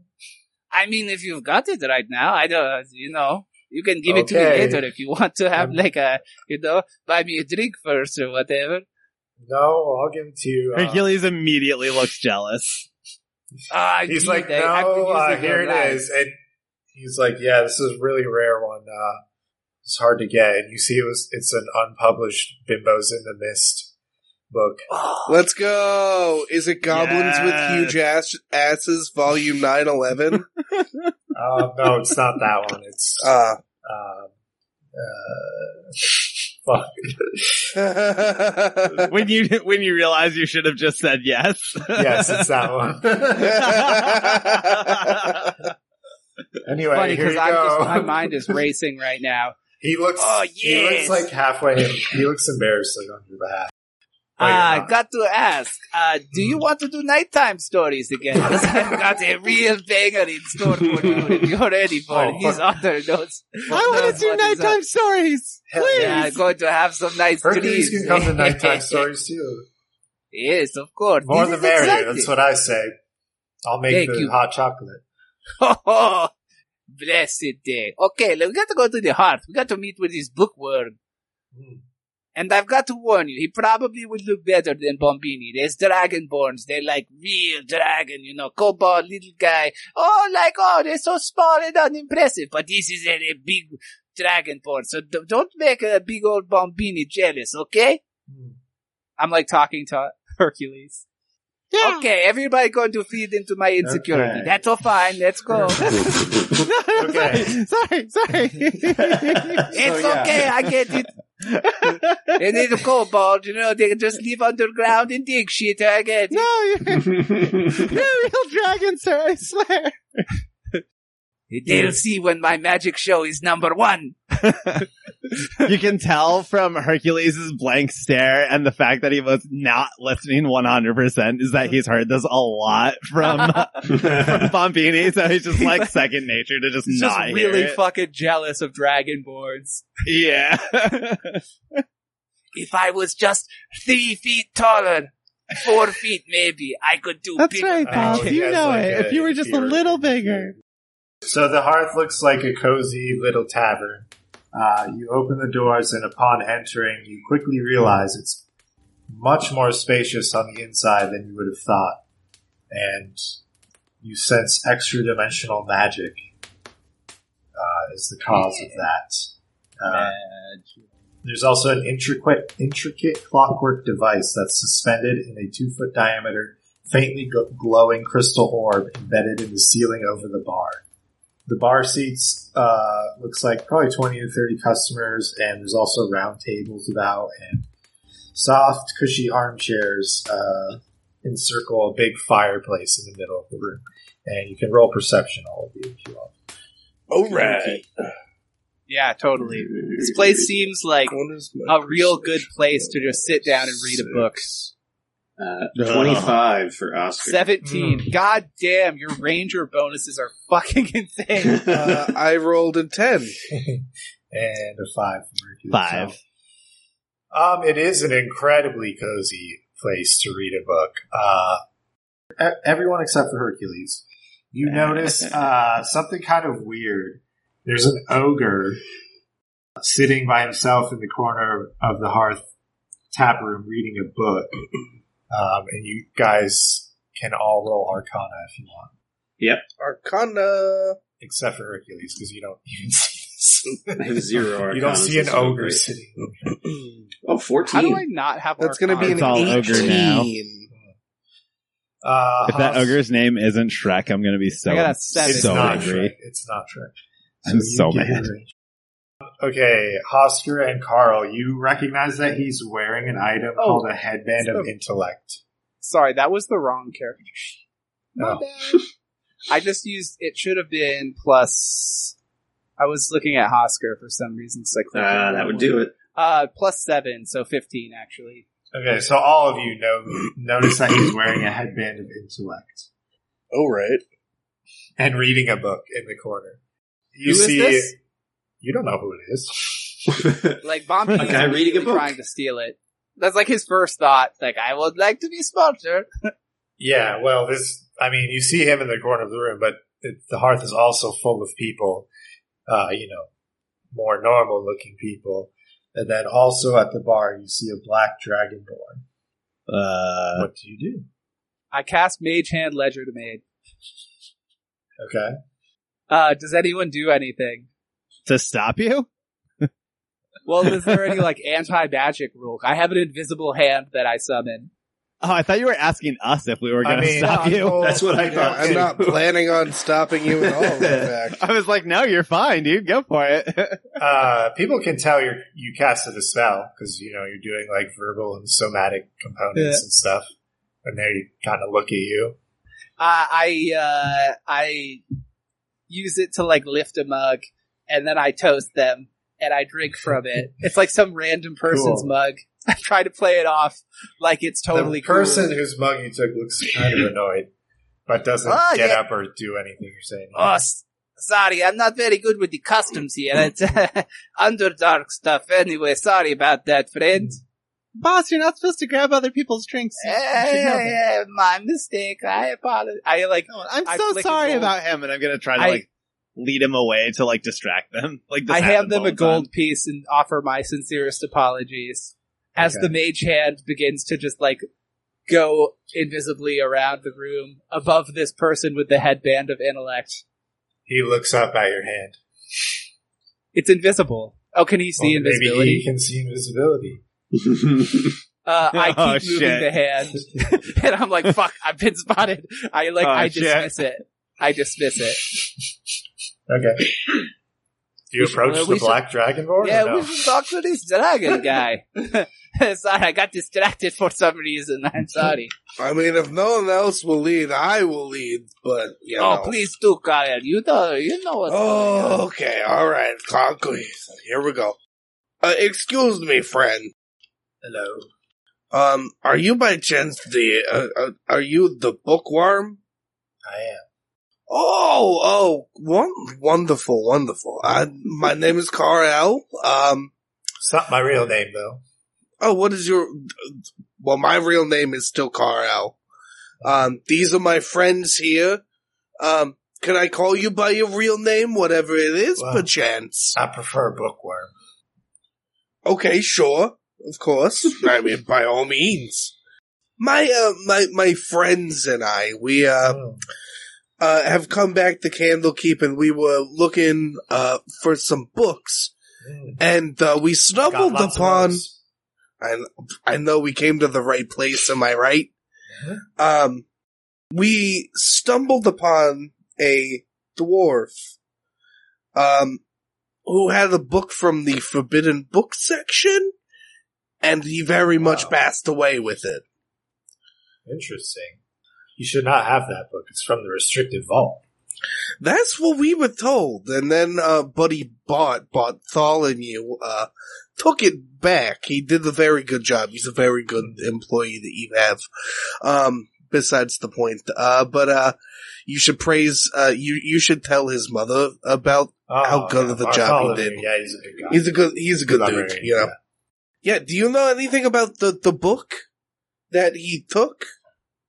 Speaker 4: I mean, if you've got it right now, I don't, you know, you can give it to me
Speaker 1: Okay.
Speaker 4: later if you want to have
Speaker 1: Um,
Speaker 4: like a, you know, buy me a drink first or whatever.
Speaker 1: No, I'll give it to you. uh,
Speaker 3: Hercules immediately looks jealous.
Speaker 4: Ah, I
Speaker 1: uh, he's
Speaker 4: need
Speaker 1: like,
Speaker 4: that. I've been
Speaker 1: no, uh,
Speaker 4: using your
Speaker 1: here it
Speaker 4: line."
Speaker 1: is. And he's like, yeah, this is a really rare one. Uh, it's hard to get. And you see, it was it's an unpublished Bimbos in the Mist book.
Speaker 4: Oh,
Speaker 2: Let's go. Is it Goblins
Speaker 3: Yes.
Speaker 2: with Huge ass- Asses, Volume 911?
Speaker 1: Uh, no, it's not that one. It's um,
Speaker 2: uh.
Speaker 1: uh, fuck.
Speaker 3: When you [LAUGHS] when you realize you should have just said yes. [LAUGHS]
Speaker 1: Yes, it's that one. Anyway,
Speaker 4: Funny
Speaker 1: here
Speaker 4: because
Speaker 1: you
Speaker 4: I'm just,
Speaker 1: go. [LAUGHS]
Speaker 4: my mind is racing right now.
Speaker 1: he looks.
Speaker 4: Oh,
Speaker 1: He looks
Speaker 4: yes.
Speaker 1: like halfway. In, he looks embarrassed, like on your behalf. But you're
Speaker 4: Ah,
Speaker 1: not.
Speaker 4: got to ask, uh, do
Speaker 1: Mm.
Speaker 4: you want to do nighttime stories again? 'Cause I've got a real banger in store for you
Speaker 1: [LAUGHS]
Speaker 4: if you're ready for
Speaker 1: Oh,
Speaker 4: these
Speaker 1: fuck.
Speaker 4: other notes.
Speaker 3: I want
Speaker 4: knows
Speaker 3: to do
Speaker 4: what is up?
Speaker 3: nighttime stories.
Speaker 1: Hell
Speaker 3: Please.
Speaker 4: Yeah, I'm going to have some nice
Speaker 1: Hercules can
Speaker 4: dreams.
Speaker 1: come
Speaker 4: [LAUGHS]
Speaker 1: to nighttime stories too.
Speaker 4: Yes, of course.
Speaker 1: More
Speaker 4: This
Speaker 1: the
Speaker 4: is
Speaker 1: merrier.
Speaker 4: exciting.
Speaker 1: That's what I say. I'll make
Speaker 4: Thank
Speaker 1: the
Speaker 4: you.
Speaker 1: hot chocolate.
Speaker 4: Oh, [LAUGHS] blessed day. Okay, we got to go to the heart. We got to meet with this bookworm.
Speaker 1: Mm.
Speaker 4: And I've got to warn you, he probably would look better than Bombini. There's dragonborns. They're like real dragon, you know, cobalt, little guy. Oh, like, oh, they're so small and unimpressive. But this is a, a big dragonborn. So d- don't make a big old Bombini jealous, okay?
Speaker 1: Mm.
Speaker 4: I'm like talking to Hercules.
Speaker 8: [LAUGHS]
Speaker 3: Yeah.
Speaker 4: Okay, everybody going to feed into my insecurity.
Speaker 1: Okay.
Speaker 4: That's all fine. Let's go.
Speaker 3: sorry, sorry.
Speaker 1: So,
Speaker 4: It's
Speaker 1: yeah.
Speaker 3: [LAUGHS]
Speaker 4: okay. I get it.
Speaker 8: They need a cobalt, you know, they can just live underground and dig shit. I get it.
Speaker 3: No, you're, you're a real dragon, sir. I swear.
Speaker 8: They'll see when my magic show is number one.
Speaker 3: You can tell from Hercules' blank stare and the fact that he was not listening 100% is that he's heard this a lot from, [LAUGHS] from Bombini. So he's just like second nature to just
Speaker 4: He's just
Speaker 3: not
Speaker 4: really
Speaker 3: hear it.
Speaker 4: fucking jealous of dragonborns.
Speaker 3: Yeah.
Speaker 8: If I was just three feet taller, four feet maybe, I could do
Speaker 3: That's
Speaker 8: bigger.
Speaker 3: right,
Speaker 1: Bob.
Speaker 3: Bob.
Speaker 1: Oh, he You
Speaker 3: you
Speaker 1: has
Speaker 3: know
Speaker 1: know like
Speaker 3: it.
Speaker 1: it. a
Speaker 3: if you were just a
Speaker 1: ear.
Speaker 3: little
Speaker 1: little
Speaker 3: bigger.
Speaker 1: bigger. So the hearth looks like a cozy little tavern. Uh, you open the doors, and upon entering, you quickly realize it's much more spacious on the inside than you would have thought. And you sense extra dimensional magic uh, is the cause of that. Uh, there's also an intricate, intricate clockwork device that's suspended in a two foot diameter, faintly gl- glowing crystal orb embedded in the ceiling over the bar. The bar seats uh, looks like probably twenty to thirty customers, and there's also round tables about and soft, cushy armchairs uh, encircle a big fireplace in the middle of the room. And you can roll perception, all of you, if you want.
Speaker 2: All right.
Speaker 4: Yeah, totally. This place seems like a real good place to just sit down and read a book.
Speaker 5: [LAUGHS] Uh, 25 for Oscar.
Speaker 4: 17.
Speaker 5: Mm.
Speaker 4: God damn, your ranger bonuses are fucking [LAUGHS] insane.
Speaker 2: Uh, I rolled a 10.
Speaker 1: [LAUGHS] and a five for Mercury.
Speaker 3: Five.
Speaker 1: So, Um, it is an incredibly cozy place to read a book. Uh, e- everyone except for Hercules. You notice uh, something kind of weird. There's an ogre sitting by himself in the corner of the hearth tap room reading a book. Um, and you guys can all roll Arcana if you want,
Speaker 2: Arcana.
Speaker 1: except for Hercules because you don't [LAUGHS] even see this.
Speaker 5: I [LAUGHS] have zero
Speaker 1: you don't
Speaker 5: arcanas,
Speaker 1: see an
Speaker 5: that's not
Speaker 1: ogre [LAUGHS]
Speaker 5: great.
Speaker 1: sitting.
Speaker 5: Oh,
Speaker 4: How
Speaker 5: 14.
Speaker 4: do I not have
Speaker 2: That's going to be
Speaker 4: Arcana?
Speaker 2: an
Speaker 3: It's all ogre now.
Speaker 2: 18.
Speaker 1: Uh,
Speaker 3: If that
Speaker 1: Hans-
Speaker 3: ogre's name isn't Shrek, I'm going to be so,
Speaker 4: Uh-huh. I got a seven.
Speaker 1: It's
Speaker 3: so
Speaker 1: not
Speaker 3: angry.
Speaker 1: Shrek. It's not Shrek.
Speaker 3: I'm
Speaker 1: you
Speaker 3: so
Speaker 1: get
Speaker 3: mad.
Speaker 1: your- Okay, Hosker and Carl, you recognize that he's wearing an item
Speaker 4: Oh,
Speaker 1: called a headband of
Speaker 4: so-
Speaker 1: intellect.
Speaker 4: Sorry, that was the wrong character. sheet. My
Speaker 1: Oh.
Speaker 4: bad. I just used, it should have been plus, I was looking at Hosker for some reason. So I clicked on
Speaker 5: Ah,
Speaker 4: the
Speaker 5: that
Speaker 4: wrong
Speaker 5: would
Speaker 4: one.
Speaker 5: do
Speaker 4: [LAUGHS]
Speaker 5: it.
Speaker 4: Uh, plus seven, so 15 actually.
Speaker 1: Okay, so all of you know notice that he's wearing a headband of intellect
Speaker 2: All right.
Speaker 1: and reading a book in the corner. You
Speaker 4: Who is
Speaker 1: see,
Speaker 4: this?
Speaker 1: you don't know who it is.
Speaker 4: Like Bombay
Speaker 5: A guy reading a book.
Speaker 4: trying to steal it. That's like his first thought. Like I would like to be sponsored.
Speaker 1: Yeah, well, this, I mean, you see him in the corner of the room, but it, the hearth is also full of people, uh, you know, more normal looking people. And then also at the bar, you see a black dragonborn.
Speaker 3: Uh,
Speaker 1: what do you do?
Speaker 4: I cast Mage Hand Ledger to Maid.
Speaker 1: Okay.
Speaker 4: Uh, does anyone do anything?
Speaker 3: to stop you?
Speaker 4: Well, is there any like anti magic rule? I have an invisible hand that I summon.
Speaker 3: Oh, I thought you were asking us if we were going to stop you.
Speaker 5: That's what I
Speaker 2: Yeah,
Speaker 5: thought.
Speaker 2: I'm not planning on stopping you at all. In fact.
Speaker 3: I was like, no, you're fine, dude. Go for it. [LAUGHS]
Speaker 1: Uh, people can tell you you casted a spell because you know you're doing like verbal and somatic components and stuff, and they kind of look at you.
Speaker 4: Uh, I uh, I use it to like lift a mug, and then I toast them, and I drink from it. It's like some random person's
Speaker 1: Cool.
Speaker 4: mug. I try to play it off like it's totally
Speaker 1: the person
Speaker 4: cool.
Speaker 1: whose mug you took looks kind of annoyed, but doesn't
Speaker 4: Oh,
Speaker 1: get
Speaker 4: yeah.
Speaker 1: up or do anything you're saying.
Speaker 8: Oh, s- sorry, I'm not very good with the customs here.
Speaker 4: [LAUGHS]
Speaker 8: It's underdark stuff anyway. Sorry about that, friend.
Speaker 3: Boss, you're not supposed to grab other people's drinks. You- you should know that.
Speaker 8: Eh, my mistake.
Speaker 4: I apologize. I like
Speaker 3: No, I'm
Speaker 4: I
Speaker 3: so
Speaker 4: flick a
Speaker 3: sorry
Speaker 4: gold.
Speaker 3: about him, and I'm going to try to
Speaker 4: I-
Speaker 3: like lead him away to like distract them. [LAUGHS] Like this
Speaker 4: I hand
Speaker 3: happens
Speaker 4: them
Speaker 3: all
Speaker 4: a
Speaker 3: the
Speaker 4: gold
Speaker 3: time.
Speaker 4: piece and offer my sincerest apologies as
Speaker 1: Okay.
Speaker 4: the mage hand begins to just like go invisibly around the room above this person with the headband of intellect.
Speaker 1: He looks up at your hand.
Speaker 4: It's invisible. Oh, can he see
Speaker 1: Well,
Speaker 4: invisibility?
Speaker 1: Maybe he can see invisibility.
Speaker 4: Uh,
Speaker 3: [LAUGHS]
Speaker 4: I keep
Speaker 3: Oh,
Speaker 4: moving
Speaker 3: shit.
Speaker 4: the hand, [LAUGHS] and I'm like, "Fuck! I've been spotted." I like,
Speaker 3: Oh,
Speaker 4: I
Speaker 3: shit.
Speaker 4: dismiss it. I dismiss it.
Speaker 1: Okay. Do you
Speaker 4: We should-
Speaker 1: approach
Speaker 4: uh,
Speaker 1: the
Speaker 4: we should-
Speaker 1: black dragonborn?
Speaker 4: Yeah,
Speaker 1: or no?
Speaker 4: we should talk to this dragon guy. [LAUGHS] sorry, I got distracted for some reason. I'm sorry.
Speaker 2: I mean, if no one else will lead, I will lead. But you
Speaker 4: oh,
Speaker 2: know.
Speaker 4: please do, Kyle. You know, you know what's going on.
Speaker 2: Oh, okay, all right, concrete. Here we go. Uh, excuse me, friend.
Speaker 1: Hello.
Speaker 2: Um, are you by chance the? Uh, uh, are you the bookworm?
Speaker 1: I am.
Speaker 2: Oh, oh, won- wonderful, wonderful. I, my name is Carl. Um,
Speaker 1: It's not my real name though.
Speaker 2: oh, what is your? Well, my real name is still Carl. Um, these are my friends here. Um, can I call you by your real name, whatever it is,
Speaker 1: Wow.
Speaker 2: perchance?
Speaker 1: I prefer bookworm.
Speaker 2: Okay, sure, of course. [LAUGHS] I mean, by all means. My uh, my my friends and I, we uh,
Speaker 1: Oh.
Speaker 2: uh, have come back to Candlekeep, and we were looking uh for some books,
Speaker 1: Mm.
Speaker 2: and uh, we
Speaker 1: Got
Speaker 2: stumbled
Speaker 1: lots of
Speaker 2: upon.
Speaker 1: those.
Speaker 2: I I know we came to the right place. Am I right?
Speaker 1: Mhm.
Speaker 2: Um, we stumbled upon a dwarf, um, who had a book from the forbidden book section, and he very much
Speaker 1: Wow.
Speaker 2: passed away with it.
Speaker 1: Interesting. You should not have that book. It's from the restricted vault.
Speaker 2: That's what we were told. And then, uh, Buddy Bot, Bot Tholomew, uh, took it back. He did a very good job. He's a very good employee that you have. Um, besides the point. Uh, but, uh, you should praise, uh, you, you should tell his mother about,
Speaker 1: Oh,
Speaker 2: How good of a
Speaker 1: Mark
Speaker 2: job he
Speaker 1: Oliver.
Speaker 2: did.
Speaker 1: Yeah, he's a good guy.
Speaker 2: he's a good, he's a good
Speaker 1: Librarian,
Speaker 2: dude, you know. Yeah, do you know anything about the, the book that he took?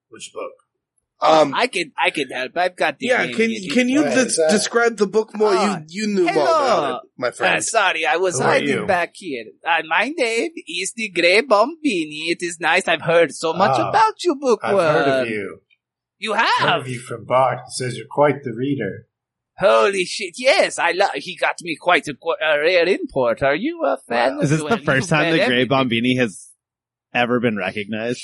Speaker 1: Which book?
Speaker 2: Um,
Speaker 4: I could, I could help. I've got the.
Speaker 2: yeah,
Speaker 4: name
Speaker 2: can,
Speaker 4: here.
Speaker 2: can you
Speaker 1: Right,
Speaker 2: de-
Speaker 1: is that-
Speaker 2: describe the book more?
Speaker 4: Ah,
Speaker 2: you, you knew more
Speaker 4: hello.
Speaker 2: about it, my
Speaker 4: Uh,
Speaker 2: friend.
Speaker 4: sorry, I was
Speaker 1: Who are
Speaker 4: hiding
Speaker 1: you?
Speaker 4: back here. Uh, my name is the Grey Bombini. It is nice. I've heard so much
Speaker 1: Ah,
Speaker 4: about you,
Speaker 1: I've
Speaker 4: Bookworm.
Speaker 1: heard of you.
Speaker 4: You
Speaker 1: I've heard
Speaker 4: have?
Speaker 1: of you from Bart. He says you're quite the reader.
Speaker 4: Holy shit! Yes, I love. He got me quite a, qu- a rare import. Are you a fan?
Speaker 1: Wow.
Speaker 4: of
Speaker 3: Is this
Speaker 4: you?
Speaker 3: the
Speaker 4: You
Speaker 3: first time the
Speaker 4: read
Speaker 3: Grey
Speaker 4: everything.
Speaker 3: Bombini has ever been recognized?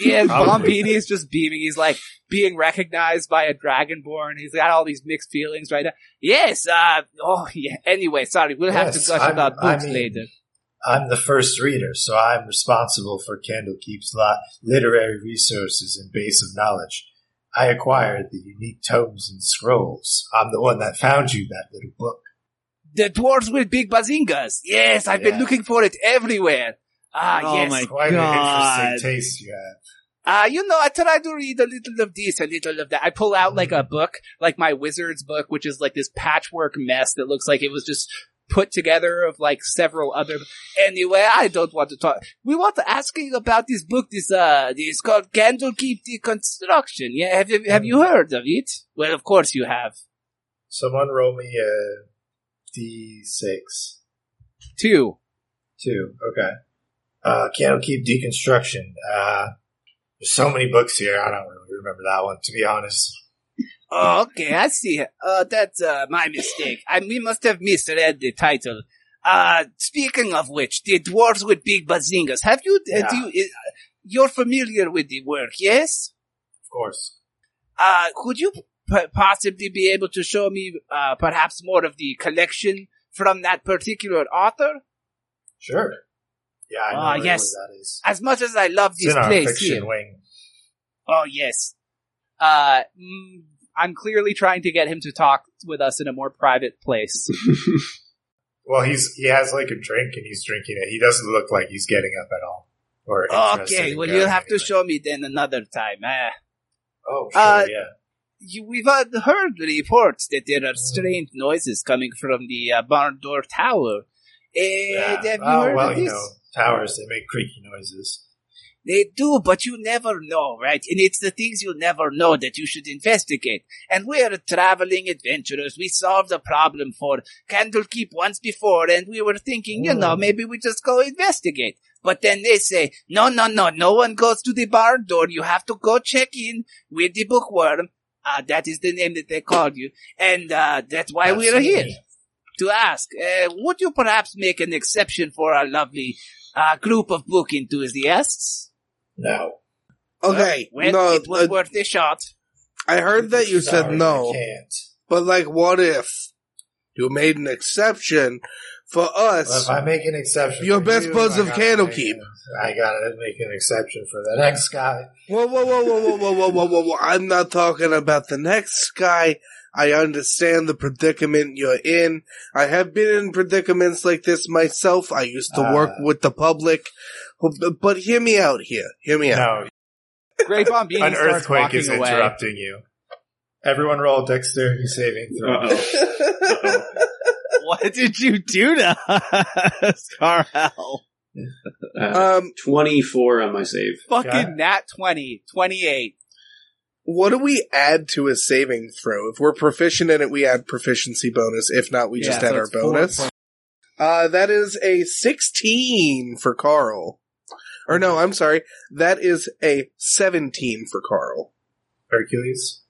Speaker 4: Yeah,
Speaker 1: Probably.
Speaker 4: Bombini is just beaming. He's like being recognized by a dragonborn. He's got all these mixed feelings right now. Yes. Uh. Oh yeah. Anyway, sorry. We'll have
Speaker 1: Yes,
Speaker 4: to gush
Speaker 1: I'm-
Speaker 4: about
Speaker 1: I
Speaker 4: books
Speaker 1: mean-
Speaker 4: later.
Speaker 1: I'm the first reader, so I'm responsible for Candlekeep's li- literary resources and base of knowledge. I acquired the unique tomes and scrolls. I'm the one that found you that little book.
Speaker 4: The dwarves with big bazingas. Yes, I've
Speaker 1: Yeah.
Speaker 4: been looking for it everywhere. Ah,
Speaker 3: Oh
Speaker 4: yes.
Speaker 3: my
Speaker 1: Quite
Speaker 3: God.
Speaker 1: an interesting taste you have.
Speaker 4: Uh, you know, I try to read a little of this, a little of that. I pull out like a book, like my wizard's book, which is like this patchwork mess that looks like it was just put together of like several other. Anyway, I don't want to talk. We want to ask you about this book. This, uh, it's called Candlekeep Deconstruction. Yeah, have you, have you heard of it? Well, of course you have.
Speaker 1: Someone roll me a d6.
Speaker 4: Two.
Speaker 1: Two. Okay. Uh, can't keep deconstruction. Uh, there's so many books here. I don't really remember that one, to be honest.
Speaker 4: Oh, okay, I see. Uh, that's uh, my mistake. I we must have misread the title. Uh, speaking of which, the dwarves with big bazingas. Have you? uh, do you uh, you're familiar with the work, yes?
Speaker 1: Of course.
Speaker 4: Uh, could you p- possibly be able to show me uh, perhaps more of the collection from that particular author?
Speaker 1: Sure. Yeah, I know
Speaker 4: Ah,
Speaker 1: right
Speaker 4: yes.
Speaker 1: where that is.
Speaker 4: As much as I love
Speaker 1: It's
Speaker 4: this
Speaker 1: in our
Speaker 4: place
Speaker 1: fiction
Speaker 4: here.
Speaker 1: wing.
Speaker 4: Oh yes. Uh, mm, I'm clearly trying to get him to talk with us in a more private place.
Speaker 1: Well, he's he has like a drink and he's drinking it. He doesn't look like he's getting up at all. Or interested
Speaker 4: Okay,
Speaker 1: in
Speaker 4: well,
Speaker 1: going
Speaker 4: you'll have to
Speaker 1: anywhere.
Speaker 4: show me then another time. Ah,
Speaker 1: Oh, sure,
Speaker 4: Uh,
Speaker 1: yeah.
Speaker 4: you, we've uh, heard reports that there are strange noises coming from the uh, barn door tower. Eh,
Speaker 1: yeah.
Speaker 4: Have you
Speaker 1: oh,
Speaker 4: heard
Speaker 1: well,
Speaker 4: of
Speaker 1: you
Speaker 4: this?
Speaker 1: know, towers they make creaky noises.
Speaker 4: They do, but you never know, right? And it's the things you never know that you should investigate. And we are traveling adventurers. We solved a problem for Candlekeep once before, and we were thinking, you know,
Speaker 1: Hmm.
Speaker 4: maybe we just go investigate. But then they say, no, no, no, no one goes to the barn door. You have to go check in with the bookworm. Uh, that is the name that they called you. And, uh, that's why
Speaker 1: That's
Speaker 4: we are here
Speaker 1: me.
Speaker 4: to ask, uh, would you perhaps make an exception for our lovely, uh, group of book enthusiasts?
Speaker 1: No.
Speaker 2: Okay,
Speaker 4: Well,
Speaker 2: no,
Speaker 4: it was
Speaker 2: uh,
Speaker 4: worth a shot.
Speaker 2: I heard that you said
Speaker 1: Sorry, I
Speaker 2: no,
Speaker 1: can't.
Speaker 2: but like, what if? You made an exception for us.
Speaker 1: Well, if I make an exception,
Speaker 2: Your
Speaker 1: for
Speaker 2: best
Speaker 1: you,
Speaker 2: buds
Speaker 1: I
Speaker 2: of
Speaker 1: gotta
Speaker 2: candle
Speaker 1: make
Speaker 2: keep.
Speaker 1: an- I gotta make an exception for the next guy.
Speaker 2: Whoa, whoa, whoa, whoa, whoa, whoa, whoa, whoa, whoa, whoa. I'm not talking about the next guy. I understand the predicament you're in. I have been in predicaments like this myself. I used to work
Speaker 1: Uh.
Speaker 2: with the public. But, but hear me out here. Hear me out.
Speaker 1: No,
Speaker 4: Gray
Speaker 5: [LAUGHS]
Speaker 4: Bombini
Speaker 1: an
Speaker 4: starts
Speaker 1: earthquake
Speaker 4: walking
Speaker 1: is
Speaker 4: away.
Speaker 1: interrupting you. Everyone roll dexterity saving throw.
Speaker 5: Uh-oh. Uh-oh.
Speaker 3: [LAUGHS] What did you do to us, Carl?
Speaker 5: Uh,
Speaker 2: [LAUGHS] Um,
Speaker 5: 24 on my save.
Speaker 4: Fucking nat 20, 28.
Speaker 2: what do we add to a saving throw? If we're proficient in it, we add proficiency bonus. If not, we
Speaker 4: Yeah,
Speaker 2: just
Speaker 4: so
Speaker 2: add our
Speaker 4: it's four
Speaker 2: bonus.
Speaker 4: points.
Speaker 2: Uh, that is a 16 for Carl. Or no, I'm sorry. That is a 17 for Carl.
Speaker 1: Hercules.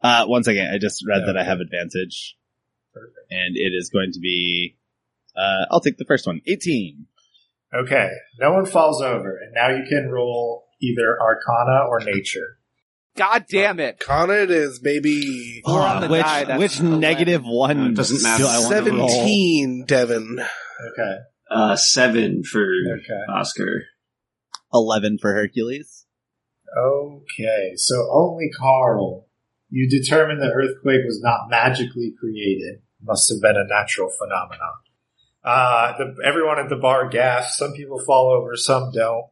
Speaker 3: Uh, once again, I just read that I
Speaker 1: Okay.
Speaker 3: have advantage, and it is going to be. Uh, I'll take the first one. Eighteen.
Speaker 1: Okay, no one falls over, and now you can roll either Arcana or Nature.
Speaker 4: God damn it.
Speaker 2: Connor it is, baby.
Speaker 4: Four on the
Speaker 3: which
Speaker 4: die, that's
Speaker 3: which
Speaker 4: 11.
Speaker 3: negative one
Speaker 5: Uh, doesn't matter.
Speaker 3: do Oh, I want to roll?
Speaker 2: 17, Devin.
Speaker 1: Okay,
Speaker 5: Uh, 7 for
Speaker 1: okay,
Speaker 5: Oscar.
Speaker 3: Eleven for Hercules.
Speaker 1: okay. So only Carl, you determined the earthquake was not magically created; must have been a natural phenomenon. Uh, the, everyone at the bar gasps. Some people fall over, some don't.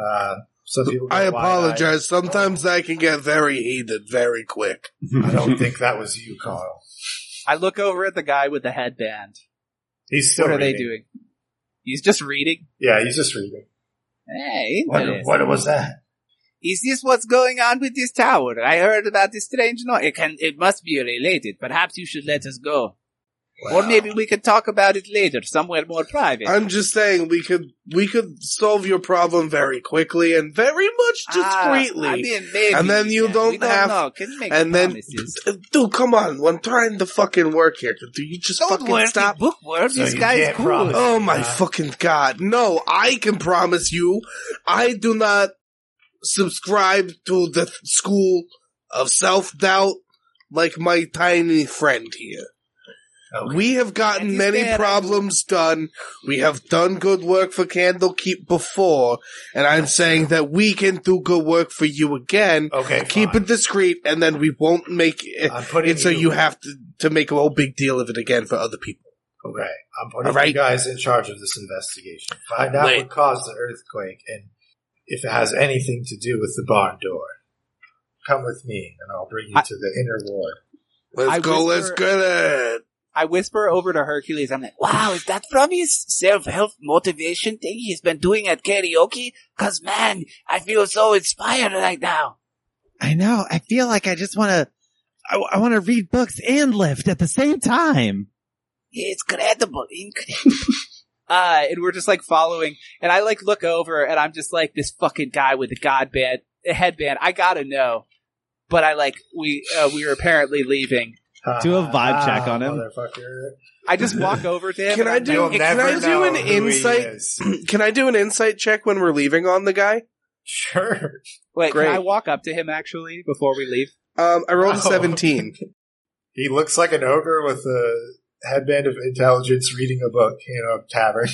Speaker 1: Uh, some people. go
Speaker 2: I
Speaker 1: wide-eyed.
Speaker 2: apologize. Sometimes I can get very heated very quick.
Speaker 1: I don't think that was you, Carl.
Speaker 4: I look over at the guy with the headband.
Speaker 1: He's still.
Speaker 4: what are they
Speaker 1: reading.
Speaker 4: doing? He's just reading.
Speaker 1: Yeah, he's just reading.
Speaker 4: Hey,
Speaker 1: What,
Speaker 4: interesting.
Speaker 1: what was that?
Speaker 4: Is this what's going on with this tower? I heard about this strange noise. It can, it must be related. Perhaps you should let us go. Or
Speaker 1: Wow.
Speaker 4: maybe we could talk about it later, somewhere more private.
Speaker 2: I'm just saying we could we could solve your problem very quickly and very much
Speaker 4: Ah,
Speaker 2: discreetly.
Speaker 4: I mean, maybe.
Speaker 2: And then you
Speaker 4: yeah,
Speaker 2: don't
Speaker 4: we
Speaker 2: have-
Speaker 4: know. Can make
Speaker 2: and then,
Speaker 4: promises.
Speaker 2: [LAUGHS] dude, come on! I'm trying to fucking work here. Could you just
Speaker 4: Don't
Speaker 2: fucking
Speaker 4: worry,
Speaker 2: stop?
Speaker 4: bookworm.
Speaker 1: So
Speaker 4: this
Speaker 1: you
Speaker 4: guy is
Speaker 1: can't
Speaker 4: cool.
Speaker 1: promise.
Speaker 2: Oh my
Speaker 1: Uh,
Speaker 2: fucking god! No, I can promise you, I do not subscribe to the th- school of self doubt like my tiny friend here.
Speaker 1: Okay.
Speaker 2: We have gotten
Speaker 4: And
Speaker 2: many
Speaker 4: there I
Speaker 2: problems done. We have done good work for Candlekeep before, and I'm saying that we can do good work for you again.
Speaker 1: Okay,
Speaker 2: Keep
Speaker 1: Oh, fine.
Speaker 2: it discreet, and then we won't make it.
Speaker 1: I'm putting
Speaker 2: And so you have to, to make a whole big deal of it again for other people.
Speaker 1: okay. I'm putting
Speaker 2: All right.
Speaker 1: you guys in charge of this investigation. Find out
Speaker 2: Wait.
Speaker 1: what caused the earthquake and if it has anything to do with the barn door. Come with me, and I'll bring you
Speaker 4: I-
Speaker 1: to the inner ward.
Speaker 2: Let's
Speaker 4: I
Speaker 2: go,
Speaker 4: whisper-
Speaker 2: let's get it.
Speaker 4: I whisper over to Hercules. I'm like, wow, is that from his self-help motivation thing he's been doing at karaoke? Cause man, I feel so inspired right now.
Speaker 3: I know. I feel like I just want to. I, I want to read books and lift at the same time.
Speaker 4: It's credible,
Speaker 2: [LAUGHS]
Speaker 4: incredible. uh, and we're just like following, and I like look over and I'm just like this fucking guy with a god band, a headband. I gotta know. But I like, we, uh, we were apparently leaving.
Speaker 3: Do a
Speaker 1: [LAUGHS]
Speaker 3: vibe check on him.
Speaker 1: Ah, motherfucker.
Speaker 4: I
Speaker 2: [LAUGHS]
Speaker 4: just walk over to him.
Speaker 2: Can
Speaker 4: and
Speaker 2: I
Speaker 4: I'm
Speaker 2: do-
Speaker 4: like,
Speaker 1: You'll
Speaker 2: can
Speaker 1: never
Speaker 2: I do
Speaker 1: know
Speaker 2: an
Speaker 1: who he
Speaker 2: insight-
Speaker 1: is. [CLEARS THROAT]
Speaker 2: Can I do an insight check when we're leaving on the guy?
Speaker 1: Sure.
Speaker 4: Wait,
Speaker 2: Great.
Speaker 4: can I walk up to him actually before we leave?
Speaker 2: Um, I rolled a
Speaker 1: No.
Speaker 2: [LAUGHS] 17.
Speaker 1: He looks like an ogre with a headband of intelligence, reading a book in a
Speaker 2: [LAUGHS]
Speaker 1: tavern.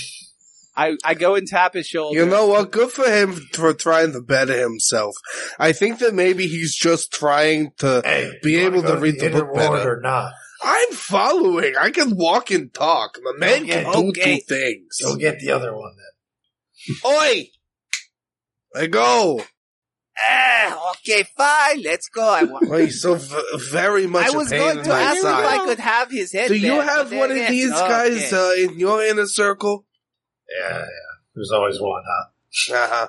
Speaker 4: I, I go and tap his shoulder.
Speaker 2: You know what? Good for him for trying to better himself. I think that maybe he's just trying to.
Speaker 1: Hey,
Speaker 2: Be
Speaker 1: you wanna
Speaker 2: able
Speaker 1: go
Speaker 2: to read the
Speaker 1: inner
Speaker 2: book
Speaker 1: ward
Speaker 2: better.
Speaker 1: or not?
Speaker 2: I'm following. I can walk and talk. My man
Speaker 1: Okay,
Speaker 2: can do
Speaker 4: okay.
Speaker 2: two things.
Speaker 1: You'll get the other one then.
Speaker 2: Oi! I go.
Speaker 4: Ah, okay, fine. Let's go.
Speaker 2: [LAUGHS]
Speaker 4: I, wa-
Speaker 2: Why you so v- very much
Speaker 4: I
Speaker 2: a
Speaker 4: was
Speaker 2: pain
Speaker 4: going
Speaker 2: in
Speaker 4: to
Speaker 2: my
Speaker 4: ask if
Speaker 2: side.
Speaker 4: I could have his head.
Speaker 2: Do you have one of these guys uh, in your inner circle?
Speaker 1: Yeah, yeah. There's always one, huh?
Speaker 2: Uh-huh.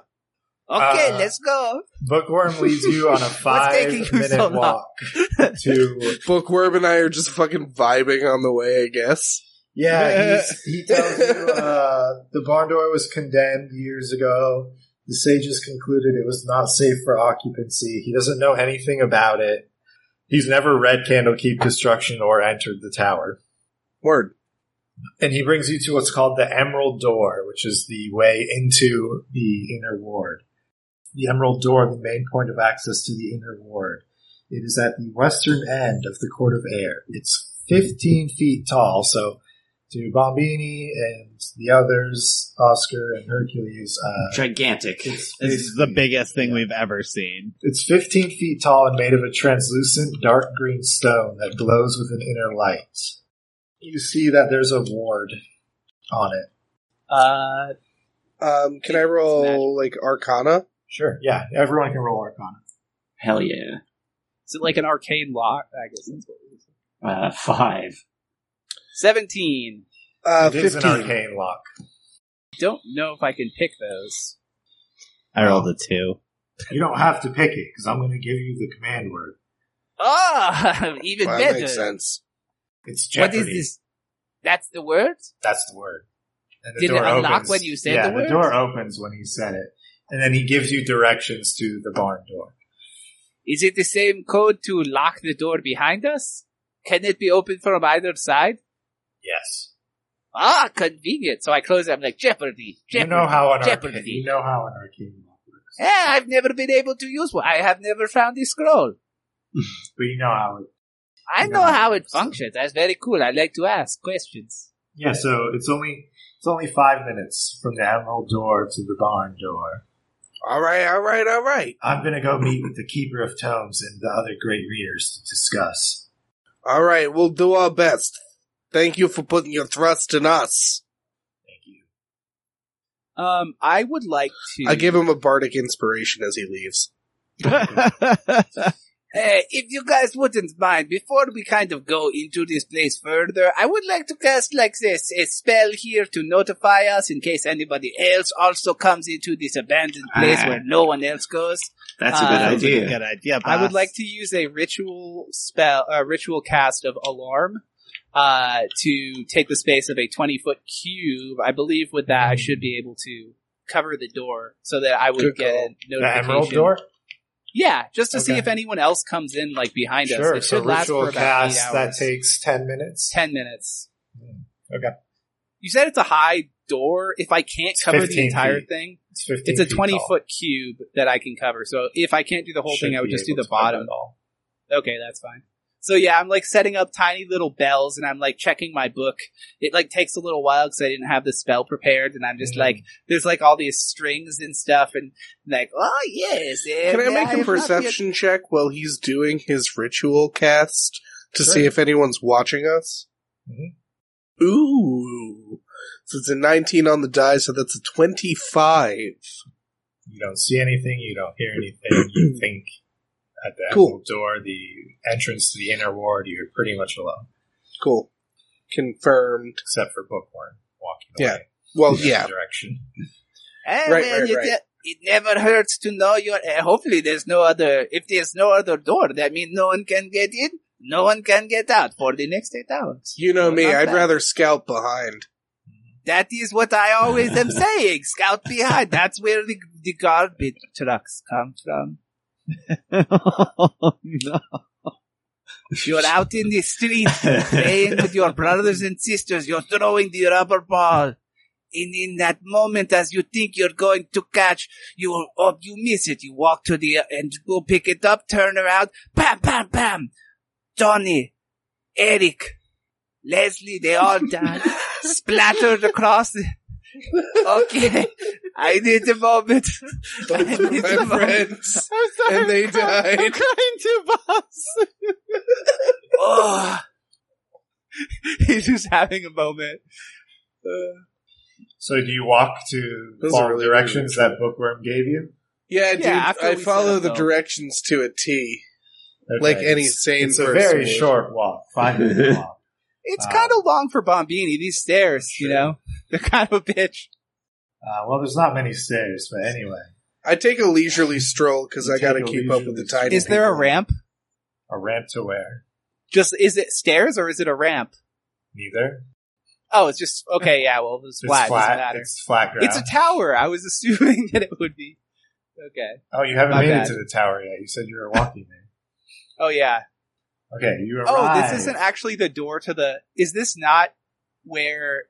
Speaker 4: okay,
Speaker 1: uh,
Speaker 4: let's go.
Speaker 1: Bookworm leads you on a five
Speaker 4: taking you
Speaker 1: minute
Speaker 4: so long?
Speaker 1: walk to
Speaker 2: Bookworm and I are just fucking vibing on the way, I guess.
Speaker 1: yeah. He's, he tells you uh, the barn door was condemned years ago. The sages concluded it was not safe for occupancy. He doesn't know anything about it. He's never read Candlekeep Destruction or entered the tower.
Speaker 2: Word.
Speaker 1: And he brings you to what's called the Emerald Door, which is the way into the inner ward. The Emerald Door, the main point of access to the inner ward. It is at the western end of the Court of Air. It's 15 feet tall. So to Bombini and the others, Oscar and Hercules, uh,
Speaker 5: Gigantic.
Speaker 1: it's,
Speaker 3: This is the
Speaker 1: 15
Speaker 3: biggest thing we've ever seen.
Speaker 1: It's 15 feet tall and made of a translucent dark green stone that glows with an inner light. You see that there's a ward on it.
Speaker 4: Uh,
Speaker 2: Um, can I roll like Arcana?
Speaker 1: Sure. Yeah, everyone can roll Arcana.
Speaker 5: Hell yeah.
Speaker 4: is it like an arcade lock? I guess that's what it is.
Speaker 5: Uh, five.
Speaker 4: Seventeen.
Speaker 2: Uh,
Speaker 1: it is an
Speaker 2: fifteen.
Speaker 1: arcane lock.
Speaker 4: Don't know if I can pick those.
Speaker 3: I rolled a two.
Speaker 1: You don't have to pick it because I'm going to give you the command word.
Speaker 4: Ah, [LAUGHS] even
Speaker 2: Well, that
Speaker 4: better.
Speaker 2: makes sense.
Speaker 1: It's
Speaker 4: What
Speaker 1: Jeopardy.
Speaker 4: is this? That's the word.
Speaker 1: That's the word. And
Speaker 4: Did it unlock when you said
Speaker 1: yeah,
Speaker 4: the word?
Speaker 1: door opens when he said it. And then he gives you directions to the barn door.
Speaker 4: Is it the same code to lock the door behind us? Can it be opened from either side?
Speaker 1: Yes.
Speaker 4: Ah, convenient. So I close it. I'm like, Jeopardy. Jeopardy.
Speaker 1: You know how an
Speaker 4: Jeopardy.
Speaker 1: arcane, you know how an arcane lock works.
Speaker 4: Eh, I've never been able to use one. I have never found the scroll.
Speaker 1: But you know how it
Speaker 4: I
Speaker 1: No.
Speaker 4: know how it functions. That's very cool. I like to ask questions.
Speaker 1: Yeah, so it's only it's only five minutes from the Emerald Door to the barn door.
Speaker 2: All right, all right, all right,
Speaker 1: I'm gonna go meet with the Keeper of Tomes and the other great readers to discuss.
Speaker 2: all right. We'll do our best. Thank you for putting your trust in us.
Speaker 1: Thank you.
Speaker 4: Um, I would like to.
Speaker 2: I give him a bardic inspiration as he leaves.
Speaker 4: Eh, if you guys wouldn't mind, before we kind of go into this place further, I would like to cast like this a spell here to notify us in case anybody else also comes into this abandoned place
Speaker 5: Ah.
Speaker 4: where no one else goes.
Speaker 5: That's a good
Speaker 4: Uh,
Speaker 5: idea.
Speaker 3: Good idea.
Speaker 4: I
Speaker 1: Uh,
Speaker 4: would
Speaker 3: boss.
Speaker 4: like to use a ritual spell, a ritual cast of alarm, uh, to take the space of a twenty foot cube. I believe with that
Speaker 1: Mm.
Speaker 4: I should be able to cover the door so that I would
Speaker 2: Good
Speaker 4: get a
Speaker 1: The
Speaker 4: notification.
Speaker 1: Emerald Door?
Speaker 4: Yeah, just to see
Speaker 1: Okay.
Speaker 4: if anyone else comes in like behind us.
Speaker 1: Sure.
Speaker 4: It
Speaker 1: So
Speaker 4: should last for
Speaker 1: ritual
Speaker 4: about eight
Speaker 1: cast
Speaker 4: hours.
Speaker 1: that takes ten minutes.
Speaker 4: ten minutes.
Speaker 1: Okay.
Speaker 4: You said it's a high door. If I can't
Speaker 1: It's
Speaker 4: cover the
Speaker 1: 15
Speaker 4: entire
Speaker 1: feet.
Speaker 4: thing,
Speaker 1: It's fifteen.
Speaker 4: it's a
Speaker 1: feet
Speaker 4: twenty
Speaker 1: tall.
Speaker 4: foot cube that I can cover. So if I can't do the whole
Speaker 1: Should
Speaker 4: thing, I would
Speaker 1: be
Speaker 4: just do
Speaker 1: able
Speaker 4: the
Speaker 1: to cover
Speaker 4: bottom.
Speaker 1: it all.
Speaker 4: Okay, that's fine. So yeah, I'm like setting up tiny little bells and I'm like checking my book. It like takes a little while because I didn't have the spell prepared and I'm just
Speaker 1: Mm.
Speaker 4: like, there's like all these strings and stuff and like, oh yes.
Speaker 2: Can I make
Speaker 4: a
Speaker 2: a perception check while he's doing his ritual cast to
Speaker 1: Sure.
Speaker 2: see if anyone's watching us?
Speaker 1: Mhm.
Speaker 2: Ooh. So it's a 19 on the die, so that's a 25.
Speaker 1: You don't see anything, you don't hear anything,
Speaker 4: [CLEARS THROAT]
Speaker 1: you think at the
Speaker 2: Cool.
Speaker 1: Emerald Door, the entrance to the inner ward, you're pretty much alone.
Speaker 2: Cool. Confirmed.
Speaker 1: Except for Bookworm walking
Speaker 2: Yeah.
Speaker 1: away
Speaker 2: Well,
Speaker 4: Oh,
Speaker 1: in the
Speaker 2: yeah.
Speaker 1: other direction.
Speaker 2: Right, right, right.
Speaker 4: it never hurts to know your. Uh, hopefully, there's no other. If there's no other door, that means no one can get in, no one can get out for the next eight hours.
Speaker 2: You know
Speaker 4: Well,
Speaker 2: me,
Speaker 4: not
Speaker 2: I'd
Speaker 4: bad.
Speaker 2: rather scout behind.
Speaker 4: That is what I always
Speaker 2: [LAUGHS]
Speaker 4: am saying. Scout behind. That's where the, the garbage trucks come from.
Speaker 3: Oh, [LAUGHS] no.
Speaker 4: You're out in the street
Speaker 5: [LAUGHS] Uh,
Speaker 4: playing with your brothers and sisters. You're throwing the rubber ball. And in that moment, as you think you're going to catch, you oh, you miss it. You walk to the uh, and go pick it up, turn around, pam, pam, pam. Johnny, Eric, Leslie, they all died, splattered across. The, okay, I need a moment. I
Speaker 2: Both of
Speaker 4: need a
Speaker 2: my
Speaker 4: moment.
Speaker 2: friends.
Speaker 3: I'm sorry.
Speaker 2: And they
Speaker 3: I'm crying- I'm
Speaker 2: died.
Speaker 3: crying too, boss.
Speaker 4: Oh. [LAUGHS] He's just having a moment.
Speaker 1: So do you walk to
Speaker 2: Those
Speaker 1: follow
Speaker 2: are really
Speaker 1: directions that Bookworm gave you?
Speaker 2: Yeah,
Speaker 4: Yeah,
Speaker 2: dude,
Speaker 4: after
Speaker 2: I
Speaker 4: we
Speaker 2: follow
Speaker 4: set up,
Speaker 2: the
Speaker 4: though.
Speaker 2: directions to a T.
Speaker 1: Okay,
Speaker 2: Like any
Speaker 1: it's-
Speaker 2: sane
Speaker 1: It's a
Speaker 2: person.
Speaker 1: very
Speaker 2: would.
Speaker 1: short walk, five minute walk.
Speaker 4: It's
Speaker 1: Um,
Speaker 4: kind of long for Bombini. These stairs, you
Speaker 1: Sure.
Speaker 4: know, [LAUGHS] they're kind of a bitch.
Speaker 1: Uh, well, there's not many stairs, but anyway,
Speaker 2: I take a leisurely stroll because
Speaker 1: You
Speaker 2: I got to
Speaker 1: take a
Speaker 2: keep up with
Speaker 1: leisurely
Speaker 2: the tiny.
Speaker 4: Is there a
Speaker 2: people.
Speaker 4: ramp?
Speaker 1: a ramp to where?
Speaker 4: Just is it stairs or is it a ramp?
Speaker 1: Neither.
Speaker 4: Oh, it's just okay. Yeah, well, it's
Speaker 1: It's
Speaker 4: flat. it doesn't
Speaker 1: flat.
Speaker 4: matter.
Speaker 1: It's flat ground.
Speaker 4: It's a tower. I was [LAUGHS] assuming that it would be. Okay.
Speaker 1: oh, you haven't
Speaker 4: My
Speaker 1: made
Speaker 4: bad.
Speaker 1: it to the tower yet. You said you were walking there.
Speaker 4: Oh yeah.
Speaker 1: Okay, you arrived.
Speaker 4: Oh, this isn't actually the door to the. Is this not where?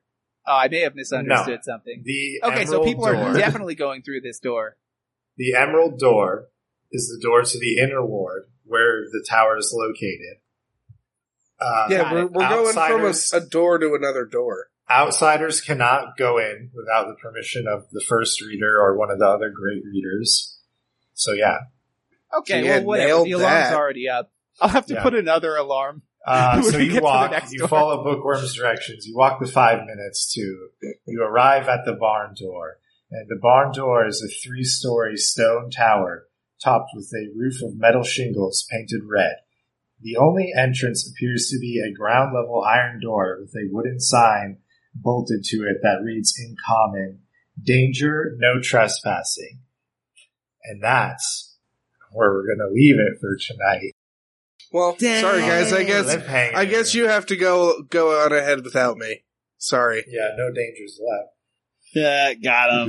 Speaker 4: Oh, I may have misunderstood something.
Speaker 1: the
Speaker 4: Okay, so
Speaker 1: Emerald
Speaker 4: people
Speaker 1: Door-
Speaker 4: are definitely going through this door.
Speaker 1: The Emerald Door is the door to the inner ward where the tower is located. Uh,
Speaker 2: yeah, we're, we're going from a,
Speaker 1: Outsiders-
Speaker 2: a door to another door.
Speaker 1: outsiders cannot go in without the permission of the first reader or one of the other great readers. So yeah,
Speaker 4: Okay,
Speaker 2: Yeah,
Speaker 4: well, whatever.
Speaker 2: nailed
Speaker 4: The alarm's
Speaker 2: that.
Speaker 4: already up.
Speaker 7: I'll have to
Speaker 1: Yeah.
Speaker 7: put another alarm. [LAUGHS]
Speaker 1: Uh,
Speaker 7: When
Speaker 1: so
Speaker 7: we get to
Speaker 1: you
Speaker 7: the
Speaker 1: walk,
Speaker 7: next
Speaker 1: you
Speaker 7: door.
Speaker 1: follow Bookworm's directions. You walk the five minutes to, you arrive at the barn door. And the barn door is a three story stone tower topped with a roof of metal shingles painted red. The only entrance appears to be a ground level iron door with a wooden sign bolted to it that reads in common, danger, no trespassing. And that's where we're going to leave it for tonight.
Speaker 2: Well, sorry guys, I guess
Speaker 1: Cliffhanger.
Speaker 2: I guess you have to go go on ahead without me. Sorry.
Speaker 1: Yeah, no dangers left.
Speaker 3: Yeah, got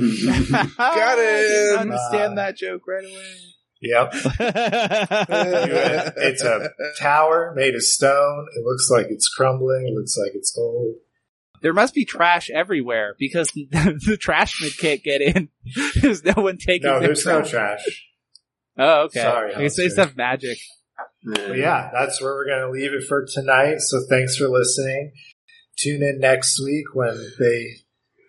Speaker 7: [LAUGHS]
Speaker 3: him. [LAUGHS]
Speaker 4: Ah,
Speaker 2: Got
Speaker 7: I
Speaker 2: him.
Speaker 7: didn't understand
Speaker 1: Uh,
Speaker 7: that joke right away.
Speaker 1: Yep. it's a tower made of stone. It looks like it's crumbling. It looks like it's old.
Speaker 7: There must be trash everywhere because [LAUGHS] the, the trashman can't get in. [LAUGHS] there's no one taking
Speaker 1: No,
Speaker 7: their
Speaker 1: there's no
Speaker 7: trash.
Speaker 1: trash.
Speaker 7: Oh, okay.
Speaker 1: Sorry,
Speaker 7: Sorry, I guess they just
Speaker 1: Alistair.
Speaker 7: have magic.
Speaker 1: But yeah, that's where we're going to leave it for tonight. So thanks for listening. Tune in next week when they,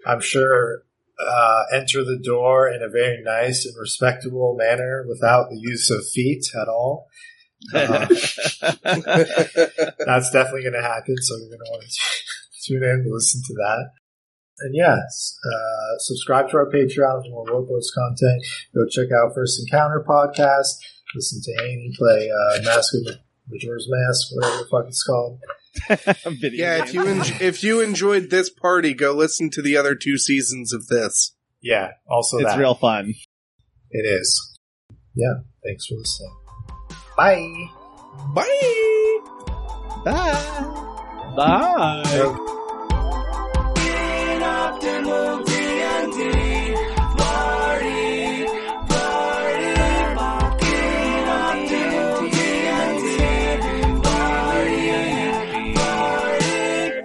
Speaker 1: I'm sure, uh, enter the door in a very nice and respectable manner without the use of feet at all. Uh, that's definitely going to happen. So you're going to want to [LAUGHS] tune in and listen to that. And yes, uh, subscribe to our Patreon for more low post content. Go check out First Encounter podcast. Listen to Amy play uh, Mask of Majora's Mask, whatever the fuck it's called.
Speaker 2: yeah, if you en- if you enjoyed this party, go listen to the other two seasons of this.
Speaker 1: Yeah, also
Speaker 3: it's
Speaker 1: that.
Speaker 3: real fun.
Speaker 1: It is. Yeah, thanks for listening. Bye.
Speaker 2: Bye.
Speaker 3: Bye.
Speaker 7: Ah. Bye.
Speaker 1: Go-